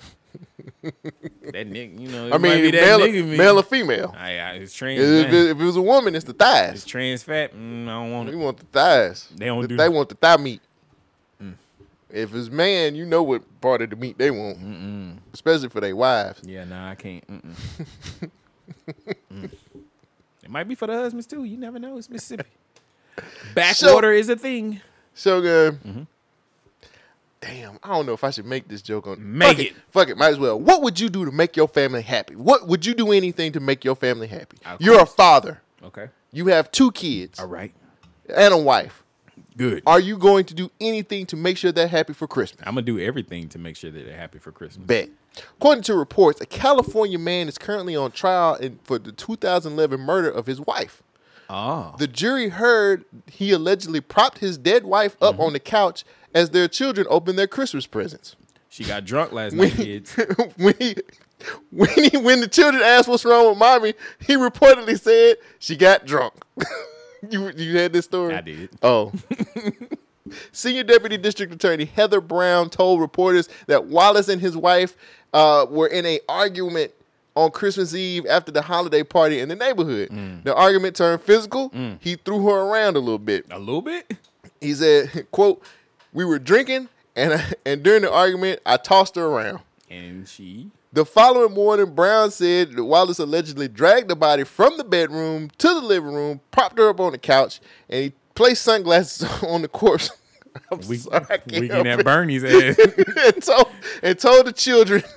A: that nigga, you know, it
B: I
A: might
B: mean,
A: be that
B: male, or-
A: nigga meat.
B: male or female.
A: I, I, it's
B: If,
A: trans.
B: if
A: man.
B: it, if it was a woman, it's the thighs.
A: It's trans fat. Mm, I don't want
B: You
A: it.
B: want the thighs.
A: They don't
B: If
A: do Mm.
B: They
A: that.
B: want the thigh meat. If it's man, you know what part of the meat they want, especially for their wives.
A: Yeah, nah, I can't. Mm-mm. Mm. It might be for the husbands too. You never know. It's Mississippi. Backwater Mm-hmm. is a thing.
B: Shogun. Damn, I don't know if I should make this joke on.
A: Make
B: fuck
A: it.
B: Fuck it. Might as well. What would you do to make your family happy? What would you do anything to make your family happy? You're a father.
A: Okay.
B: You have two kids. All
A: right.
B: And a wife.
A: Good.
B: Are you going to do anything to make sure they're happy for Christmas?
A: I'm gonna do everything to make sure that they're happy for Christmas.
B: Bet. According to reports, a California man is currently on trial in, for the 2011 murder of his wife.
A: Oh.
B: The jury heard he allegedly propped his dead wife up
A: Mm-hmm.
B: on the couch as their children opened their Christmas presents.
A: She got drunk last
B: When-
A: night, kids.
B: when he, when he, when the children asked what's wrong with mommy, he reportedly said she got drunk. you you had this story? I
A: did.
B: Oh. Senior Deputy District Attorney Heather Brown told reporters that Wallace and his wife uh, were in a argument on Christmas Eve after the holiday party in the neighborhood.
A: Mm.
B: The argument turned physical. He threw her around a little bit.
A: A little bit.
B: He said, "quote We were drinking, and I, and during the argument, I tossed her around."
A: And she
B: The following morning, Brown said that Wallace allegedly dragged the body from the bedroom to the living room, propped her up on the couch, and he placed sunglasses on the corpse. I'm
A: we
B: sorry, I can't
A: we
B: help
A: can have
B: it.
A: Bernie's eh? ass.
B: and, told, and told the children.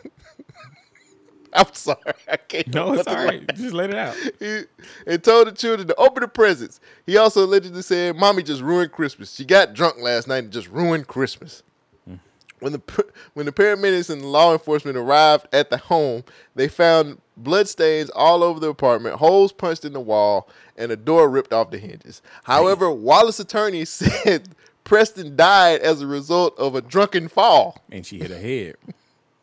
B: I'm sorry, I can't.
A: No,
B: help
A: it's
B: but
A: all
B: laugh.
A: right. Just let it out.
B: He- and told the children to open the presents. He also allegedly said, "Mommy just ruined Christmas. She got drunk last night and just ruined Christmas."
A: Hmm.
B: When the p- when the paramedics and law enforcement arrived at the home, they found bloodstains all over the apartment, holes punched in the wall, and a door ripped off the hinges. However, Wallace's attorney said Preston died as a result of a drunken fall.
A: And she hit her head,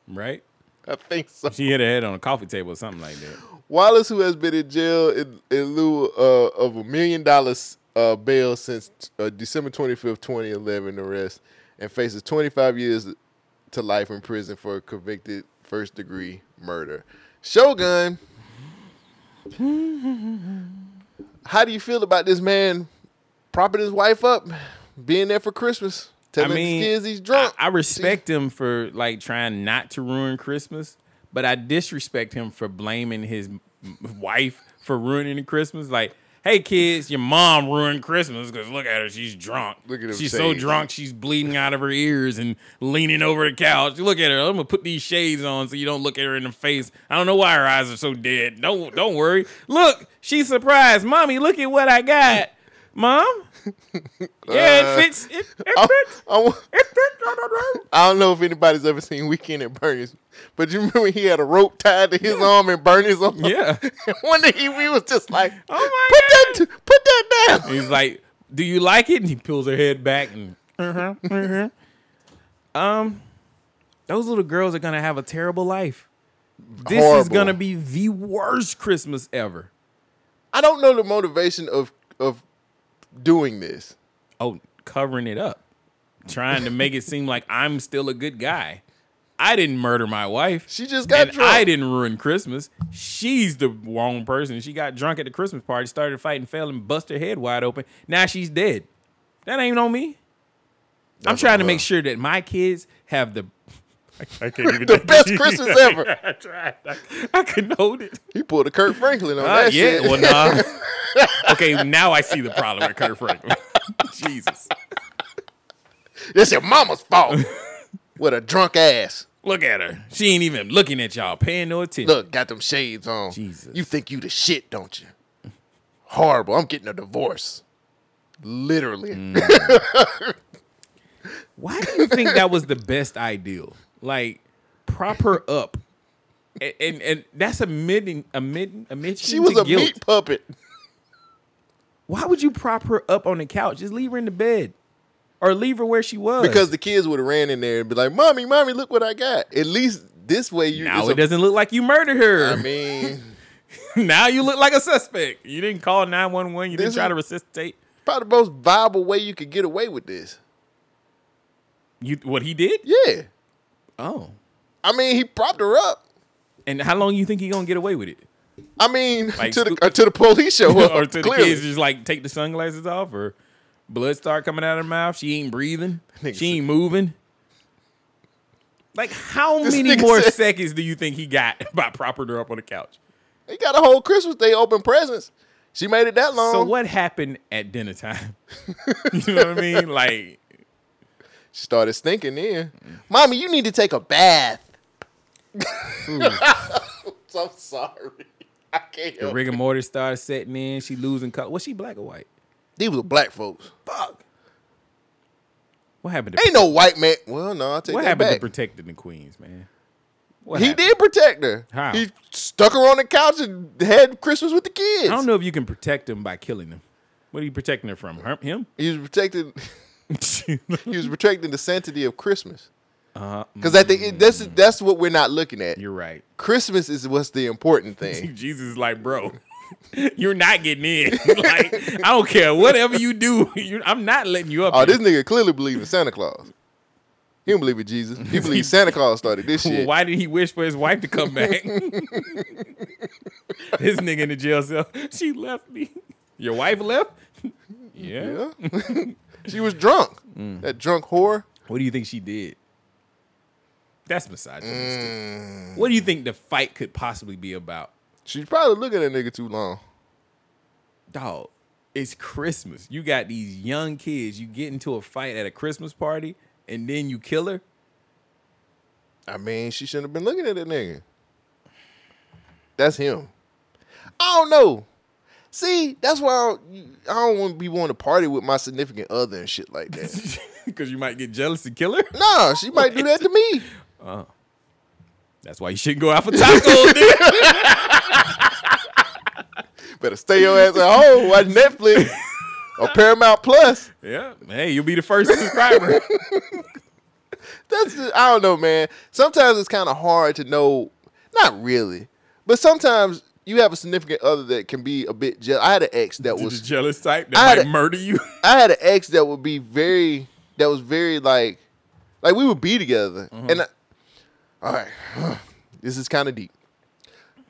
A: right?
B: I think so.
A: She hit her head on a coffee table or something like that.
B: Wallace, who has been in jail in, in lieu uh, of a million dollars uh, bail since uh, December 25th, 2011 arrest, and faces 25 years to life in prison for convicted first degree murder. Shogun, how do you feel about this man propping his wife up, being there for Christmas, telling
A: I mean,
B: his kids he's drunk?
A: I, I respect him for like trying not to ruin Christmas, but I disrespect him for blaming his m- wife for ruining the Christmas. Like, hey kids, your mom ruined Christmas because look at her, she's drunk.
B: Look at him
A: she's so
B: saying-
A: drunk, she's bleeding out of her ears and leaning over the couch. Look at her. I'm gonna put these shades on so you don't look at her in the face. I don't know why her eyes are so dead. Don't don't worry. Look, she's surprised. Mommy, look at what I got. Mom, yeah,
B: Uh,
A: it fits. It, it
B: I-
A: fits.
B: I don't know if anybody's ever seen Weekend at Bernie's, but you remember he had a rope tied to his arm and Bernie's arm.
A: Yeah.
B: One day he, we was just like,
A: oh
B: my put that, put that down.
A: He's like, "Do you like it?" And he pulls her head back. And Uh-huh. Uh-huh. um, those little girls are gonna have a terrible life. This is
B: Horrible.
A: gonna be the worst Christmas ever.
B: I don't know the motivation of of doing this.
A: Oh, covering it up, trying to make it seem like I'm still a good guy. I didn't murder my wife.
B: She just got drunk.
A: I didn't ruin Christmas. She's the wrong person. She got drunk at the Christmas party, started fighting, fell, and bust her head wide open. Now she's dead. That ain't on me. I'm
B: That's
A: trying
B: on
A: to make
B: her.
A: sure that my kids have the I, I can't even
B: The best Christmas ever.
A: I tried. I, I couldn't hold it.
B: He pulled a Kurt Franklin on
A: Uh,
B: that
A: yeah,
B: shit.
A: well, nah. okay, now I see the problem with Kurt Franklin. Jesus.
B: That's your mama's fault. With a drunk ass.
A: Look at her. She ain't even looking at y'all, paying no attention.
B: Look, got them shades on. Jesus. You think you the shit, don't you? Horrible. I'm getting a divorce. Literally.
A: Mm. Why do you think that was the best ideal? Like, prop her up. And and, and that's admitting admitting admission.
B: She was
A: to
B: a
A: guilt.
B: meat puppet.
A: Why would you prop her up on the couch? Just leave her in the bed. Or leave her where she was.
B: Because the kids would have ran in there and be like, Mommy, mommy, look what I got. At least this way you
A: now
B: it's
A: it
B: a-
A: doesn't look like you murdered her.
B: I mean
A: now you look like a suspect. You didn't call 911. You
B: This
A: didn't try
B: is-
A: to resuscitate.
B: probably the most viable way you could get away with this.
A: You what he did?
B: Yeah.
A: Oh.
B: I mean, he propped her up.
A: And how long you think he gonna get away with it?
B: I mean,
A: Like
B: to, the,
A: scoop-
B: uh, to the police show up.
A: or to
B: clearly.
A: the kids just like take the sunglasses off or blood start coming out of her mouth. She ain't breathing. She ain't moving. Like how
B: This
A: many
B: nigga
A: more
B: said-
A: seconds do you think he got by propping her up on the couch?
B: They got a whole Christmas Day open presents. She made it that long.
A: So what happened at dinner time? you know what I mean? Like
B: She started stinking then. Mommy, you need to take a bath. I'm sorry. I can't
A: the
B: help
A: rigor
B: it.
A: mortis started setting in. She losing color. Was she black or white?
B: These were black folks. Fuck.
A: What happened? To
B: Ain't no white man. Well, no, I'll take
A: What
B: that
A: happened to
B: back.
A: protecting the queens, man? What
B: he
A: happened?
B: did protect her.
A: How?
B: He stuck her on the couch and had Christmas with the kids.
A: I don't know if you can protect them by killing them. What are you protecting her from? Her, him?
B: He was protecting. he was protecting the sanctity of Christmas. Because at the end, that's that's what we're not looking at. You're
A: Uh, mm. right.
B: Christmas is what's the important thing.
A: Jesus is like, bro, you're not getting in. like, I don't care. Whatever you do, you I'm not letting you up.
B: Oh,
A: here.
B: this nigga clearly believe in Santa Claus. He don't believe in Jesus. He believes Santa Claus started this shit.
A: Why did he wish for his wife to come back? this nigga in the jail cell. She left me. Your wife left? Yeah. Mm.
B: she was drunk. That drunk whore.
A: What do you think she did? That's misogynistic. What do you think the fight could possibly be about?
B: She's Mm. probably looking at that nigga too long.
A: dog, it's Christmas. You got these young kids. You get into a fight at a Christmas party, and then you kill her.
B: I mean, she shouldn't have been looking at that nigga. That's him. I don't know. See, that's why I don't, I don't want to be wanting to party with my significant other and shit like that.
A: Because you might get jealous and kill her.
B: nah, she might do that to me.
A: Oh, Uh-huh. That's why you shouldn't go out for tacos, dude.
B: Better stay your ass at home. Watch Netflix or Paramount Plus.
A: Yeah. Hey, you'll be the first subscriber.
B: That's just, I don't know, man. Sometimes it's kind of hard to know. Not really, but sometimes you have a significant other that can be a bit jealous. I had an ex that
A: the
B: was
A: jealous type
B: I had
A: that might
B: a-
A: murder you.
B: I had an ex that would be very that was very like like we would be together.
A: Mm-hmm.
B: And I, all right, this is kind of deep.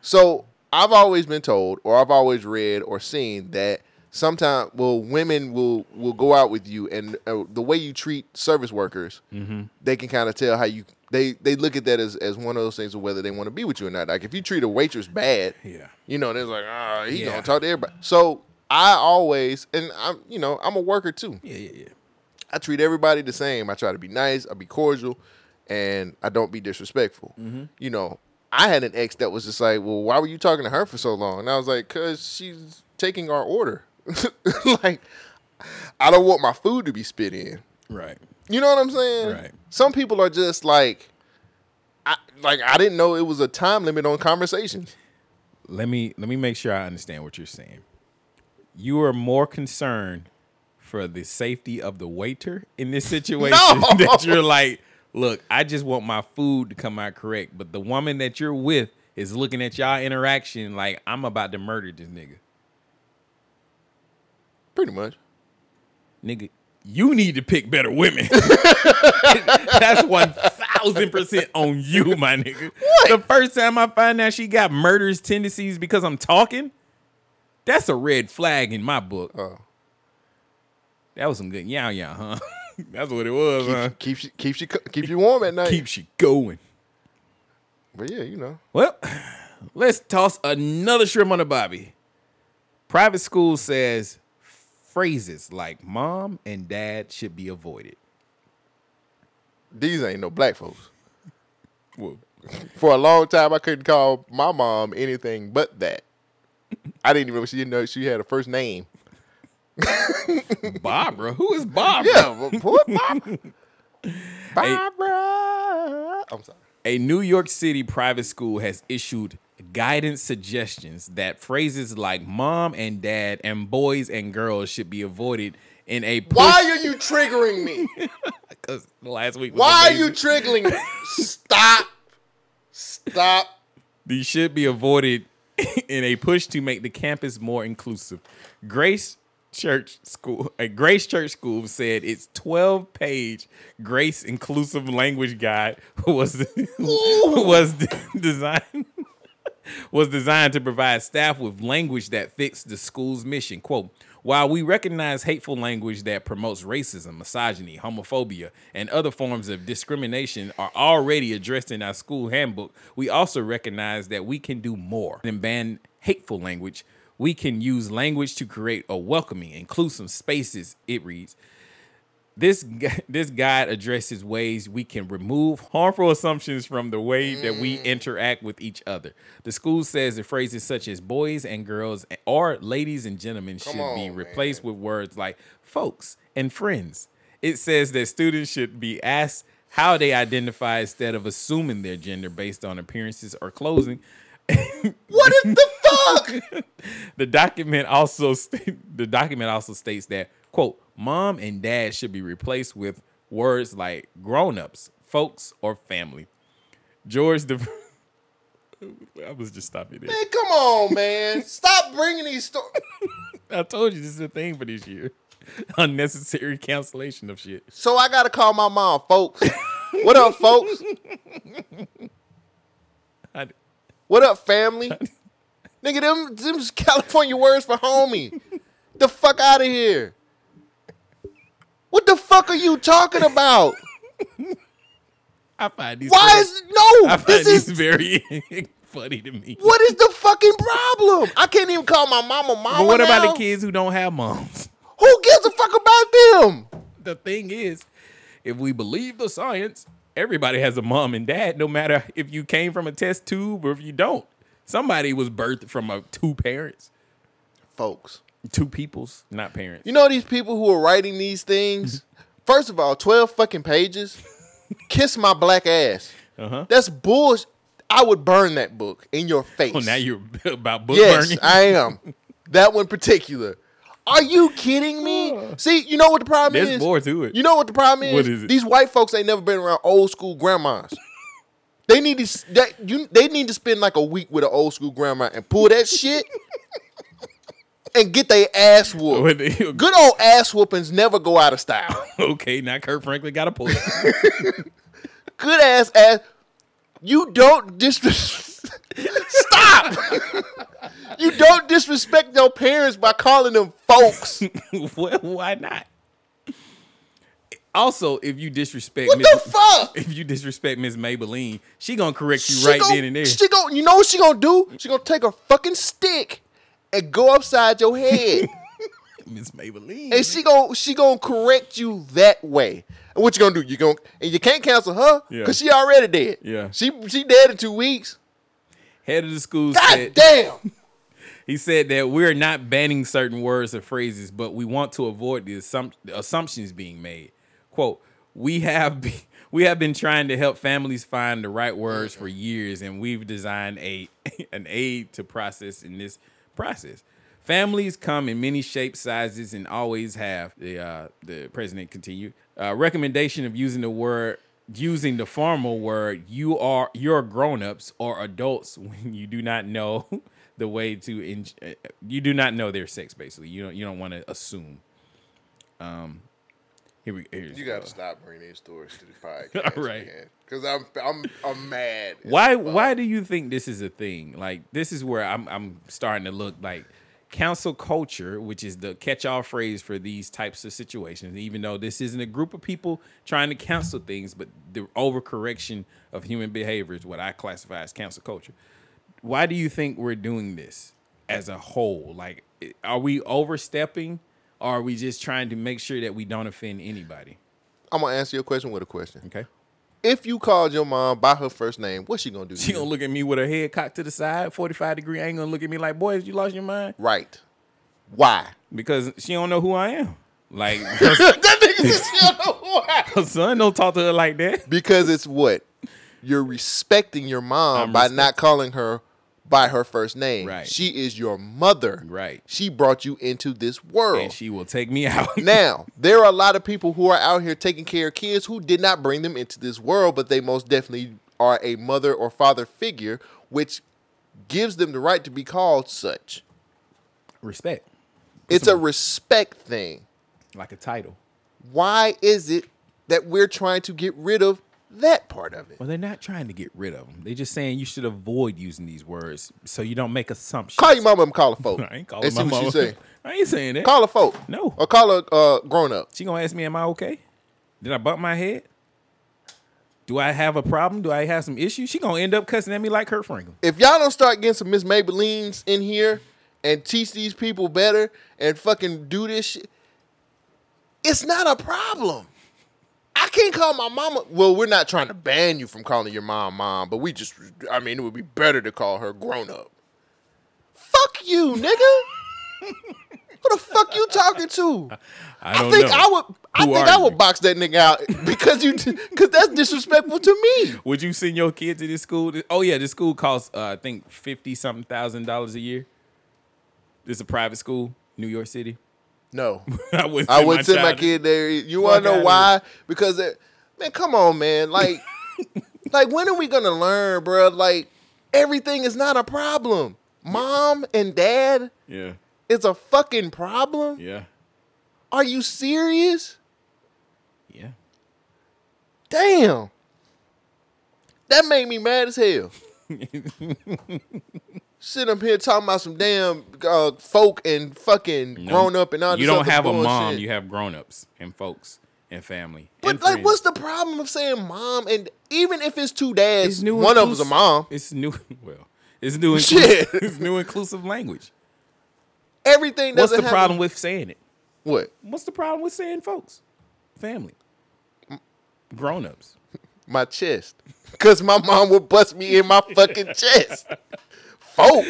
B: So I've always been told, or I've always read or seen that sometimes well women will will go out with you and uh, the way you treat service workers
A: Mhm.
B: they can kind of tell how you they they look at that as, as one of those things of whether they want to be with you or not like if you treat a waitress bad
A: yeah
B: you know they're like ah he
A: Yeah.
B: gonna talk to everybody so i always and i'm you know i'm a worker too
A: yeah yeah yeah
B: I treat everybody the same. I try to be nice. I be cordial, and I don't be disrespectful.
A: Mhm.
B: You know, I had an ex that was just like, "Well, why were you talking to her for so long?" And I was like, "Cause she's taking our order. like, I don't want my food to be spit in."
A: Right.
B: You know what I'm saying?
A: Right.
B: Some people are just like, I like I didn't know it was a time limit on conversations.
A: Let me let me make sure I understand what you're saying. You are more concerned for the safety of the waiter in this situation
B: No!
A: that you're like, look, I just want my food to come out correct, but the woman that you're with is looking at y'all interaction like I'm about to murder this nigga.
B: Pretty much.
A: Nigga, you need to pick better women. That's one thousand percent on you, my nigga. The first time I find out she got murderous tendencies because I'm talking, that's a red flag in my book.
B: Oh.
A: That was some good yow yow, huh? that's what it was, huh?
B: Keeps you keeps you keeps you warm at night.
A: Keeps you going.
B: But yeah, you know.
A: Well, let's toss another shrimp on the Bobby. Private school says phrases like mom and dad should be avoided.
B: These ain't no black folks.
A: Well,
B: For a long time, I couldn't call my mom anything but that. I didn't even she didn't know she had a first name.
A: Barbara, who is Barbara?
B: Yeah, well, what Barbara? Barbara. I'm sorry.
A: A New York City private school has issued guidance suggestions that phrases like mom and dad and boys and girls should be avoided in a push.
B: Why are you triggering me?
A: 'Cause last week was
B: Why are you
A: amazing.
B: triggering me? Stop. Stop.
A: These should be avoided in a push to make the campus more inclusive. Grace Church School, a Grace Church School said its 12 page Grace Inclusive Language Guide was, was de- designed. Was designed to provide staff with language that fits the school's mission. Quote While we recognize hateful language that promotes racism, misogyny, homophobia, and other forms of discrimination are already addressed in our school handbook, we also recognize that we can do more than ban hateful language. We can use language to create a welcoming, inclusive spaces, it reads. This gu- this guide addresses ways we can remove harmful assumptions from the way that we interact with each other. The school says that phrases such as boys and girls or ladies and gentlemen should be replaced with words like folks and friends. It says that students should be asked how they identify instead of assuming their gender based on appearances or clothing.
B: What is the fuck?
A: The document also st- the document also states that quote mom and dad should be replaced with words like grown-ups, folks, or family. George the I was just stopping there.
B: Man, come on, man. Stop bringing these stories.
A: I told you this is a thing for this year. Unnecessary cancellation of shit.
B: So I gotta call my mom, folks. What up, folks?
A: I-
B: What up, family? Nigga, them them's California words for homie. the fuck out of here. What the fuck are you talking about?
A: I find these
B: Why
A: words-
B: is no?
A: I find
B: This is
A: these very funny to me.
B: what is the fucking problem? I can't even call my mama mama.
A: But what about
B: now?
A: the kids who don't have moms?
B: Who gives a fuck about them?
A: The thing is, if we believe the science, everybody has a mom and dad, no matter if you came from a test tube or if you don't. Somebody was birthed from a, two parents,
B: folks,
A: two peoples, not parents.
B: You know these people who are writing these things? First of all, 12 fucking pages. Kiss my black ass.
A: Uh huh.
B: That's bullshit. I would burn that book in your face.
A: Oh, now you're about book
B: yes,
A: burning.
B: I am. That one particular. Are you kidding me? See, you know what the problem
A: There's
B: is?
A: more to it.
B: You know what the problem is?
A: What is it?
B: These white folks ain't never been around old school grandmas. they need to s- that you they need to spend like a week with an old school grandma and pull that shit and get their ass whooped. Good old ass whoopings never go out of style.
A: okay, now Kirk Franklin got to pull it.
B: Good ass ass. You don't disrespect. Stop. you don't disrespect your parents by calling them folks.
A: well, why not? Also, if you disrespect
B: What
A: Ms.
B: the fuck?
A: if you disrespect Miss Maybelline, she gonna correct you
B: She
A: right
B: gon-
A: then and there.
B: She gon' you know what she gonna do? She gonna take her fucking stick and go upside your head.
A: Miss Maybelline.
B: and she gon' she gonna correct you that way. And what you gonna do? You gonna and you can't cancel her
A: Yeah.
B: because she already dead.
A: Yeah.
B: She she dead in two weeks.
A: Head of the school
B: God
A: said,
B: damn.
A: He said that we're not banning certain words or phrases, but we want to avoid the assump- assumptions being made. Quote, we have be- we have been trying to help families find the right words for years, and we've designed a an aid to process in this process. Families come in many shapes, sizes, and always have. The uh, the president continued. Uh, recommendation of using the word using the formal word you are you're grown-ups or adults when you do not know the way to en- uh, you do not know their sex basically you don't you don't want to assume um here we here's,
B: You gotta
A: uh,
B: stop bringing these stories to the podcast,
A: All right.
B: man. Cause I'm I'm I'm mad. as
A: why
B: fuck.
A: why do you think this is a thing like this is where i'm i'm starting to look like council culture which is the catch-all phrase for these types of situations even though this isn't a group of people trying to counsel things but the overcorrection of human behavior is what i classify as council culture why do you think we're doing this as a whole like i- are we overstepping or are we just trying to make sure that we don't offend anybody
B: I'm gonna answer your question with a question.
A: Okay.
B: If you called your mom by her first name, what's she gonna do? to
A: she
B: you?
A: gonna look at me with her head cocked to the side 45 degree angle and look at me like boys you lost your mind
B: Right. Why?
A: Because she don't know who I am. Like
B: Why?
A: her son don't talk to her like that.
B: Because it's what you're respecting your mom
A: I'm
B: by
A: respect-
B: not calling her by her first name.
A: Right.
B: She is your mother.
A: Right.
B: She brought you into this world.
A: And she will take me out.
B: now, there are a lot of people who are out here taking care of kids who did not bring them into this world, but they most definitely are a mother or father figure, which gives them the right to be called such.
A: Respect.
B: It's a respect thing.
A: Like a title.
B: Why is it that we're trying to get rid of that part of it?
A: Well, they're not trying to get rid of them. They're just saying you should avoid using these words so you don't make assumptions.
B: Call your mama and call a folk.
A: I ain't calling
B: and
A: my
B: see what
A: mama.
B: she say.
A: I ain't saying that.
B: Call a folk.
A: No.
B: Or call a uh, grown up.
A: She gonna ask me, "Am I okay? Did I bump my head? Do I have a problem? Do I have some issues?" She gonna end up cussing at me like Kurt Franklin.
B: If y'all don't start getting some Miss Maybellines in here and teach these people better and fucking do this shit, it's not a problem. I can't call my mama. Well, we're not trying to ban you from calling your mom mom, but we just, I mean, it would be better to call her grown up. Fuck you, nigga. Who the fuck you talking to?
A: I don't
B: think
A: know.
B: I would. I
A: Who
B: think
A: are
B: I would box that nigga out because you because that's disrespectful to me.
A: Would you send your kid to this school? Oh yeah, this school costs uh, I think fifty something thousand dollars a year. This is a private school, New York City.
B: No,
A: I wouldn't.
B: I
A: send
B: wouldn't send my
A: child to-
B: kid there. You
A: Fuck
B: want to
A: outta
B: know
A: here.
B: why? Because it, man, come on, man. Like, like when are we gonna learn, bruh? Like, everything is not a problem. Mom and dad
A: Yeah,
B: is a fucking problem.
A: yeah,
B: Are you serious?
A: yeah.
B: Damn, that made me mad as hell. Sit up here talking about some damn uh, folk and fucking
A: No,
B: grown up and all this
A: You don't
B: other
A: have a
B: bullshit.
A: mom. You have grown ups and folks and family.
B: But
A: and
B: like,
A: friends.
B: what's the problem of saying mom? And even if it's two dads,
A: It's new
B: one of them's a
A: inclusive-
B: mom.
A: It's new. Well, it's new.
B: Shit.
A: Inclusive, it's new inclusive language.
B: Everything
A: What's
B: doesn't.
A: the
B: have a-
A: problem with saying it?
B: What?
A: What's the problem with saying folks, family, grown ups?
B: My chest, because my mom would bust me in my fucking chest. Folk,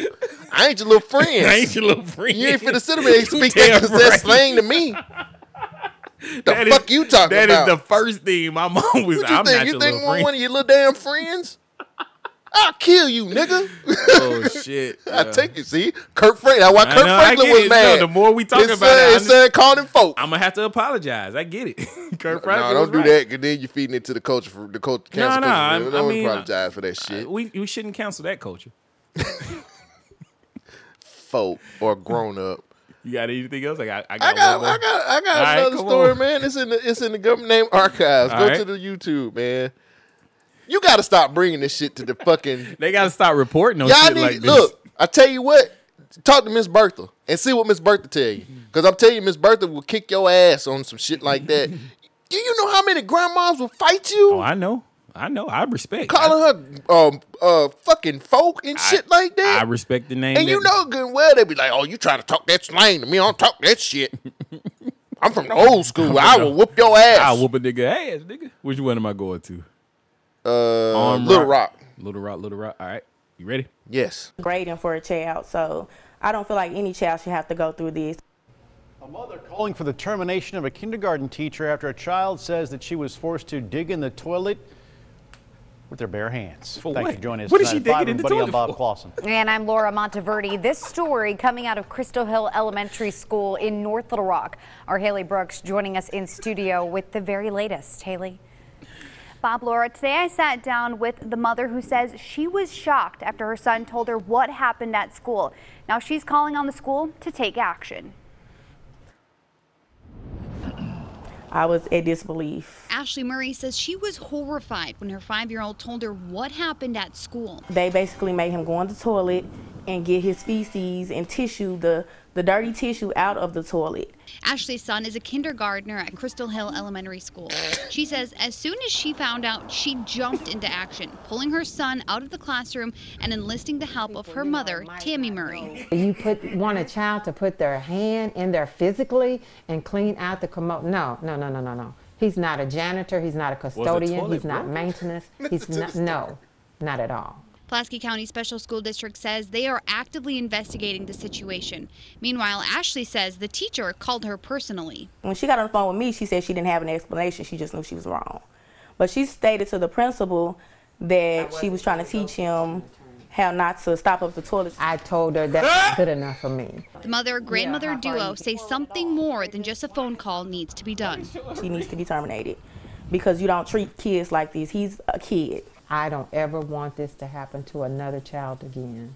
B: I ain't your little friend.
A: I ain't your little friend.
B: You ain't finna sit up here and
A: You
B: speak that
A: damn
B: possessed
A: right.
B: slang to me. The
A: That is-
B: fuck you talking
A: That is
B: about?
A: the first thing my mom was.
B: what you
A: I'm
B: think?
A: not
B: you
A: your
B: think
A: little
B: one,
A: friend.
B: one of your little damn friends? I'll kill you, nigga.
A: Oh shit!
B: I take you. See, Kurt Frank. That's why
A: I
B: Kurt
A: know, I
B: Franklin
A: get
B: was
A: it.
B: mad.
A: No, the more we talk
B: It
A: about
B: said-
A: it, I
B: it said calling folk.
A: I'm gonna have to apologize. I get it. Kurt
B: No,
A: Franklin
B: don't
A: was
B: do
A: right.
B: that. Cause then you're feeding into the culture for the culture.
A: No,
B: Cancel
A: no,
B: culture,
A: I-
B: man.
A: I
B: Don't
A: mean,
B: apologize for that shit.
A: We we shouldn't cancel that culture.
B: folk or grown up.
A: You got anything else? I got. I
B: I
A: got.
B: got,
A: one more.
B: I got, I got
A: All right,
B: another
A: come
B: story,
A: on.
B: man. It's in the, it's in the government name archives.
A: All
B: Go
A: right.
B: to the YouTube, man. You got to stop bringing this shit to the fucking.
A: They got to stop reporting on
B: Y'all
A: shit
B: need
A: like this.
B: look. I tell you what. Talk to Miss Bertha and see what Miss Bertha tell you. Because I'm telling you, Miss Bertha will kick your ass on some shit like that. Do you know how many grandmas will fight you?
A: Oh, I know. I know. I respect.
B: Calling her um uh fucking folk and shit like that.
A: I respect the name.
B: And you
A: that-
B: know good and well they be like, "Oh, you trying to talk that slang to me? I don't talk that shit. I'm from the old school. I will whoop your ass.
A: I'll whoop a nigga ass, nigga. Which one am I going to?
B: Uh, Little Rock.
A: Little Rock. Little Rock. All right. You ready?
B: Yes.
Q: grading for a child. So I don't feel like any child should have to go through this.
R: Calling for the termination of a kindergarten teacher after a child says that she was forced to dig in the toilet with their bare hands.
S: For
R: Thanks
S: what?
R: for joining us
S: What is
R: tonight.
S: she
R: at five,
S: digging in the
R: everybody.
S: toilet
R: I'm Bob
S: for?
R: Clausen.
S: And I'm Laura Monteverde. This story coming out of Crystal Hill Elementary School in North Little Rock. Our Haley Brooks joining us in studio with the very latest. Haley.
T: Bob Laura, today I sat down with the mother who says she was shocked after her son told her what happened at school. Now she's calling on the school to take action.
Q: I was at disbelief.
U: Ashley Murray says she was horrified when her five year old told her what happened at school.
Q: They basically made him go on the toilet and get his feces and tissue, the, the dirty tissue out of the toilet.
U: Ashley's son is a kindergartner at Crystal Hill Elementary School. She says as soon as she found out, she jumped into action, pulling her son out of the classroom and enlisting the help of her mother, Tammy Murray.
D: You put want a child to put their hand in there physically and clean out the commode. No, no, no, no, no, no. He's not a janitor. He's not a custodian.
U: toilet
D: He's not
U: broken?
D: maintenance. He's not, no, not at all.
U: Pulaski County Special School District says they are actively investigating the situation. Meanwhile, Ashley says the teacher called her personally.
Q: When she got on the phone with me, she said she didn't have an explanation. She just knew she was wrong. But she stated to the principal that she was trying to teach him how not to stop up the toilet.
D: I told her that's good enough for me.
U: The mother grandmother duo say something more than just a phone call needs to be done.
Q: She needs to be terminated because you don't treat kids like this. He's a kid.
D: I don't ever want this to happen to another child again.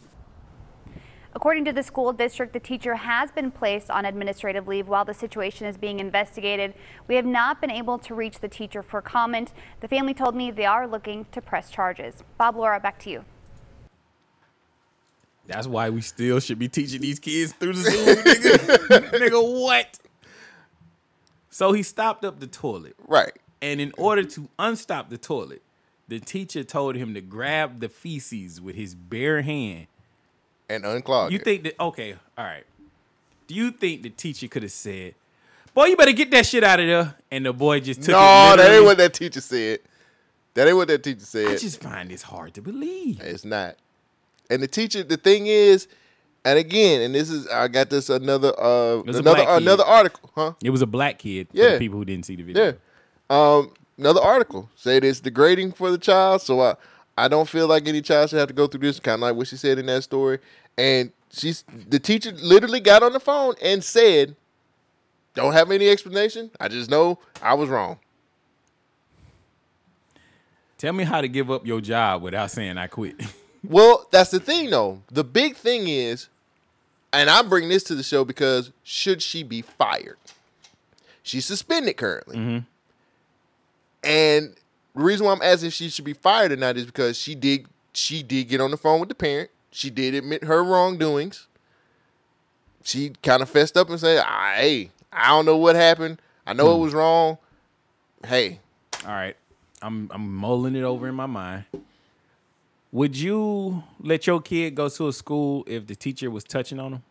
T: According to the school district, the teacher has been placed on administrative leave while the situation is being investigated. We have not been able to reach the teacher for comment. The family told me they are looking to press charges. Bob Laura, back to you.
A: That's why we still should be teaching these kids through the Zoom, nigga. nigga, what? So he stopped up the toilet.
B: Right.
A: And in order to unstop the toilet, the teacher told him to grab the feces with his bare hand
B: and unclog
A: You
B: it.
A: think that okay, all right. Do you think the teacher could have said, "Boy, you better get that shit out of there," and the boy just took
B: No,
A: it
B: that ain't
A: literally?
B: what that teacher said. That ain't what that teacher said.
A: I just find this hard to believe.
B: It's not. And the teacher, the thing is, and again, and this is I got this another uh
A: was a
B: another
A: black kid.
B: another article, huh?
A: It was a black kid. For
B: Yeah.
A: the people who didn't see the video.
B: Yeah. Um, another article said it's degrading for the child, so I I don't feel like any child should have to go through this. Kind of like what she said in that story, and she's the teacher literally got on the phone and said, "Don't have any explanation. I just know I was wrong."
A: Tell me how to give up your job without saying I quit.
B: Well, that's the thing though. The big thing is, and I bring this to the show because should she be fired? She's suspended currently.
A: Mm-hmm.
B: And the reason why I'm asking if she should be fired or not is because she did she did get on the phone with the parent. She did admit her wrongdoings. She kind of fessed up and said, "Ah, "Hey, I don't know what happened. I know it
A: Hmm.
B: was wrong. Hey,
A: all right. I'm I'm mulling it over in my mind. Would you let your kid go to a school if the teacher was touching on him?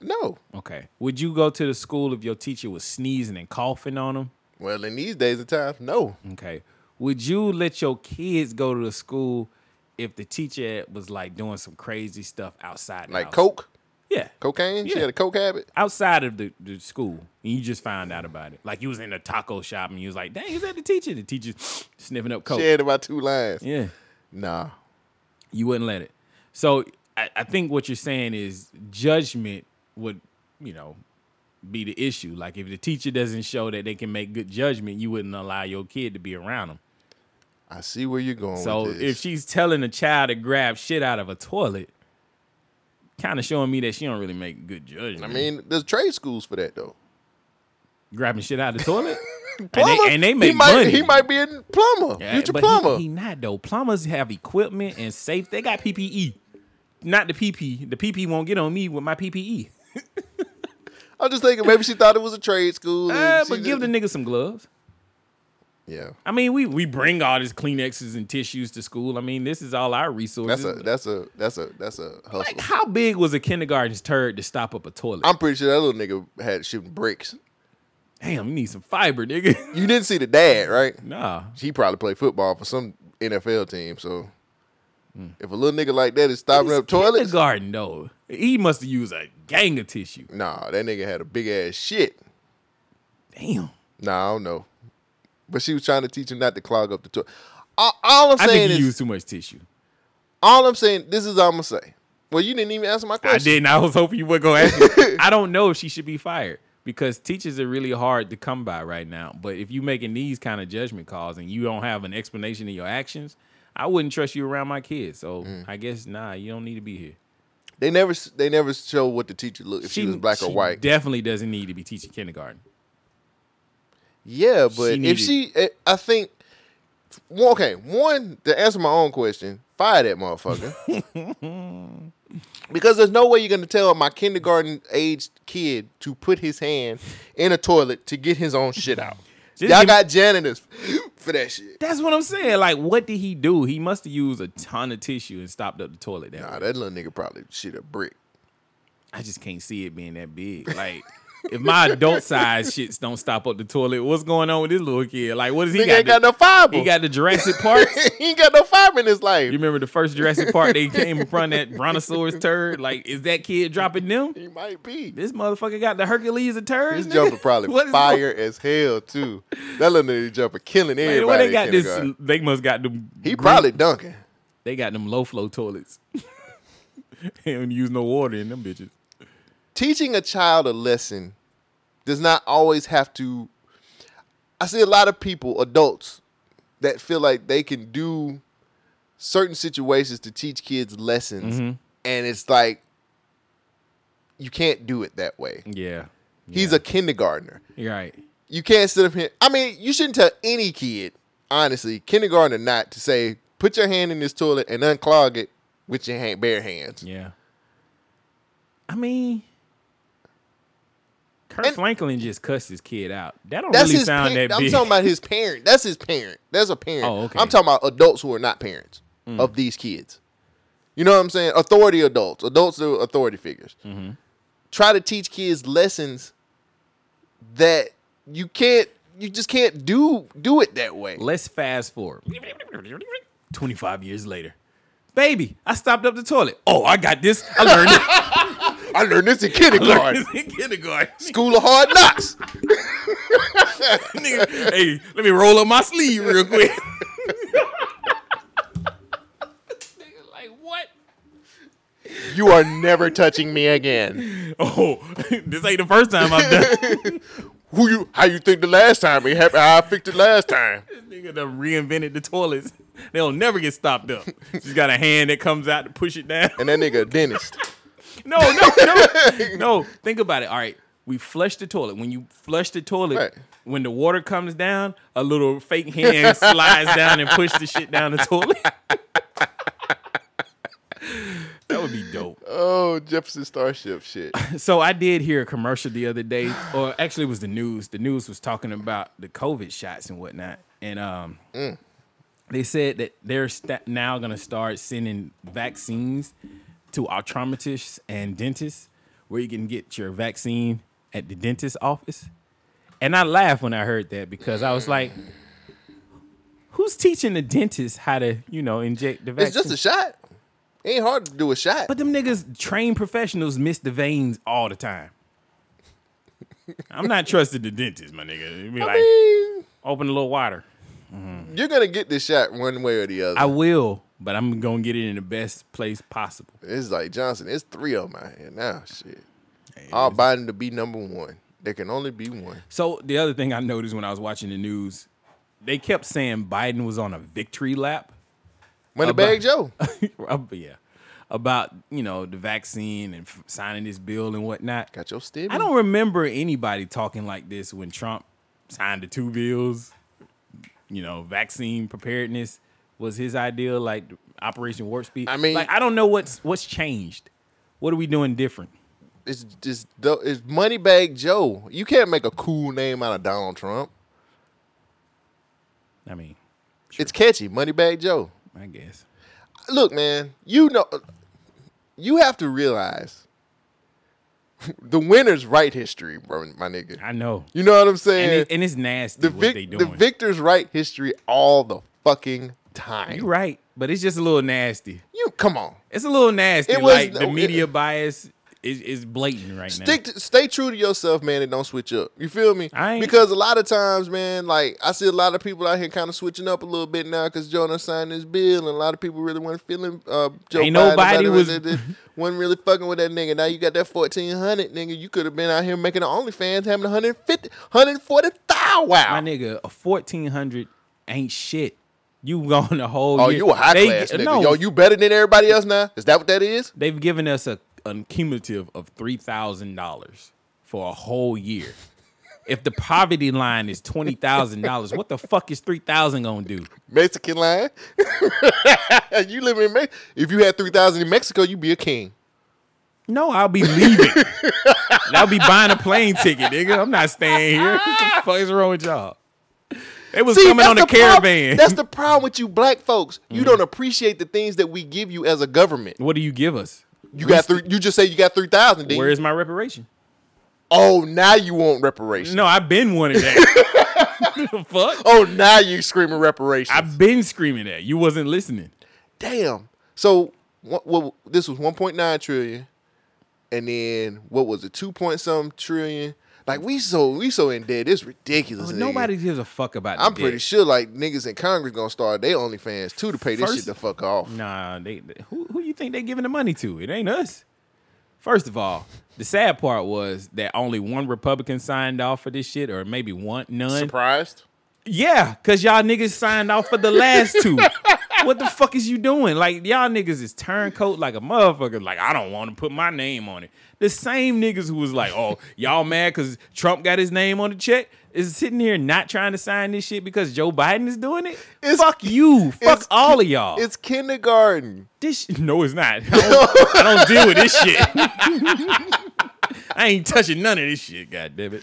B: No.
A: Okay. Would you go to the school if your teacher was sneezing and coughing on him?
B: Well, in these days and times, no.
A: Okay. Would you let your kids go to the school if the teacher was like doing some crazy stuff outside? the
B: Like
A: house?
B: coke?
A: Yeah.
B: Cocaine? She had a coke habit?
A: Outside of the, the school. And you just found out about it. Like you was in a taco shop and you was like, dang, is that the teacher? The teacher's sniffing up coke.
B: She had about two lines.
A: Yeah.
B: Nah.
A: You wouldn't let it. So I, I think what you're saying is judgment would, you know, be the issue. Like if the teacher doesn't show that they can make good judgment, you wouldn't allow your kid to be around them.
B: I see where you're going.
A: So
B: with this.
A: if she's telling a child to grab shit out of a toilet, kind of showing me that she don't really make good judgment.
B: I mean, there's trade schools for that though.
A: grabbing shit out of the toilet. and, they,
B: Plumber?
A: and they make
B: he might,
A: money.
B: He might be in plumber,
A: Yeah,
B: future
A: but
B: plumber.
A: He, he not though. Plumbers have equipment and safe. They got PPE, not the PP. The PP won't get on me with my E. PPE.
B: I'm just thinking maybe she thought it was a trade school. and
A: Uh,
B: she
A: but give the nigga some gloves.
B: Yeah.
A: I mean, we we bring all these Kleenexes and tissues to school. I mean, this is all our resources.
B: That's a that's a that's a that's a hustle.
A: How big was a kindergarten's turd to stop up a toilet?
B: I'm pretty sure that little nigga had shooting bricks.
A: Damn, you need some fiber, nigga.
B: You didn't see the dad, right?
A: Nah.
B: He probably played football for some NFL team. So if a little nigga like that is stopping up toilets,
A: Hmm. kindergarten though, he must have used a gang of tissue.
B: Nah, that nigga had a big ass shit.
A: Damn.
B: Nah, I don't know. But she was trying to teach him not to clog up the toilet. All, all I'm
A: I
B: saying
A: think
B: is
A: he used too much tissue.
B: all I'm saying. This is all I'm gonna say. Well, you didn't even answer my
A: I
B: question.
A: didn't. I was hoping you would go ask. me. I don't know if she should be fired because teachers are really hard to come by right now. But if you're making these kind of judgment calls and you don't have an explanation of your actions, I wouldn't trust you around my kids. So I guess nah, you don't need to be here.
B: They never s- they never show what the teacher looked if she, was black or
A: she
B: white.
A: Definitely doesn't need to be teaching kindergarten.
B: Yeah, but
A: She
B: if
A: needed-
B: she, eh, I think, well, okay, one to answer my own question, fire that motherfucker. because there's no way you're gonna tell my kindergarten aged kid to put his hand in a toilet to get his own shit out.
A: Just
B: Y'all
A: give-
B: got janitors for that shit.
A: That's what I'm saying. Like, what did he do? He must have used a ton of tissue and stopped up the toilet. That nah,
B: that little nigga probably shit a brick.
A: I just can't see it being that big. Like, if my adult size shits don't stop up the toilet, what's going on with this little kid? Like, what does he
B: Nigga
A: got?
B: ain't
A: to-
B: got no fiber.
A: He got the Jurassic Park.
B: he ain't got no fiber in his life. You
A: remember the first Jurassic Park? They came in front of that brontosaurus turd. Like, is that kid dropping them? He
B: might be.
A: This motherfucker got the Hercules of turds.
B: This
A: nigga?
B: jumper probably
A: What is
B: fire as hell too. That little nigga jumper killing
A: going-
B: everybody.
A: Like, what they
B: in
A: got
B: kindergarten.
A: this? They must got them.
B: He probably dunking.
A: They got them low flow toilets. they don't use no water in them bitches.
B: teaching a child a lesson does not always have to i see a lot of people adults that feel like they can do certain situations to teach kids lessons
A: Mhm.
B: and it's like you can't do it that way
A: yeah
B: he's a kindergartner
A: You're right.
B: you can't sit up here i mean you shouldn't tell any kid honestly kindergarten or not to say put your hand in this toilet and unclog it with your hand, bare hands
A: yeah I mean, Kurt Franklin just cussed his kid out. That don't really
B: his
A: sound
B: parent-
A: that
B: I'm
A: big.
B: talking about his parent. That's his parent. That's a parent.
A: Oh, okay.
B: I'm talking about adults who are not parents
A: Mm.
B: of these kids. You know what I'm saying? Authority adults, adults who are authority figures.
A: Mm-hmm.
B: Try to teach kids lessons that you can't. You just can't do do it that way.
A: Let's fast forward. 25 years later. Baby, I stopped up the toilet. Oh, I got this. I learned it.
B: I learned this in
A: I
B: kindergarten.
A: learned this in kindergarten.
B: School of hard knocks.
A: Nigga, hey, let me roll up my sleeve real quick. like what?
B: You are never touching me again.
A: Oh, this ain't the first time I've done.
B: Who you? How you think the last time it happened? How I fixed it last time.
A: Nigga done reinvented the toilets. They'll never get stopped up. She's got a hand that comes out to push it down.
B: And that nigga a dentist.
A: No, no, no. no, think about it. All right. We flush the toilet. When you flush the toilet,
B: Right.
A: when the water comes down, a little fake hand slides down and pushes the shit down the toilet. that would be dope.
B: Oh, Jefferson Starship shit.
A: So I did hear a commercial the other day, or actually it was the news. The news was talking about the COVID shots and whatnot, and um,
B: Mm.
A: they said that they're st- now going to start sending vaccines to optometrists and dentists, where you can get your vaccine at the dentist's office. And I laughed when I heard that because I was like, "Who's teaching the dentist how to, you know, inject the vaccine?"
B: It's just a shot. Ain't hard to do a shot.
A: But them niggas, trained professionals, miss the veins all the time. I'm not trusting the dentist, my nigga. It be like, open a little water.
B: You're gonna get this shot one way or the other.
A: Mm-hmm. I will, but I'm gonna get it in the best place possible.
B: It's like Johnson. It's three of them out here now. Shit. All Biden to be number one. There can only be one.
A: So the other thing I noticed when I was watching the news, they kept saying Biden was on a victory lap.
B: Moneybag
A: Joe. yeah. About, you know, the vaccine and f- signing this bill and whatnot.
B: Got your stimmy.
A: I don't remember anybody talking like this when Trump signed the two bills. You know, vaccine preparedness was his idea, like Operation Warp Speed. I mean, like, I don't know what's what's changed. What are we doing different?
B: It's just the it's Moneybag Joe. You can't make a cool name out of Donald Trump.
A: I mean,
B: it's catchy. Moneybag Joe.
A: I guess.
B: Look, man, you know, you have to realize the winners write history, bro. My nigga.
A: I know.
B: You know what I'm saying?
A: And, it, and it's nasty
B: the,
A: what
B: vic-
A: they
B: the
A: doing.
B: victors write history all the fucking time.
A: You're right, but it's just a little nasty.
B: You come on.
A: It's a little nasty.
B: It was-
A: like the
B: it-
A: media bias is, is blatant right now.
B: Stick to, stay true to yourself, man, and don't switch up. You feel me? because a lot of times, man, like I see a lot of people out here kind of switching up a little bit now because Jonah signed this bill, and a lot of people really weren't feeling uh, Joe
A: Ain't
B: Biden,
A: nobody was-
B: really did- wasn't really fucking with that nigga. Now you got that fourteen hundred nigga. You could have been out here making the OnlyFans, having 150, 140 thou oh, wow.
A: My nigga, a fourteen hundred ain't shit. You gone the whole
B: Oh,
A: year.
B: you a high class nigga. Yo, you better than everybody else now? Is that what that is?
A: They've given us a, a cumulative of three thousand dollars for a whole year. if the poverty line is twenty thousand dollars, what the fuck is three thousand gonna do?
B: Mexican line. you live in Mexico. If you had three thousand in Mexico, you'd be a king.
A: No, I'll be leaving. And I'll be buying a plane ticket, nigga. I'm not staying here. What the fuck is wrong with y'all? They was coming
B: that's
A: on a
B: prob-
A: caravan. Mm.
B: that's the problem with you black folks. You don't appreciate the things that we give you as a government.
A: What do you give us?
B: You got three. You just say you got three thousand.
A: Where is my reparation?
B: Oh, now you want reparations.
A: No, I've been wanting that. the fuck?
B: Oh, now you screaming reparations.
A: I've been screaming that. You wasn't listening.
B: Damn. So what, what, this was one point nine trillion, and then what was it? Two point some trillion. Like we so we so in debt. It's ridiculous. nigga.
A: Oh, Nobody gives a fuck about.
B: I'm
A: the
B: pretty
A: debt.
B: sure like niggas in Congress gonna start their OnlyFans too to pay this
A: First-
B: shit the fuck off.
A: Nah, they, they- who who you think they giving the money to? It ain't us. First of all, the sad part was that only one Republican signed off for this shit, or maybe one none.
B: Surprised?
A: Yeah, cause y'all niggas signed off for the last two. what the fuck is you doing? Like y'all niggas is turncoat like a motherfucker. Like I don't want to put my name on it. The same niggas who was like, oh y'all mad cause Trump got his name on the check is sitting here not trying to sign this shit because Joe Biden is doing it. fuck you. Fuck all of y'all.
B: It's kindergarten.
A: This no, it's not. I don't, I don't deal with this shit. I ain't touching none of this shit. God damn it!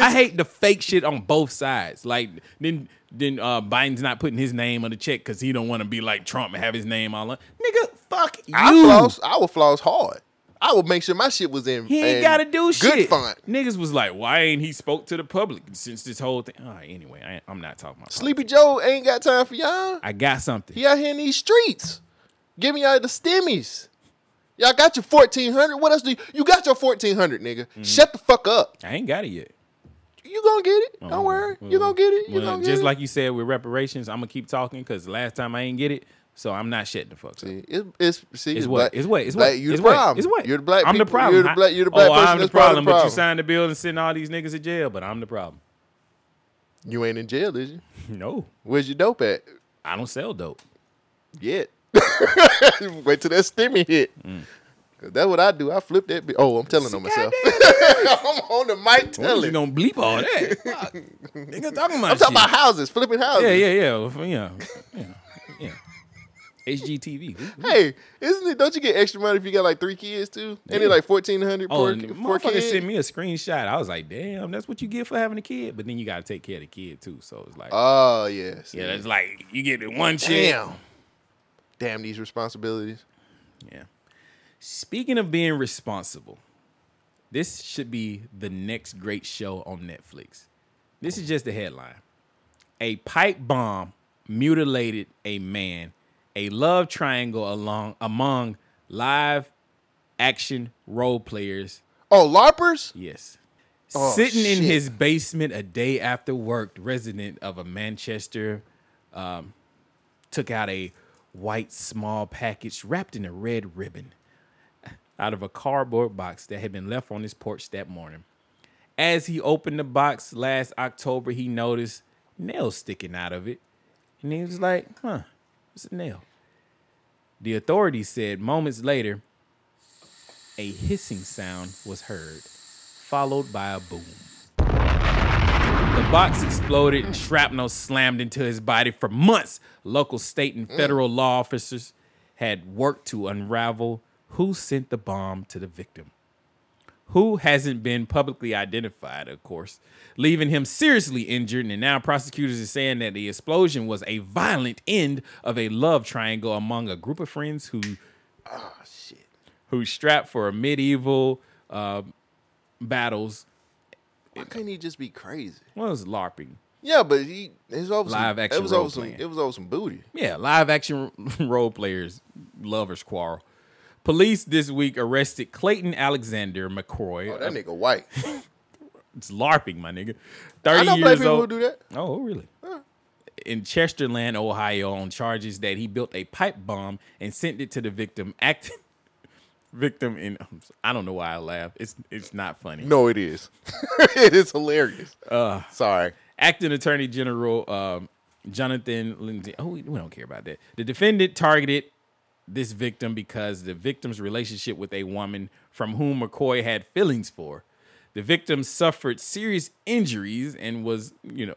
A: I hate the fake shit on both sides. Like then, then uh, Biden's not putting his name on the check because he don't want to be like Trump and have his name all on. Nigga, fuck you.
B: I floss. I would floss hard. I would make sure my shit was in.
A: He ain't
B: in
A: gotta do
B: good
A: shit.
B: font.
A: Niggas was like, why ain't he spoke to the public since this whole thing? All right, anyway, I, I'm not talking about.
B: Sleepy Joe ain't got time for y'all.
A: I got something.
B: He out here in these streets. Give me all the stimmies. Y'all got your fourteen hundred. What else do you? You got your fourteen hundred, nigga. Shut the fuck up.
A: Mm-hmm. I ain't got it yet. Oh,
B: You gonna get it? Don't worry. you gonna get it. You
A: Well,
B: gonna get
A: just
B: it.
A: like you said with reparations, I'm gonna keep talking because last time I ain't get it, so I'm not shutting the fuck up.
B: It's, it's, see,
A: it's
B: it's
A: what
B: black-
A: it's what it's
B: black-
A: what
B: you're the
A: it's what,
B: problem.
A: It's what
B: You're the black
A: I'm the
B: people.
A: problem.
B: You're the
A: I-
B: black- you're the black
A: oh,
B: person
A: I'm the
B: that's part of
A: problem,
B: the
A: But you
B: problem.
A: signed the bill and sent all these niggas to jail, but I'm the problem.
B: You ain't in jail, is you?
A: No.
B: Where's your dope at?
A: I don't sell dope.
B: Yet. Wait till that stimmy hit.
A: Mm.
B: 'Cause That's what I do. I flip that. bi- oh, I'm telling on myself. I'm on the mic telling.
A: You gonna bleep all that? Fuck. Nigga talking about
B: I'm talking
A: shit.
B: about houses, flipping houses.
A: Yeah, yeah, yeah, Well, yeah, yeah, yeah. HGTV.
B: Hey, isn't it? Don't you get extra money if you got like three kids too? Ain't it like fourteen hundred
A: Oh,
B: per,
A: and the
B: per
A: motherfucker
B: kid?
A: sent me a screenshot. I was like, damn, that's what you get for having a kid. But then you gotta take care of the kid too. So it's like,
B: oh yes.
A: yeah, it's like you get it one shit.
B: Damn. Damn these responsibilities.
A: Yeah. Speaking of being responsible, this should be the next great show on Netflix. This is just the headline. A pipe bomb mutilated a man. A love triangle along among live action role players.
B: Oh, LARPers?
A: Yes.
B: Oh,
A: Sitting in
B: shit.
A: his basement a day after work, resident of a Manchester um, took out a white small package wrapped in a red ribbon out of a cardboard box that had been left on his porch that morning. As he opened the box last October, he noticed nails sticking out of it. And he was like, huh, it's a nail. The authorities said moments later, a hissing sound was heard, followed by a boom. The box exploded and shrapnel slammed into his body for months. Local, state, and federal law officers had worked to unravel who sent the bomb to the victim. Who hasn't been publicly identified, of course, leaving him seriously injured. And now prosecutors are saying that the explosion was a violent end of a love triangle among a group of friends who, oh shit, who strapped for a medieval uh, battles.
B: Why couldn't he just be crazy?
A: Well, it was LARPing.
B: Yeah, but he it was over
A: Live
B: some,
A: action
B: It was
A: role
B: over some.
A: playing.
B: It was over some booty.
A: Yeah, live action role players, lovers quarrel. Police this week arrested Clayton Alexander McCroy.
B: Oh, that nigga white.
A: it's LARPing, my nigga. Thirty
B: I know black
A: years
B: people who
A: old
B: do that.
A: Oh, really? in Chesterland, Ohio, on charges that he built a pipe bomb and sent it to the victim. Act victim in I don't know why I laugh. It's it's not funny.
B: No, it is. it is hilarious.
A: Uh,
B: Sorry.
A: Acting Attorney General um, Jonathan Lindsay. Oh, we, we don't care about that. The defendant targeted this victim because the victim's relationship with a woman from whom McCoy had feelings for. The victim suffered serious injuries and was, you know,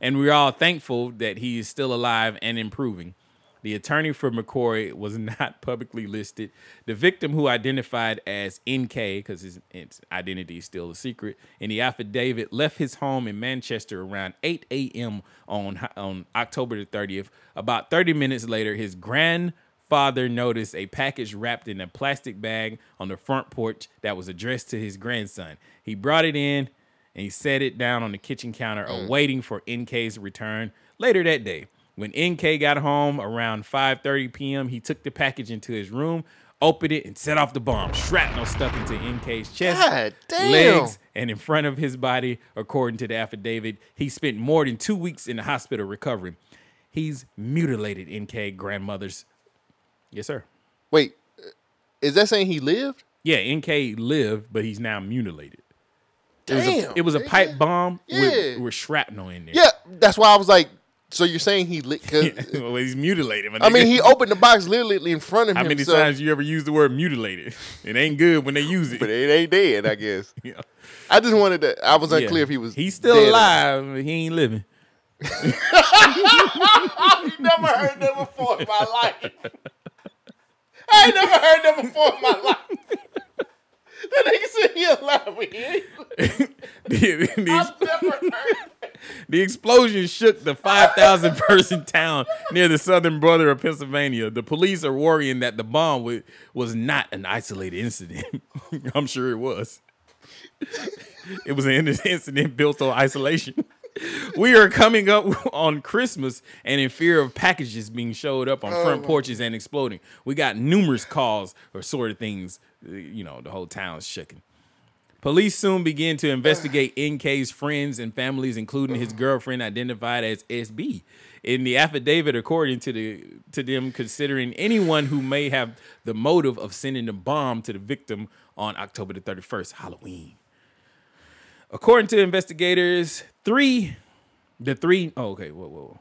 A: and we're all thankful that he is still alive and improving. The attorney for McCoy was not publicly listed. The victim, who identified as NK because his, his identity is still a secret, in the affidavit left his home in Manchester around 8 a.m. on on October the 30th. About 30 minutes later, his grandfather noticed a package wrapped in a plastic bag on the front porch that was addressed to his grandson. He brought it in and he set it down on the kitchen counter,
B: Mm.
A: awaiting for NK's return later that day. When NK got home around 5:30 p.m., he took the package into his room, opened it, and set off the bomb. Shrapnel stuck into NK's chest,
B: God damn.
A: legs, and in front of his body. According to the affidavit, he spent more than two weeks in the hospital recovering. He's mutilated NK grandmother's. Yes, sir.
B: Wait, uh, is that saying he lived?
A: Yeah, NK lived, but he's now mutilated. it was
B: Damn,
A: a, it was a pipe bomb
B: Yeah.
A: with, with shrapnel in there.
B: Yeah, that's why I was like. So you're saying he lit? Cause,
A: well, he's mutilated. my
B: I mean,
A: nigga.
B: he opened the box literally in front of
A: How
B: him.
A: many
B: so-
A: times you ever use the word mutilated? It ain't good when they use it.
B: But it ain't dead, I guess.
A: yeah.
B: I just wanted to. I was
A: Yeah.
B: unclear if he was.
A: He's still
B: dead or not.
A: alive. But he ain't living.
B: I've never heard that before in my life. I ain't never heard that before in my life. That nigga said he alive, but he ain't.
A: the, the-
B: I've never heard.
A: the explosion shook the 5,000 person town near the southern border of Pennsylvania. The police are worrying that the bomb wa- was not an isolated incident. I'm sure it was. it was an in- incident built on isolation. We are coming up on Christmas and in fear of packages being showed up on
B: Oh
A: front
B: my
A: porches and exploding. We got numerous calls or sort of things, uh, you know, the whole town's shaking. Police soon began to investigate NK's friends and families, including his girlfriend identified as SB. In the affidavit, according to the to them, considering anyone who may have the motive of sending the bomb to the victim on October the 31st, Halloween. According to investigators, three, the three, oh, okay, whoa, whoa, whoa.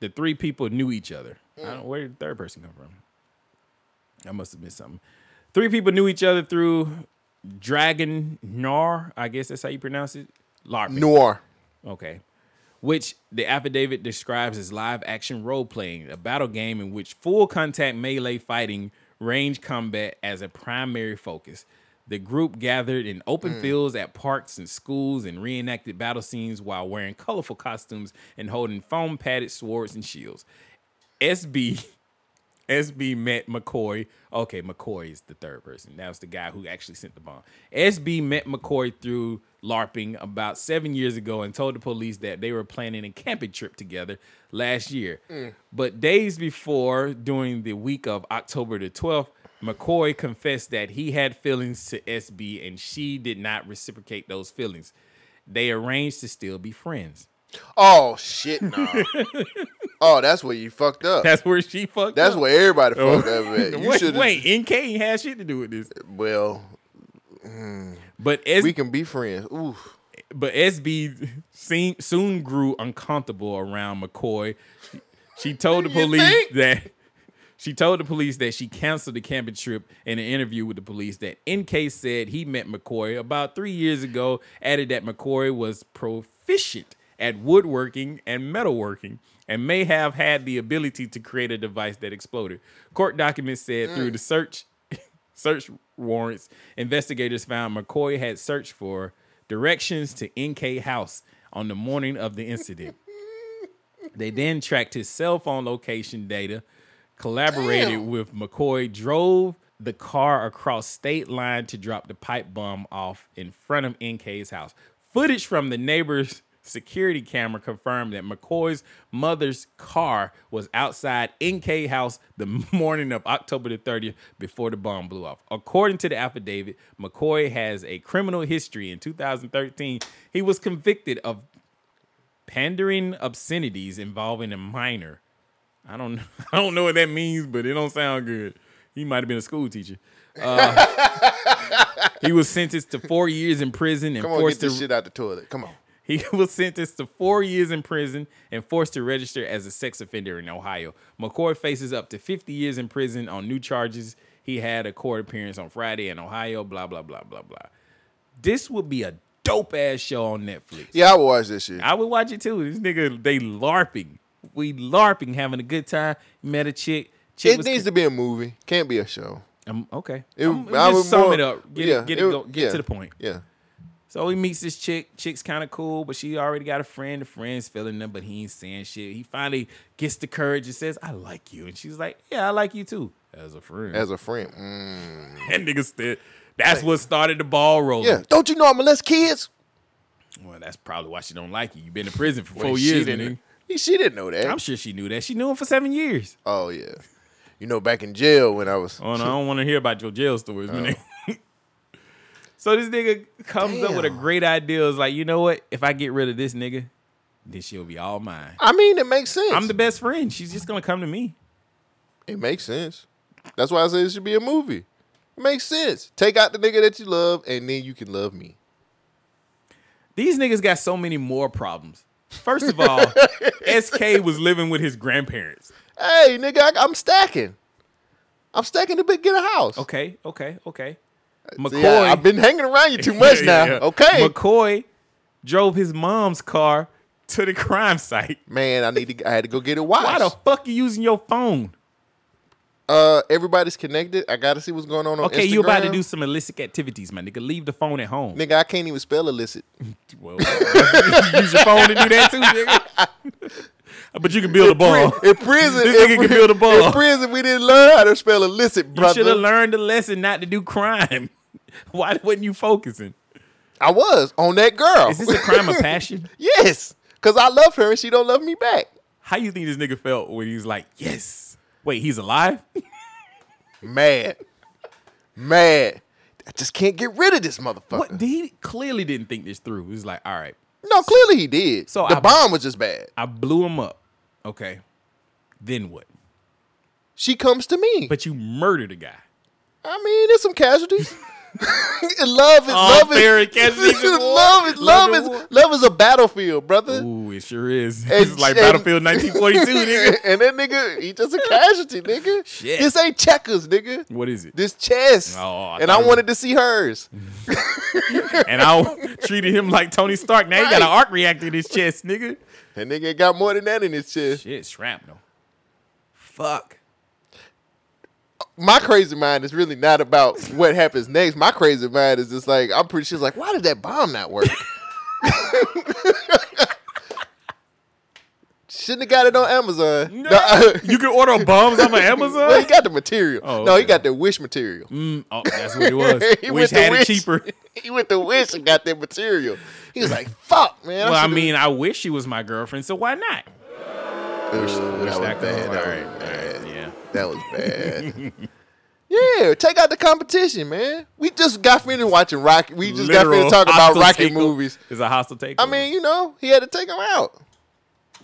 A: The three people knew each other. I don't, where did the third person come from? I must have missed something. Three people knew each other through Dragon Noir, I guess that's how you pronounce it. LARP.
B: Noir.
A: Okay. Which the affidavit describes as live action role playing, a battle game in which full contact melee fighting, range combat as a primary focus. The group gathered in open
B: Mm.
A: fields at parks and schools and reenacted battle scenes while wearing colorful costumes and holding foam padded swords and shields. SB SB met McCoy. Okay, McCoy is the third person. That was the guy who actually sent the bomb. SB met McCoy through LARPing about seven years ago and told the police that they were planning a camping trip together last year.
B: Mm.
A: But days before, during the week of October the 12th, McCoy confessed that he had feelings to SB and she did not reciprocate those feelings. They arranged to still be friends.
B: Oh shit, no. Oh, that's where you fucked up.
A: That's where she fucked
B: That's
A: up. Oh.
B: where everybody fucked up at. You
A: wait,
B: should have.
A: wait, NK ain't had shit to do with this.
B: Well, hmm.
A: but as,
B: we can be friends. Ooh.
A: But SB seem, soon grew uncomfortable around McCoy. She, she told the police that she told the police that she canceled the camping trip in an interview with the police. That NK said he met McCoy about three years ago. Added that McCoy was proficient at woodworking and metalworking and may have had the ability to create a device that exploded. Court documents said through the search search warrants, investigators found McCoy had searched for directions to NK house on the morning of the incident. they then tracked his cell phone location data, collaborated
B: Damn.
A: with McCoy, drove the car across state line to drop the pipe bomb off in front of NK's house. Footage from the neighbor's security camera confirmed that McCoy's mother's car was outside NK house the morning of October the 30th before the bomb blew off. According to the affidavit, McCoy has a criminal history. In 2013, he was convicted of pandering obscenities involving a minor. I don't I don't know what that means, but it don't sound good. He might have been a school teacher. Uh, he was sentenced to four years in prison and
B: Come on,
A: forced
B: get this
A: to
B: shit out the toilet. Come on.
A: he was sentenced to four years in prison and forced to register as a sex offender in Ohio. McCoy faces up to 50 years in prison on new charges. He had a court appearance on Friday in Ohio, blah, blah, blah, blah, blah. This would be a dope ass show on Netflix.
B: Yeah, I would watch this shit.
A: I would watch it too. This nigga, they LARPing. We LARPing, having a good time. Met a chick. chick
B: it
A: was
B: needs to be a movie. Can't be a show.
A: Um, okay.
B: It-
A: I'm-
B: I
A: just
B: would
A: sum
B: more-
A: it up. Get
B: yeah,
A: it, get it,
B: it-
A: go, get
B: yeah,
A: to the point.
B: yeah.
A: So he meets this chick. Chick's kind of cool, but she already got a friend. The friend's feeling them, but he ain't saying shit. He finally gets the courage and says, "I like you," and she's like, "Yeah, I like you too." As a friend.
B: As a friend. Mm.
A: That nigga said, "That's what started the ball rolling."
B: Yeah. Don't you know I molest kids?
A: Well, that's probably why she don't like you. You've been in prison for
B: Wait,
A: four
B: she
A: years,
B: didn't-
A: nigga.
B: She didn't know that.
A: I'm sure she knew that. She knew him for seven years.
B: Oh yeah. You know, back in jail when I was.
A: Oh no, I don't want to hear about your jail stories, my nigga. so this nigga comes up with a
B: Oh. Damn.
A: great idea. Is like, you know what? If I get rid of this nigga, then she'll be all mine.
B: I mean, it makes sense.
A: I'm the best friend. She's just gonna come to me.
B: It makes sense. That's why I say it should be a movie. It makes sense. Take out the nigga that you love, and then you can love me.
A: These niggas got so many more problems. First of all, SK was living with his grandparents.
B: Hey, nigga, I, am stacking. I'm stacking to be- get a house.
A: Okay, okay, okay.
B: See, I, have been hanging around you too much
A: Yeah,
B: now.
A: yeah, yeah.
B: Okay,
A: McCoy drove his mom's car to the crime site.
B: man, I need to. I had to go get it watched.
A: Why the fuck you using your phone?
B: Uh, everybody's connected. I gotta see what's going on on
A: Okay, you about to
B: Instagram.
A: do some illicit activities, my nigga. Leave the phone at home.
B: Nigga, I can't even spell illicit.
A: Well, use your phone to do that too, nigga. but you can build a ball.
B: In prison,
A: This
B: in
A: nigga can
B: pri-
A: build a ball.
B: In prison, we didn't learn how to spell illicit,
A: You
B: brother.
A: should have learned the lesson not to do crime. Why wasn't you focusing?
B: I was on that girl.
A: Is this a crime of passion?
B: yes, because I love her and she don't love me back.
A: How you think this nigga felt when he was like, yes. Wait, he's alive?
B: Mad, mad. I just can't get rid of this motherfucker.
A: What? He clearly didn't think this through. He was like, all right,
B: No, clearly he did.
A: So
B: So the
A: I-
B: bomb was just bad.
A: I blew him up. Okay. Then what?
B: She comes to me.
A: But you murdered a guy.
B: I mean, there's some casualties. And love is
A: All
B: love
A: fair in
B: is
A: casualties in war.
B: love is
A: Love
B: love
A: in
B: is love is a battlefield, brother.
A: Ooh, it sure is.
B: And-
A: it's like
B: and-
A: Battlefield 1942, nigga.
B: and that nigga, he just a casualty, nigga.
A: Shit.
B: This ain't checkers, nigga.
A: What is it?
B: This chess.
A: Oh, I
B: and
A: thought
B: I
A: it was-
B: wanted to see hers.
A: And I treated him like Tony Stark. Now he got an arc reactor in his chest, nigga.
B: That nigga ain't got more than that in his chest.
A: Shit, shrapnel. Fuck.
B: My crazy mind is really not about what happens next. My crazy mind is just like, I'm pretty sure it's like, why did that bomb not work? Shouldn't have got it on Amazon. No.
A: You can order bombs off of Amazon?
B: well, he got the material.
A: Oh,
B: No, he
A: okay.
B: got the wish material.
A: Mm, oh, that's what it was. Wish
B: to
A: had it cheaper.
B: He went to Wish and got that material. He was like, "Fuck, man."
A: Well, I
B: should've-
A: mean, I wish she was my girlfriend, so why not?
B: Ooh, that, was
A: that could
B: bad.
A: work.
B: That
A: All
B: was bad.
A: Yeah.
B: That was bad. yeah, take out the competition, man. We just got finished watching Rocky. We just
A: Literal
B: got finished talking about
A: hostile
B: Rocky
A: takeover.
B: movies.
A: It's a hostile takeover.
B: I mean, you know, he had to take him out.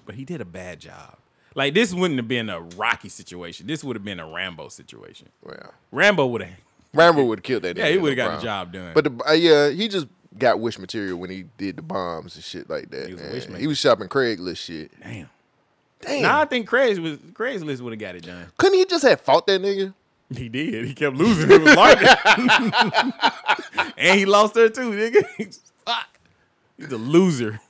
A: but he did a bad job. Like this wouldn't have been a Rocky situation. This would have been a Rambo situation.
B: Well,
A: Rambo would have.
B: Rambo would have killed that.
A: Yeah,
B: nigga,
A: he would have
B: no
A: got the job
B: problem.
A: done.
B: But the, uh, yeah, he just got wish material when he did the bombs and shit like that. He was,
A: wish
B: he was shopping Craigslist shit.
A: Damn.
B: Damn.
A: Now I think Craigslist was Craigslist would have got it done.
B: Couldn't he just have fought that nigga?
A: He did. He kept losing. He was like, and he lost her too, nigga. Fuck. He's a loser.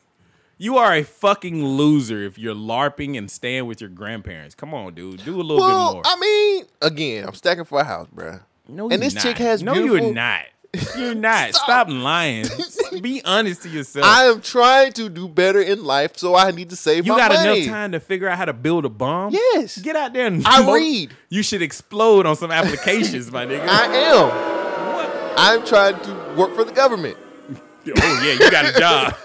A: You are a fucking loser if you're LARPing and staying with your grandparents. Come on, dude. Do a little
B: well,
A: bit more.
B: I mean, again, I'm stacking for a house, bruh.
A: No,
B: and
A: you're
B: this chick
A: not.
B: has
A: No,
B: beautiful.
A: you're not. You're not. Stop lying. Be honest to yourself.
B: I am trying to do better in life, so I need to save
A: you
B: my
A: got
B: money.
A: enough time to figure out how to build a bomb?
B: Yes.
A: Get out there and
B: I
A: mo-
B: read.
A: You should explode on some applications, my nigga.
B: I am. I'm trying to work for the government.
A: Oh yeah, you got a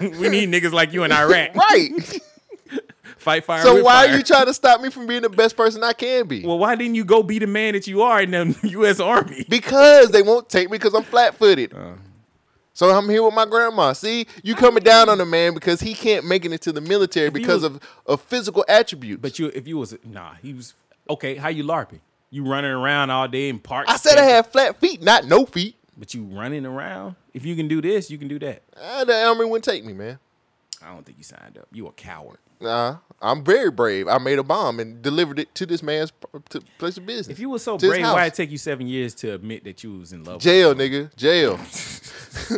A: job. we need niggas like you in Iraq.
B: Right.
A: Fight fire.
B: so
A: with
B: why
A: fire.
B: are you trying to stop me from being the best person I can be?
A: Well, why didn't you go be the man that you are in the U.S. Army? Uh.
B: Because they won't take me because I'm flat footed. So I'm here with my grandma. See, you coming down on a man because he can't make it into the military because
A: was-
B: of, of physical attributes.
A: But you, if you was nah, he was okay. How you larping? You running around all day in parks?
B: I said I had flat feet, not no feet.
A: But you running around? If you can do this, you can do that.
B: Uh, the Army wouldn't take me, man.
A: I don't think you signed up. You a coward.
B: Nah, I'm very brave. I made a bomb and delivered it to this man's p- to place of business. If you
A: were so
B: to his
A: Brave,
B: house.
A: why it take you seven years to admit that you was in love?
B: jail, nigga, jail.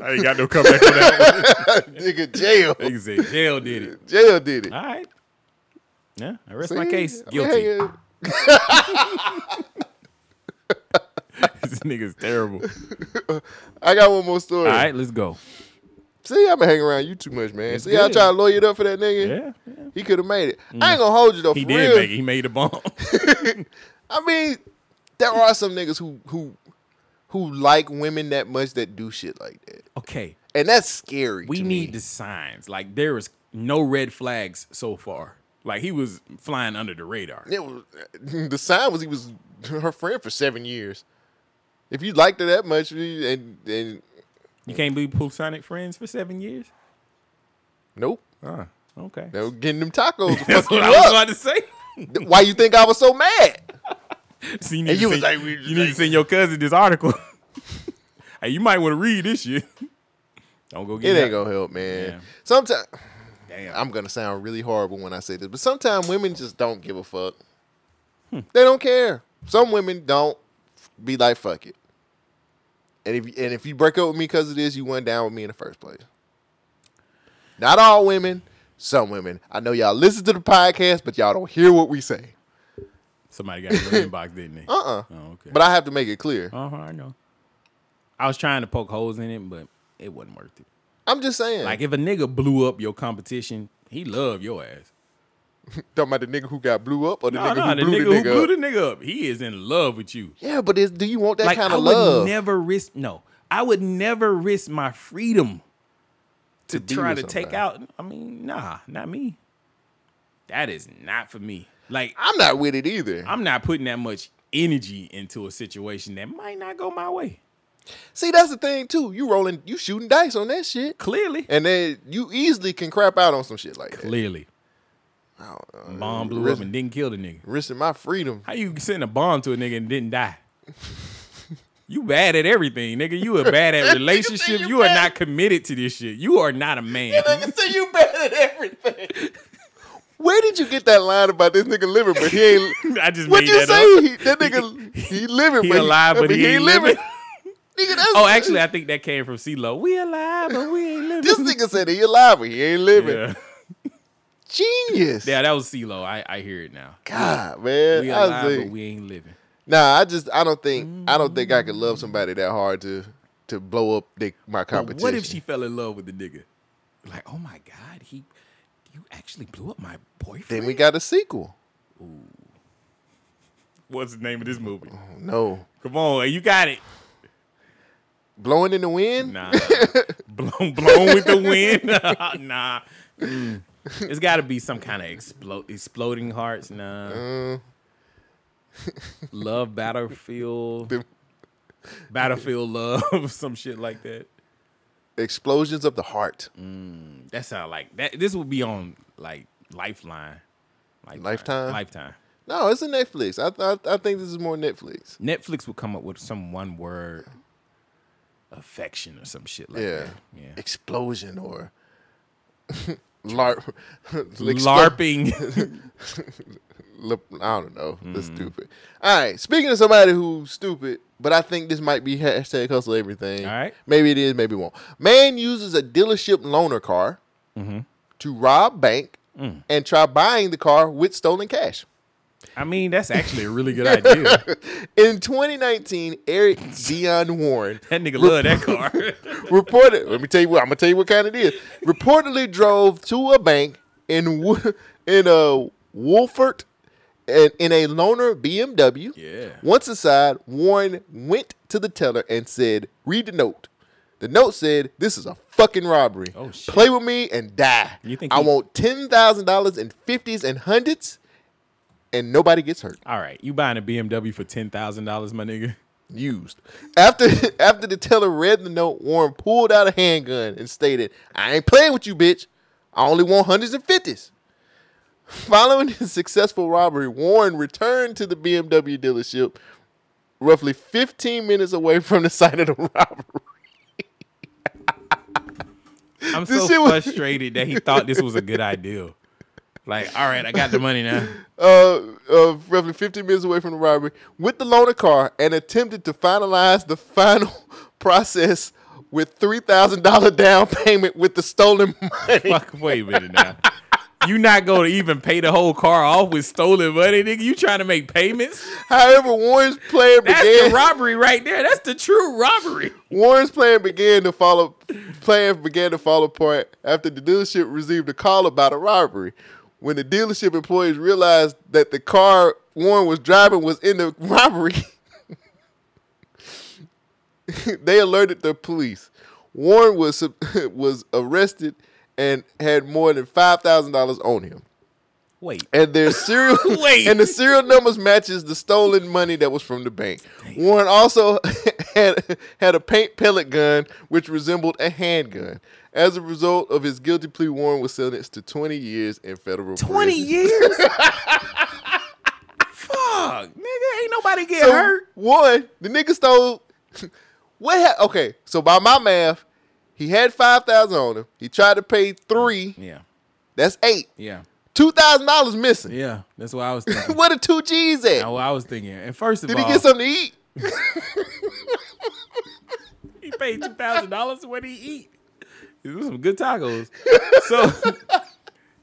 A: I ain't got no comeback for that
B: one. nigga, jail.
A: Nigga said jail did it.
B: Jail did it.
A: All right. Yeah, I rest
B: See?
A: my case.
B: I mean,
A: Guilty.
B: hey, uh,
A: this nigga's terrible.
B: I got one more story.
A: All right, let's go.
B: See, I've been hanging around you too much, man.
A: It's
B: See, I
A: good. Mm.
B: try to lawyer it up for that nigga. Yeah, he could have made it. I ain't gonna hold you though.
A: He
B: for
A: did
B: real.
A: make it. He made a bomb.
B: I mean, there are some niggas who who who like women that much that do shit like that.
A: Okay.
B: And that's scary.
A: We need the signs. Like there is no red flags so far. Like he was flying under the radar.
B: It was, the sign was he was her friend for seven years. If you liked her that much, you- and and
A: You can't be Poolsonic friends for seven years.
B: nope,
A: Huh. Okay.
B: they were getting them tacos. to
A: That's
B: fuck you
A: what I was
B: up.
A: about to say.
B: Why you think I was so mad?
A: So you
B: And
A: need, to,
B: you was
A: send,
B: like, we
A: you need to send your cousin this article. hey, you might want to read this shit. Don't go get
B: It ain't
A: out.
B: gonna help, man.
A: Yeah.
B: Sometimes, I'm gonna sound really horrible when I say this, but sometimes women just don't give a fuck.
A: Hmm.
B: They don't care. Some women don't f- be like, "Fuck it." And if and if you break up with me because of this, you went down with me in the first place. Not all women, some women. I know y'all listen to the podcast, but y'all don't hear what we say.
A: Somebody got your inbox, didn't they?
B: Uh uh
A: Oh, okay.
B: But I have to make it clear.
A: Uh huh. I know. I was trying to poke holes in it, but it wasn't worth it.
B: I'm just saying.
A: Like if a nigga blew up your competition, he love your ass.
B: Talking about the nigga who got blew up or the
A: No,
B: nigga
A: no,
B: who
A: the
B: blew
A: nigga
B: the
A: who
B: nigga
A: blew
B: up.
A: the nigga up, he is in love with you.
B: yeah, but is, do you want that
A: like
B: kind
A: I
B: of love?
A: would never risk. No, I would never risk my freedom to,
B: be
A: try
B: with
A: to take out. I mean, nah, not me. That is not for me. Like
B: I'm not with it either.
A: I'm not putting that much energy into a situation that might not go my way.
B: See, that's the thing too. You rolling, you shooting dice on that shit.
A: Clearly.
B: And then you easily can crap out on some shit like that.
A: Clearly. Bomb blew up
B: Risk-
A: and didn't kill the nigga.
B: Risking my freedom.
A: How you send a bomb to a nigga and didn't die? You bad at everything, nigga. You are bad at relationships. You are not committed to this shit. You are not a man.
B: nigga say you better than everything. Where did you get that line about this nigga living, but he ain't?
A: I just
B: what
A: made
B: you
A: that
B: say?
A: up.
B: He- that nigga, he living,
A: He
B: but
A: alive, but he ain't living.
B: nigga, that's,
A: Oh, actually, I think that came from CeeLo. We alive, but we ain't living.
B: this nigga said he alive, but he ain't living. Genius.
A: Yeah, that was CeeLo. I, I hear it now.
B: God, man,
A: we
B: I was
A: alive,
B: like-
A: but we ain't living. Mm.
B: Nah, I just, I don't think, I don't think I could love somebody that hard to, to blow up they, my
A: But
B: competition.
A: what if she fell in love with the nigga? Like, oh my god, he, you actually blew up my boyfriend.
B: Then we got a sequel.
A: What's the name of this movie?
B: No.
A: Come on, you got it.
B: Blowing in the wind?
A: Nah. blown, blown with the wind. nah. Mm. It's got to be some kind of explode, exploding hearts. Nah.
B: Mm.
A: love battlefield. battlefield love. Some shit like that.
B: Explosions of the heart.
A: Mm, That sound like that. This would be on like Lifeline.
B: Lifetime.
A: Lifetime.
B: No, it's a Netflix. I, th- I I think this is more Netflix.
A: Netflix would come up with some one word affection or some shit like
B: yeah.
A: that. Yeah.
B: Explosion or LARP.
A: LARPing.
B: Lip- I don't know. That's
A: Mm.
B: stupid. All right. Speaking of somebody who's stupid, but I think this might be hashtag hustle everything. All right. Maybe it is, maybe it won't. Man uses a dealership loaner car
A: Mm-hmm.
B: to rob bank
A: Mm.
B: and try buying the car with stolen cash.
A: I mean, that's actually a really good idea.
B: In 2019, Eric Dion Warren
A: that nigga love that car.
B: reported. Let me tell you what I'm gonna tell you what kind it is. Reportedly drove to a bank in Wo- in a Wolford and in a loaner BMW.
A: Yeah.
B: Once aside, Warren went to the teller and said, "Read the note." The note said, "This is a fucking robbery. Play with me and die.
A: Oh, You think
B: I
A: he-
B: want ten thousand dollars in fifties and hundreds, and nobody gets hurt."
A: All right, you buying a BMW for ten thousand dollars, my nigga?
B: Used. After after the teller read the note, Warren pulled out a handgun and stated, "I ain't playing with you, bitch. I only want hundreds and fifties. Following his successful robbery, Warren returned to the BMW dealership, roughly 15 minutes away from the site of the robbery.
A: I'm
B: This
A: so
B: shit was-
A: frustrated that he thought this was a good idea. Like, all right, I got the money now.
B: Uh, uh, roughly 15 minutes away from the robbery, with the loaner car, and attempted to finalize the final process with three thousand dollar down payment with the stolen money.
A: Fuck, wait a minute now. You not gonna even pay the whole car off with stolen money, nigga? You trying to make payments?
B: However, Warren's plan
A: That's
B: began.
A: the robbery right there. That's the true robbery.
B: Warren's plan began to follow plan began to fall apart after the dealership received a call about a robbery. When the dealership employees realized that the car Warren was driving was in the robbery, they alerted the police. Warren was sub- was arrested and had more than five thousand dollars on him.
A: Wait.
B: And their serial and the serial numbers matches the stolen money that was from the bank. Warren also had had a paint pellet gun which resembled a handgun. As a result of his guilty plea, Warren was sentenced to 20 years in federal
A: 20
B: prison.
A: years? Fuck, nigga, ain't nobody get
B: So,
A: hurt.
B: One, the nigga stole what ha- okay, so by my math, he had 5,000 on him. He tried to pay 3.
A: Yeah.
B: That's 8.
A: Yeah.
B: $2,000 missing.
A: Yeah, that's what I was thinking.
B: Where the two G's at?
A: Now, what I was thinking. And first of
B: Did he
A: all,
B: get something to eat?
A: he paid two thousand dollars. What did he eat? It was some good tacos. So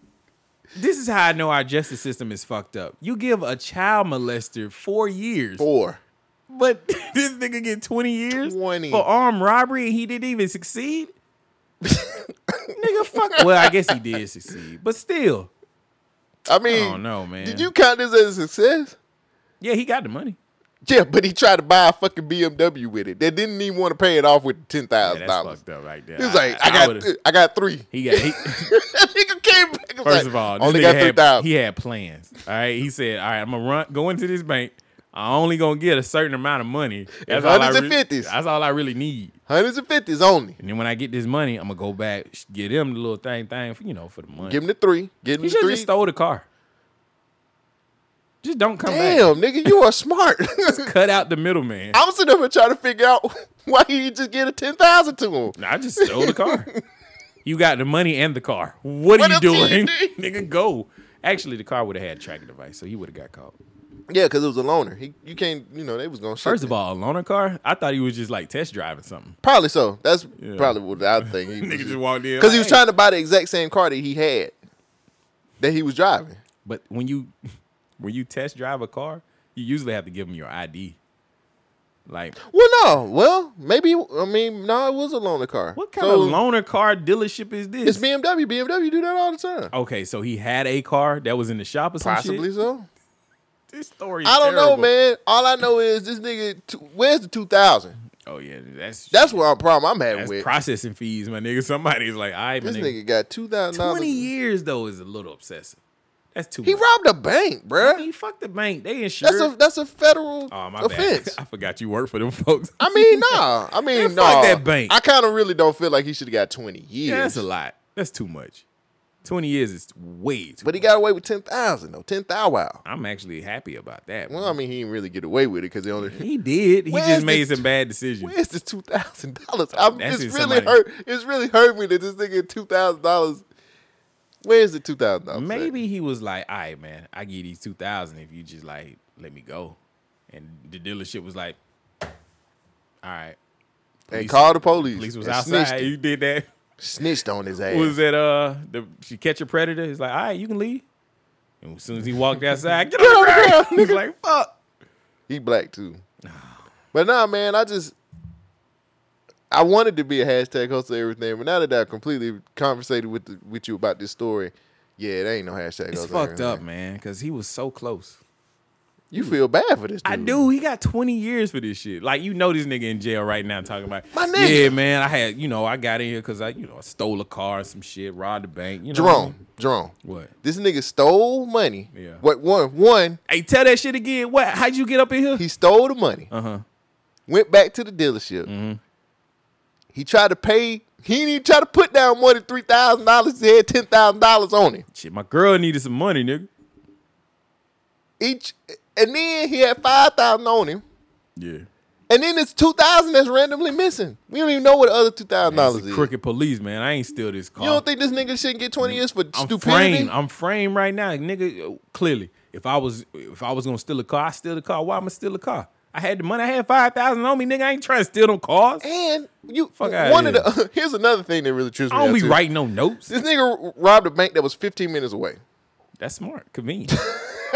A: this is how I know our justice system is fucked up. You give a child molester four years.
B: Four.
A: But this nigga get 20 years
B: 20.
A: for armed robbery and he didn't even succeed? nigga, fuck. Well, I guess he did succeed. But still.
B: I mean,
A: I don't know, Oh, man.
B: Did you count this as a success?
A: Yeah, he got the money.
B: Yeah, but he tried to buy a fucking BMW with it. They didn't even want to pay it off with ten thousand dollars.
A: fucked up right there.
B: He was
A: I-
B: like,
A: I-
B: I,
A: I
B: got,
A: would've-
B: th- I got three.
A: He got he,
B: that nigga came back. and was like,
A: First of all, this
B: only
A: nigga
B: got three
A: had,
B: thousand.
A: He had plans. All right, he said, "All right, I'm gonna run, go into this bank. I'm only gonna get a certain amount of money. That's all I
B: hundreds and
A: really-
B: fifties.
A: That's all I really need.
B: Hundreds and fifties only.
A: And then when I get this money, I'm gonna go back sh- get him the little thing, thing, for, you know, for the money.
B: Give him the three. Give him
A: he
B: the
A: should
B: three.
A: just stole the car. Just don't come
B: Damn,
A: back.
B: nigga, you are smart.
A: Cut out the middleman.
B: I'm sitting up here trying to figure out why he just get a ten thousand to him.
A: I just stole the car. You got the money and the car. What,
B: What
A: are you
B: else do you
A: doing, nigga? Go. Actually, the car would have had tracking device, so he would have got caught.
B: Yeah, because it was a loaner. He, you can't, you know, they was gonna. ship
A: First of
B: it.
A: all, a loaner car. I thought he was just like test driving something.
B: probably so. That's probably what I think. He
A: Nigga just walked in
B: because he
A: like,
B: was
A: "Hey."
B: trying to buy the exact same car that he had that he was driving.
A: But when you when you test drive a car, you usually have to give them your ID. Like
B: Well, no. Well, maybe. I mean, no, it was a loaner car. What
A: kind of loaner car dealership is this?
B: It's BMW. BMW do that all the time.
A: okay, so he had a car that was in the shop or some
B: Possibly
A: shit?
B: so.
A: This story. is
B: I don't know,
A: terrible.
B: man. All I know is this nigga. T- where's the two thousand?
A: Oh yeah, that's
B: That's what I'm problem I'm having
A: that's
B: with.
A: processing fees, my nigga. Somebody's like, all right, my
B: this
A: nigga.
B: nigga got two thousand
A: Twenty
B: dollars.
A: years though is a little obsessive. That's too.
B: He
A: much.
B: robbed a bank, bruh.
A: He fucked the bank. They insured.
B: That's a that's a federal
A: oh my
B: offense.
A: bad. I forgot you work for them folks.
B: I mean, nah. I mean,
A: Man,
B: nah.
A: fuck that bank.
B: I kind of really don't feel like he should have got twenty years.
A: Yeah, that's a lot. That's too much. Twenty years is way too.
B: But he got away with ten thousand though. Ten thousand. Wow.
A: I'm actually happy about that.
B: Well, I mean, he didn't really get away with it because he only
A: he did. He just made some bad decisions.
B: Where's this two thousand dollars? I'm
A: That's
B: it's
A: in
B: really
A: somebody-
B: hurt. It's really hurt me that this nigga two thousand dollars. Where's the two thousand dollars?
A: Maybe he was like, "All right, man, I give you these two thousand if you just like let me go," and the dealership was like, "All right."
B: They called the police
A: Police was
B: and
A: outside.
B: snitched
A: You did that.
B: Snitched on his ass.
A: Was that uh the she catch a predator? He's like, all right, you can leave. And as soon as he walked outside, get on the ground. He's like, fuck.
B: He black too. But nah, man, I just I wanted to be a hashtag host of everything, but now that I completely conversated with the, with you about this story, yeah, it ain't no hashtag.
A: It's
B: host of
A: fucked
B: everything.
A: up, man, because he was so close.
B: You feel bad for this
A: I
B: dude.
A: do. He got 20 years for this shit. Like, you know this nigga in jail right now talking about,
B: My nigga.
A: yeah, man, I had, you know, I got in here because I, you know, I stole a car, some shit, robbed the bank. You know what I
B: Jerome,
A: mean?
B: Jerome,
A: What?
B: this nigga stole money.
A: Yeah.
B: What one one?
A: Hey, tell that shit again. What? How'd you get up in here?
B: He stole the money.
A: Uh huh.
B: Went back to the dealership.
A: Mm-hmm.
B: He tried to pay. He didn't even try to put down more than three thousand dollars. He had ten thousand dollars on him.
A: Shit, my girl needed some money, nigga.
B: Each, and then he had five thousand on him.
A: Yeah.
B: And then it's two thousand that's randomly missing. We don't even know what the other two thousand
A: Man, it's
B: dollars
A: the
B: is.
A: crooked police, man. I ain't steal this car.
B: You don't think this nigga shouldn't get twenty years for
A: I'm
B: stupidity?
A: framed. I'm framed right now, nigga. Clearly, if I was if I was gonna steal a car, I steal the car. Why am I steal a car? I had the money. I had five thousand on me, nigga. I ain't trying to steal them cars.
B: And you,
A: fuck outta
B: One of
A: here.
B: the here's another thing that really trips me.
A: I don't
B: out,
A: be
B: too.
A: writing no notes.
B: This nigga robbed a bank that was fifteen minutes away.
A: That's smart, convenient.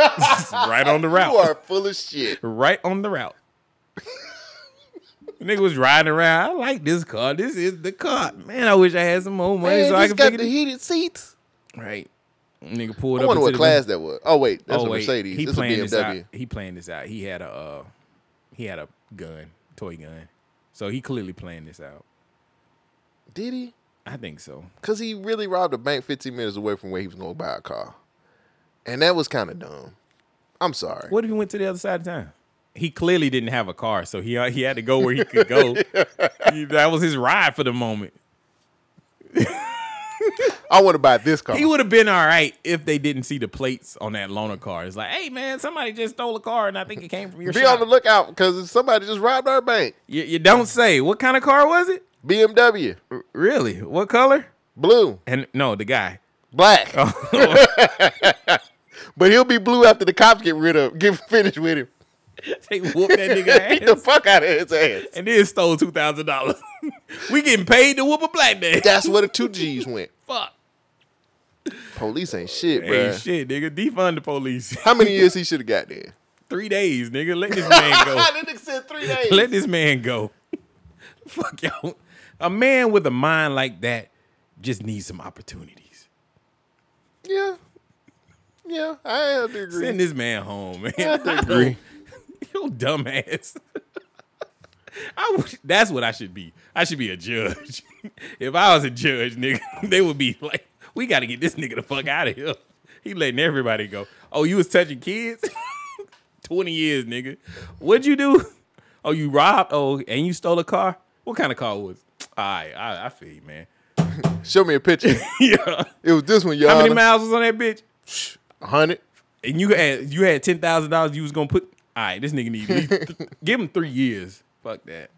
A: right on the route.
B: You are full of shit.
A: right on the route. nigga was riding around. I like this car. This is the car, man. I wish I had some more money
B: Man,
A: so I
B: this
A: could
B: got
A: figure
B: the
A: this-
B: heated seats.
A: Right. Nigga pulled
B: I
A: up.
B: wonder
A: into
B: what
A: the-
B: class that was. Oh wait, that's
A: Oh,
B: a
A: wait.
B: Mercedes.
A: He
B: This a
A: planned this out.
B: BMW.
A: He planned this out. He had a uh, he had a gun, toy gun. So he clearly planned this out.
B: Did he?
A: I think so.
B: Cause he really robbed a bank fifteen minutes away from where he was gonna buy a car, and that was kind of dumb. I'm sorry.
A: What if he went to the other side of town? He clearly didn't have a car, so he uh, he had to go where he could go. He- that was his ride for the moment.
B: I want to buy this car.
A: He would have been all right if they didn't see the plates on that loaner car. It's like, hey man, somebody just stole a car, and I think it came from your
B: Be
A: shop.
B: on the lookout because somebody just robbed our bank.
A: you, you don't say. What kind of car was it?
B: BMW.
A: Really? What color?
B: Blue.
A: And no, the guy. Oh.
B: Black. but he'll be blue after the cops get rid of, get finished with him.
A: They whooped that nigga
B: Beat the
A: ass.
B: fuck out of his ass.
A: and then stole two thousand dollars. we getting paid to whoop a black man.
B: That's where the two G's went.
A: Fuck.
B: Police ain't shit,
A: Hey,
B: bro.
A: shit, nigga. Defund the police.
B: How many years he should have got there?
A: Three days, nigga. Let this man go.
B: that nigga said three days.
A: Let this man go. Fuck y'all. A man with a mind like that just needs some opportunities.
B: yeah. Yeah, I have to agree.
A: Send this man home, man.
B: I have to agree.
A: you dumbass. I wish, that's what I should be. I should be a judge. if I was a judge, nigga, they would be like, "We got to get this nigga the fuck out of here." He letting everybody go. Oh, you was touching kids? Twenty years, nigga. What'd you do? Oh, you robbed. Oh, and you stole a car. What kind of car was? it? All right, I, I feel you, man.
B: Show me a picture.
A: yeah.
B: It was this one, y'all.
A: How many miles was on that bitch?
B: Hundred.
A: and you had you had ten thousand dollars you was gonna put all right, this nigga need at least th- give him three years. Fuck that.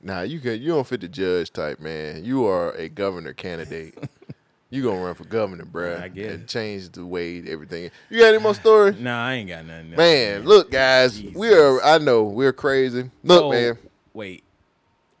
B: Nah, you can you don't fit the judge type, man. You are a governor candidate. you gonna run for governor, bruh.
A: I guess.
B: And change the way everything. You got any more stories?
A: Nah, I ain't got nothing. else,
B: Man, look, guys, we are. I know we're crazy. Look,
A: Oh,
B: man,
A: Wait.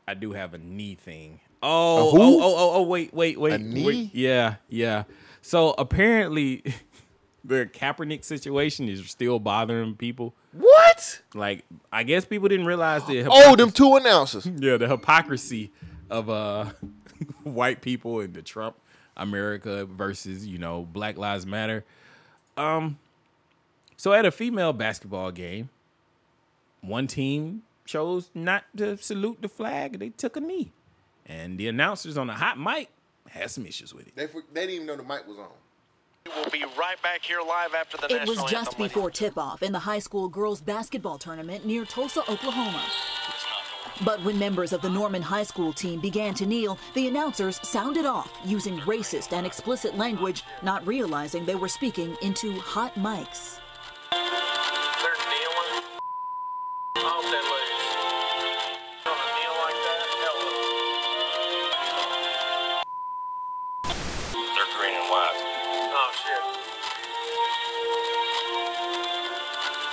A: I do have a knee thing. Oh,
B: who?
A: oh, oh, oh, oh, wait, wait, wait.
B: knee?
A: wait. Yeah, yeah. So apparently the Kaepernick situation is still bothering people.
B: what?
A: Like, I guess people didn't realize the
B: Oh, them two announcers.
A: yeah, the hypocrisy of uh white people in the Trump America versus, you know, Black Lives Matter. Um so at a female basketball game, one team chose not to salute the flag. They took a knee. And the announcers on the hot mic had some issues with it.
B: They, they didn't even know the mic was on.
C: We'll be right back here live after the
V: It was
C: national
V: just
C: anthem, ladies.
V: before tip off in the high school girls basketball tournament near Tulsa, Oklahoma.
C: It's not normal.
E: But when members of the Norman High School team began to kneel, the announcers sounded off using racist and explicit language, not realizing they were speaking into hot mics.
G: They're green and white. Oh shit.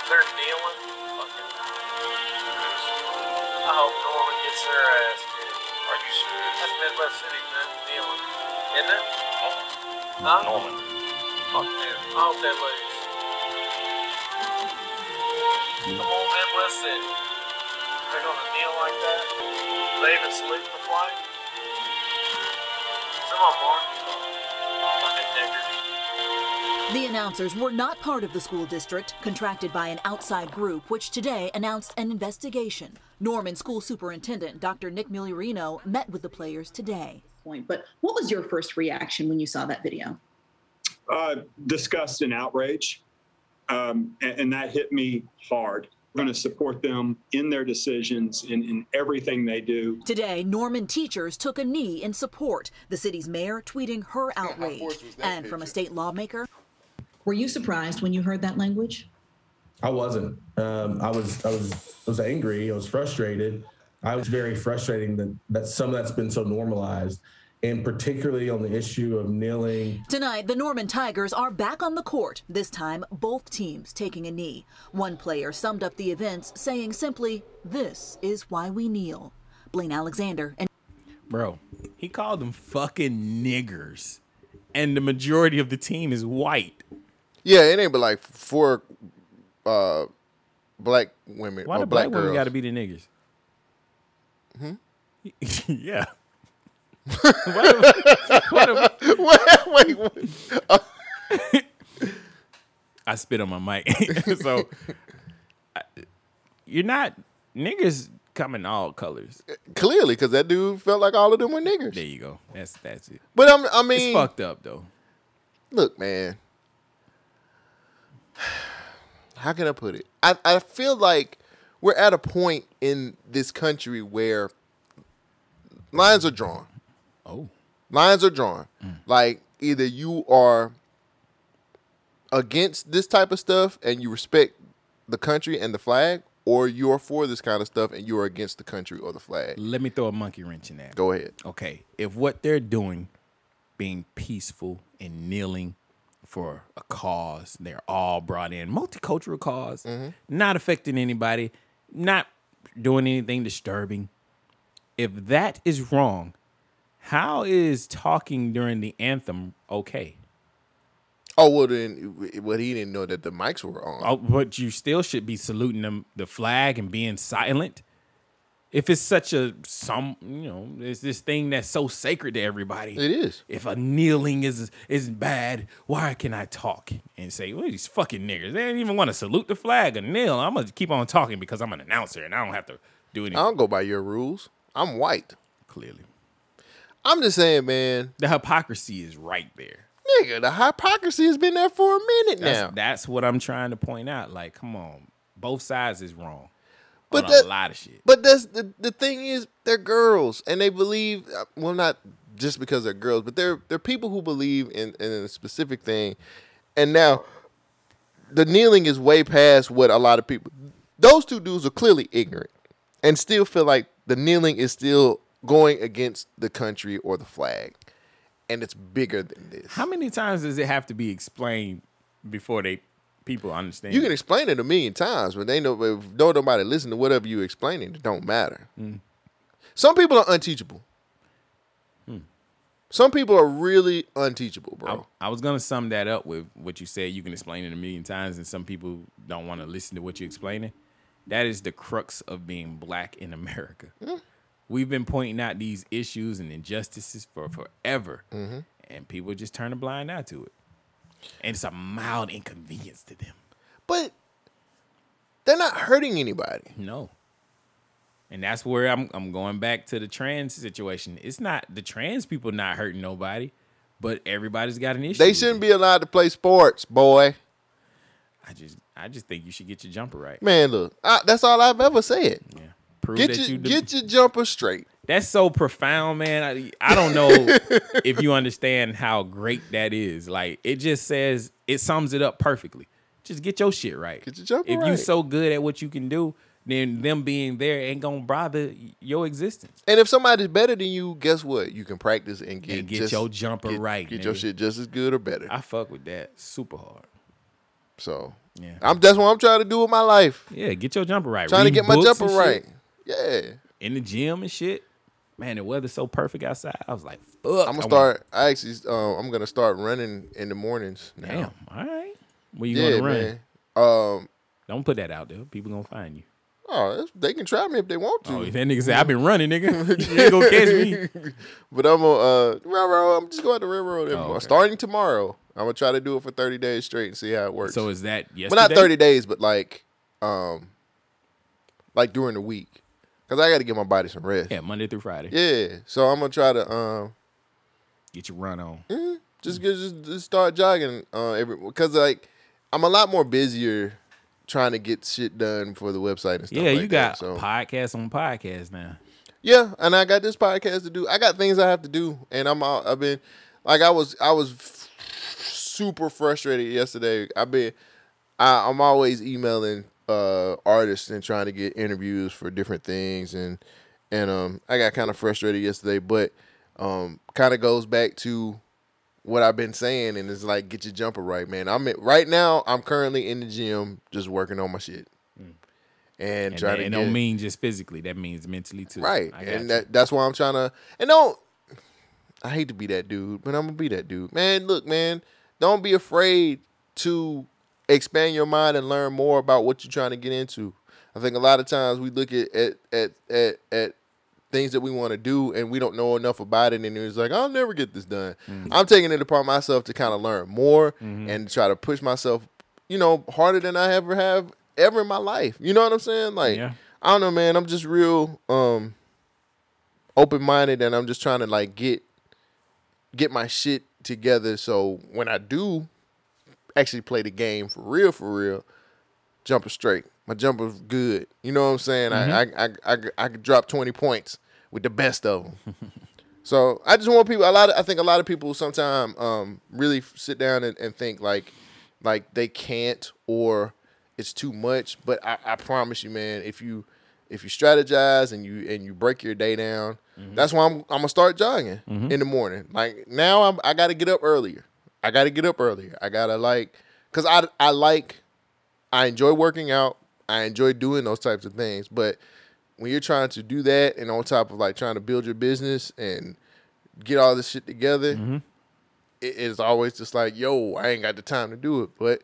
G: They're kneeling. Fucking. I hope Norman gets her ass. Dude. Are you serious? That's Midwest City, man. Kneeling, isn't it? Huh? Norman. Fuck dude. I hope they lose. Come on, Midwest City. They're gonna kneel like that. They even salute the flag. Come on, Mark. Fucking dickers.
E: The announcers were not part of the school district, contracted by an outside group, which today announced an investigation. Norman School Superintendent Dr. Nick Migliorino met with the players today.
V: point. But what was your first reaction when you saw that video?
W: uh, disgust and outrage, um, and, and that hit me hard. I'm going to support them in their decisions and in everything they do.
E: Today, Norman teachers took a knee in support, the city's mayor tweeting her outrage. and from a state lawmaker,
V: Were you surprised when you heard that language?
X: I wasn't. Um, I was. I was. I was angry. I was frustrated. I was very frustrating that that some of that's been so normalized, and particularly on the issue of kneeling.
E: Tonight, the Norman Tigers are back on the court, this time both teams taking a knee. One player summed up the events, saying simply, This is why we kneel. Blaine Alexander and
A: Bro, he called them fucking niggers. And the majority of the team is white.
B: Yeah, it ain't but like four uh, black women
A: Why
B: or
A: the
B: black,
A: black,
B: girls.
A: women gotta be the niggers?
B: Hmm?
A: yeah.
B: Wait, wait.
A: I spit on my mic. so I, you're not niggers come in all colors.
B: Clearly, because that dude felt like all of them were niggers.
A: There you go. That's that's it.
B: But I'm, I
A: it's
B: mean,
A: fucked up though.
B: look, man. How can I put it? I, I feel like we're at a point in this country where lines are drawn.
A: Oh. Mm.
B: Lines are drawn. Like either you are against this type of stuff and you respect the country and the flag, or you are for this kind of stuff and you are against the country or the flag.
A: Let me throw a monkey wrench in that.
B: Go ahead.
A: Okay. If what they're doing, being peaceful and kneeling for a cause, they're all brought in, multicultural because
B: Mm-hmm.
A: not affecting anybody, not doing anything disturbing. If that is wrong, how is talking during the anthem okay?
B: Oh well, then well he didn't know that the mics were on.
A: Oh, but you still should be saluting them the flag and being silent. If it's such a some, you know, it's this thing that's so sacred to everybody.
B: It is.
A: If a kneeling is is bad, why can I talk and say, "Well, these fucking niggers, they didn't even want to salute the flag or kneel." I'm gonna keep on talking because I'm an announcer and I don't have to do anything.
B: I don't go by your rules. I'm white.
A: Clearly,
B: I'm just saying, man.
A: The hypocrisy is right there.
B: Nigga, the hypocrisy has been there for a minute
A: That's,
B: now.
A: that's what I'm trying to point out. Like, come on, both sides is wrong.
B: But
A: on
B: that-
A: a lot of shit.
B: But that's the, the thing is, they're girls and they believe. uh, Well, not just because they're girls, but they're they're people who believe in in a specific thing. And now, the kneeling is way past what a lot of people. Those two dudes are clearly ignorant, and still feel like the kneeling is still going against the country or the flag, and it's bigger than this.
A: How many times does it have to be explained before they people understand?
B: You can explain it a million times, but they know if no nobody listen to whatever you explaining, it don't matter.
A: Mm.
B: Some people are unteachable.
A: Hmm.
B: Some people are really unteachable, bro.
A: I was gonna sum that up with what you said. You can explain it a million times, and some people don't want to listen to what you're explaining. That is the crux of being black in America.
B: Mm.
A: We've been pointing out these issues and injustices for forever,
B: Mm-hmm.
A: and people just turn a blind eye to it. And it's a mild inconvenience to them.
B: But they're not hurting anybody.
A: No. And that's where I'm I'm going back to the trans situation. It's not the trans people not hurting nobody, but everybody's got an issue.
B: They
A: with
B: shouldn't
A: it.
B: be allowed to play sports, boy.
A: I just I just think you should get your jumper right.
B: Man, look, I, that's all I've ever said.
A: prove
B: Get
A: that
B: your-
A: you de-
B: get your jumper straight.
A: That's so profound, man. I, I don't know if you understand how great that is. Like it just says it sums it up perfectly. Just get your shit right. Get your
B: jumper
A: if you
B: right.
A: so good at what you can do, then them being there ain't gonna bother your existence.
B: And if somebody's better than you, guess what? You can practice and get,
A: And get
B: just-
A: your jumper
B: get-
A: right,
B: Get your
A: nigga.
B: shit just as good or better.
A: I fuck with that super hard.
B: So
A: Yeah.
B: I'm that's what I'm trying to do with my life.
A: Yeah, get your jumper right.
B: Trying to
A: Reading
B: get my
A: books
B: jumper
A: and
B: right.
A: shit.
B: Yeah.
A: In the gym and shit. Man, the weather's so perfect outside. I was like,
B: I'm
A: I
B: gonna
A: want-
B: start. I actually, uh, I'm gonna start running in the mornings. Now.
A: Damn. All right. Where you gonna run?
B: Um,
A: don't put that out there. People gonna find you.
B: Oh, that's- they can try me if they want to.
A: Oh, that nigga said, "I've been running, nigga. You ain't gonna catch me."
B: But I'm gonna uh, railroad. I'm just going to railroad.
A: Oh, okay.
B: Starting tomorrow, I'm gonna try to do it for 30 days straight and see how it works.
A: So is that
B: Well, not
A: yesterday?
B: 30 days, but like, um, like during the week, because I got to give my body some rest.
A: Yeah, Monday through Friday.
B: Yeah. So I'm gonna try to um Mm-hmm.
A: get your run on.
B: Just get just, just start jogging uh every because like I'm a lot more busier trying to get shit done for the website and stuff.
A: yeah,
B: like
A: you
B: that,
A: got
B: so.
A: podcast on podcast now.
B: Yeah, and I got this podcast to do. I got things I have to do, and I'm out. I've been like I was I was f- super frustrated yesterday. I've been I, I'm always emailing uh artists and trying to get interviews for different things, and and um I got kind of frustrated yesterday, but um kind of goes back to what I've been saying, and it's like get your jumper right, man. I'm at, right now. I'm currently in the gym just working on my shit. And,
A: Mm. And,
B: trying
A: that,
B: to
A: it
B: get,
A: don't mean just physically; that means mentally too.
B: Right.
A: I got
B: And
A: you.
B: that, that's why I'm trying to and don't I hate to be that dude, but I'm gonna be that dude. Man, look, man, don't be afraid to expand your mind and learn more about what you're trying to get into. I think a lot of times we look at at at at, at things that we want to do and we don't know enough about it and it's like I'll never get this done. I'm taking it upon myself to kind of learn more and try to push myself, you know, harder than I ever have ever in my life. You know what I'm saying? Like I don't know, man. I'm just real um open minded and I'm just trying to like get get my shit together so when I do actually play the game for real for real, jumper straight. My jumper's good. You know what I'm saying? I, I, I, I I could drop 20 points with the best of them. so I just want people. A lot. Of, I think a lot of people sometimes um, really f- sit down and, and think like like they can't or it's too much. But I, I promise you, man, if you if you strategize and you and you break your day down,
A: Mm-hmm.
B: that's why I'm I'm gonna start jogging
A: Mhm.
B: in the morning. Like now I'm I gotta get up earlier. I gotta get up earlier. I gotta like cause I I like I enjoy working out. I enjoy doing those types of things. But when you're trying to do that and on top of like trying to build your business and get all this shit together,
A: Mm-hmm.
B: it is always just like, yo, I ain't got the time to do it. But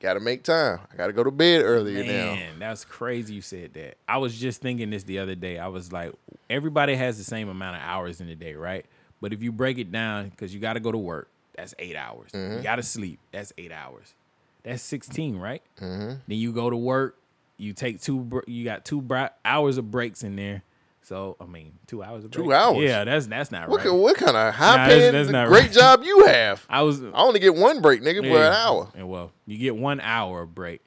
B: gotta make time. I gotta go to bed earlier now.
A: Man, that's crazy you said that. I was just thinking this the other day. I was like, everybody has the same amount of hours in the day, right? But if you break it down, because you got to go to work, that's eight hours. You
B: Mhm.
A: got to sleep, that's eight hours. That's 16, right?
B: Mm-hmm.
A: Then you go to work, you take two, br- you got two bri- hours of breaks in there. So, I mean, two hours of
B: Two
A: breaks.
B: hours?
A: Yeah, that's that's not
B: What,
A: right.
B: ki- what kind of
A: Nah,
B: high
A: that's-
B: paying
A: that's not
B: great
A: right.
B: job you have?
A: I was I
B: only get one break, nigga, for an hour.
A: And well, you get one hour of break.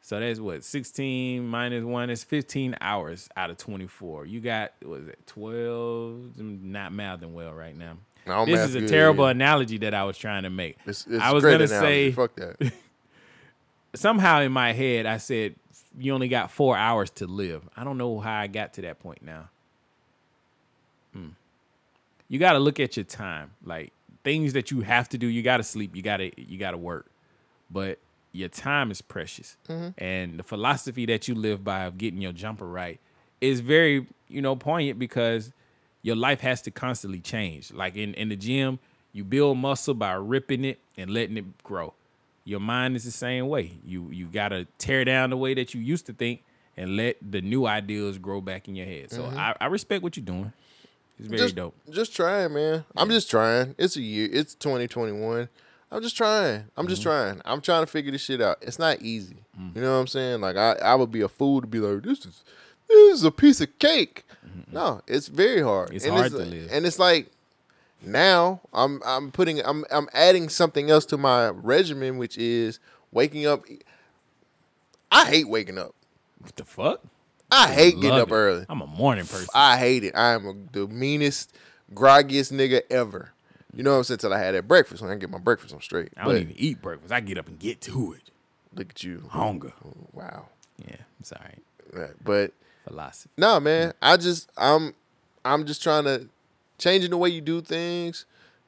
A: So that's what, 16 minus one is 15 hours out of 24. You got, what is it, 12? I'm not mathing well right now.
B: I don't
A: this
B: math
A: is a
B: good,
A: terrible
B: yeah.
A: analogy that I was trying to make.
B: it's
A: I was
B: great
A: gonna
B: analogy.
A: say,
B: Fuck that.
A: somehow in my head, I said, you only got four hours to live. I don't know how I got to that point now. Hmm. You got to look at your time, like things that you have to do. You got to sleep. You got to you got to work, but your time is precious,
B: Mhm.
A: and the philosophy that you live by of getting your jumper right is very you know poignant because your life has to constantly change. Like in in the gym, you build muscle by ripping it and letting it grow. Your mind is the same way. You you got to tear down the way that you used to think and let the new ideas grow back in your head. So
B: Mhm.
A: I, I respect what you're doing. It's very
B: just,
A: dope.
B: Just trying, man. I'm just trying. It's a year. It's 2021. I'm just trying. I'm just
A: Mm-hmm.
B: trying. I'm trying to figure this shit out. It's not easy. You know what I'm saying? Like I, I would be a fool to be like, this is this is a piece of cake. No, it's very hard.
A: Mm-hmm. It's hard to
B: like-
A: live.
B: And it's like now I'm I'm putting I'm I'm adding something else to my regimen, which is waking up. I hate waking up.
A: What the fuck?
B: I hate getting
A: love
B: up
A: it.
B: early.
A: I'm a morning person.
B: I hate it. I am a, the meanest, groggiest nigga ever. You know what I'm saying? Till I had that breakfast. When I get my breakfast, I'm straight.
A: I don't
B: But
A: even eat breakfast. I get up and get to it.
B: Look at you. Oh,
A: Hunger.
B: Wow.
A: Yeah, I'm sorry.
B: Right. But
A: philosophy.
B: No, man. I just I'm I'm just trying to changing the way you do things.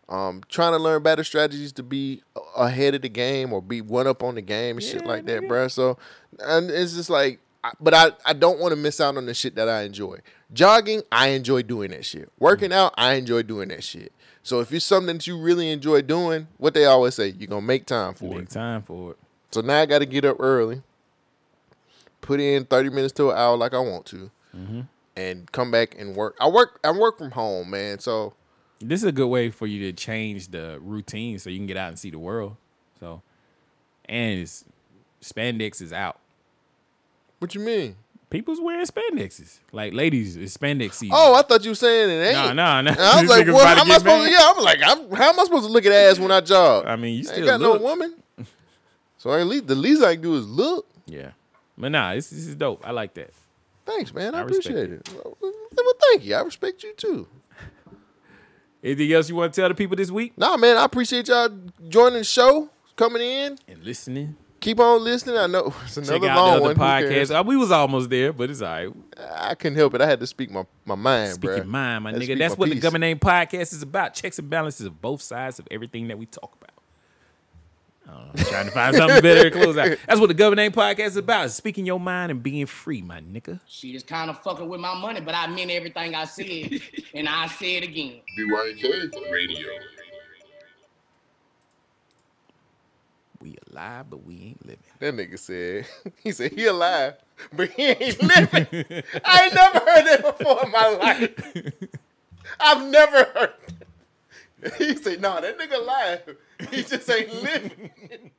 B: Um, trying to learn better strategies to be a- ahead of the game or be one up on the game and shit like that, bruh. So, and it's just like, I- but I I don't want to miss out on the shit that I enjoy. Jogging, I enjoy doing that shit. Working out, I enjoy doing that shit. So if it's something that you really enjoy doing, what they always say, you're gonna make time for it. Make
A: time for it.
B: So now I got to get up early, put in thirty minutes to an hour like I want to
A: Mm-hmm.
B: and come back and work. I work I work from home, man. So
A: This is a good way for you to change the routine so you can get out and see the world. So, and it's, spandex is out.
B: What you mean?
A: People's wearing spandexes. Like ladies, it's spandex season.
B: Oh, I thought you were saying it ain't.
A: No, no, no.
B: And I was
A: This
B: like,
A: nigga
B: well, how
A: about to
B: am I
A: get
B: supposed
A: mad.
B: to? Yeah, I'm like, I'm, how am I supposed to look at ass when I jog?
A: I mean, you
B: I
A: still
B: ain't got
A: look.
B: no woman. So at least the least I can do is look.
A: Yeah, but nah, this, this is dope. I like that.
B: Thanks, man. I,
A: I respect
B: appreciate it. Well, well, thank you. I respect you too.
A: Anything else you want to tell the people this week?
B: Nah, man. I appreciate y'all joining the show, coming in,
A: and listening.
B: Keep on listening. I know it's another
A: Check out
B: long
A: the
B: one.
A: other
B: Who cares?
A: podcast. Uh, We was almost there, but it's all right.
B: I couldn't help it. I had to speak my my mind,
A: Speak
B: bruh.
A: your mind, my
B: Had to
A: nigga.
B: speak
A: That's
B: my
A: what the
B: piece.
A: Government Name Podcast is about. Checks and balances of both sides of everything that we talk about. I don't know. I'm trying to find something better to close out. That's what the Government Name Podcast is about. is speaking your mind and being free, my nigga.
F: She just kind of fucking with my money, but I meant everything I said, and I say it again.
H: BYK Radio.
A: We alive, but we ain't living.
B: That nigga said, he said he alive, but he ain't living. I ain't never heard that before in my life. I've never heard that. He said, no, that nigga alive. He just ain't living.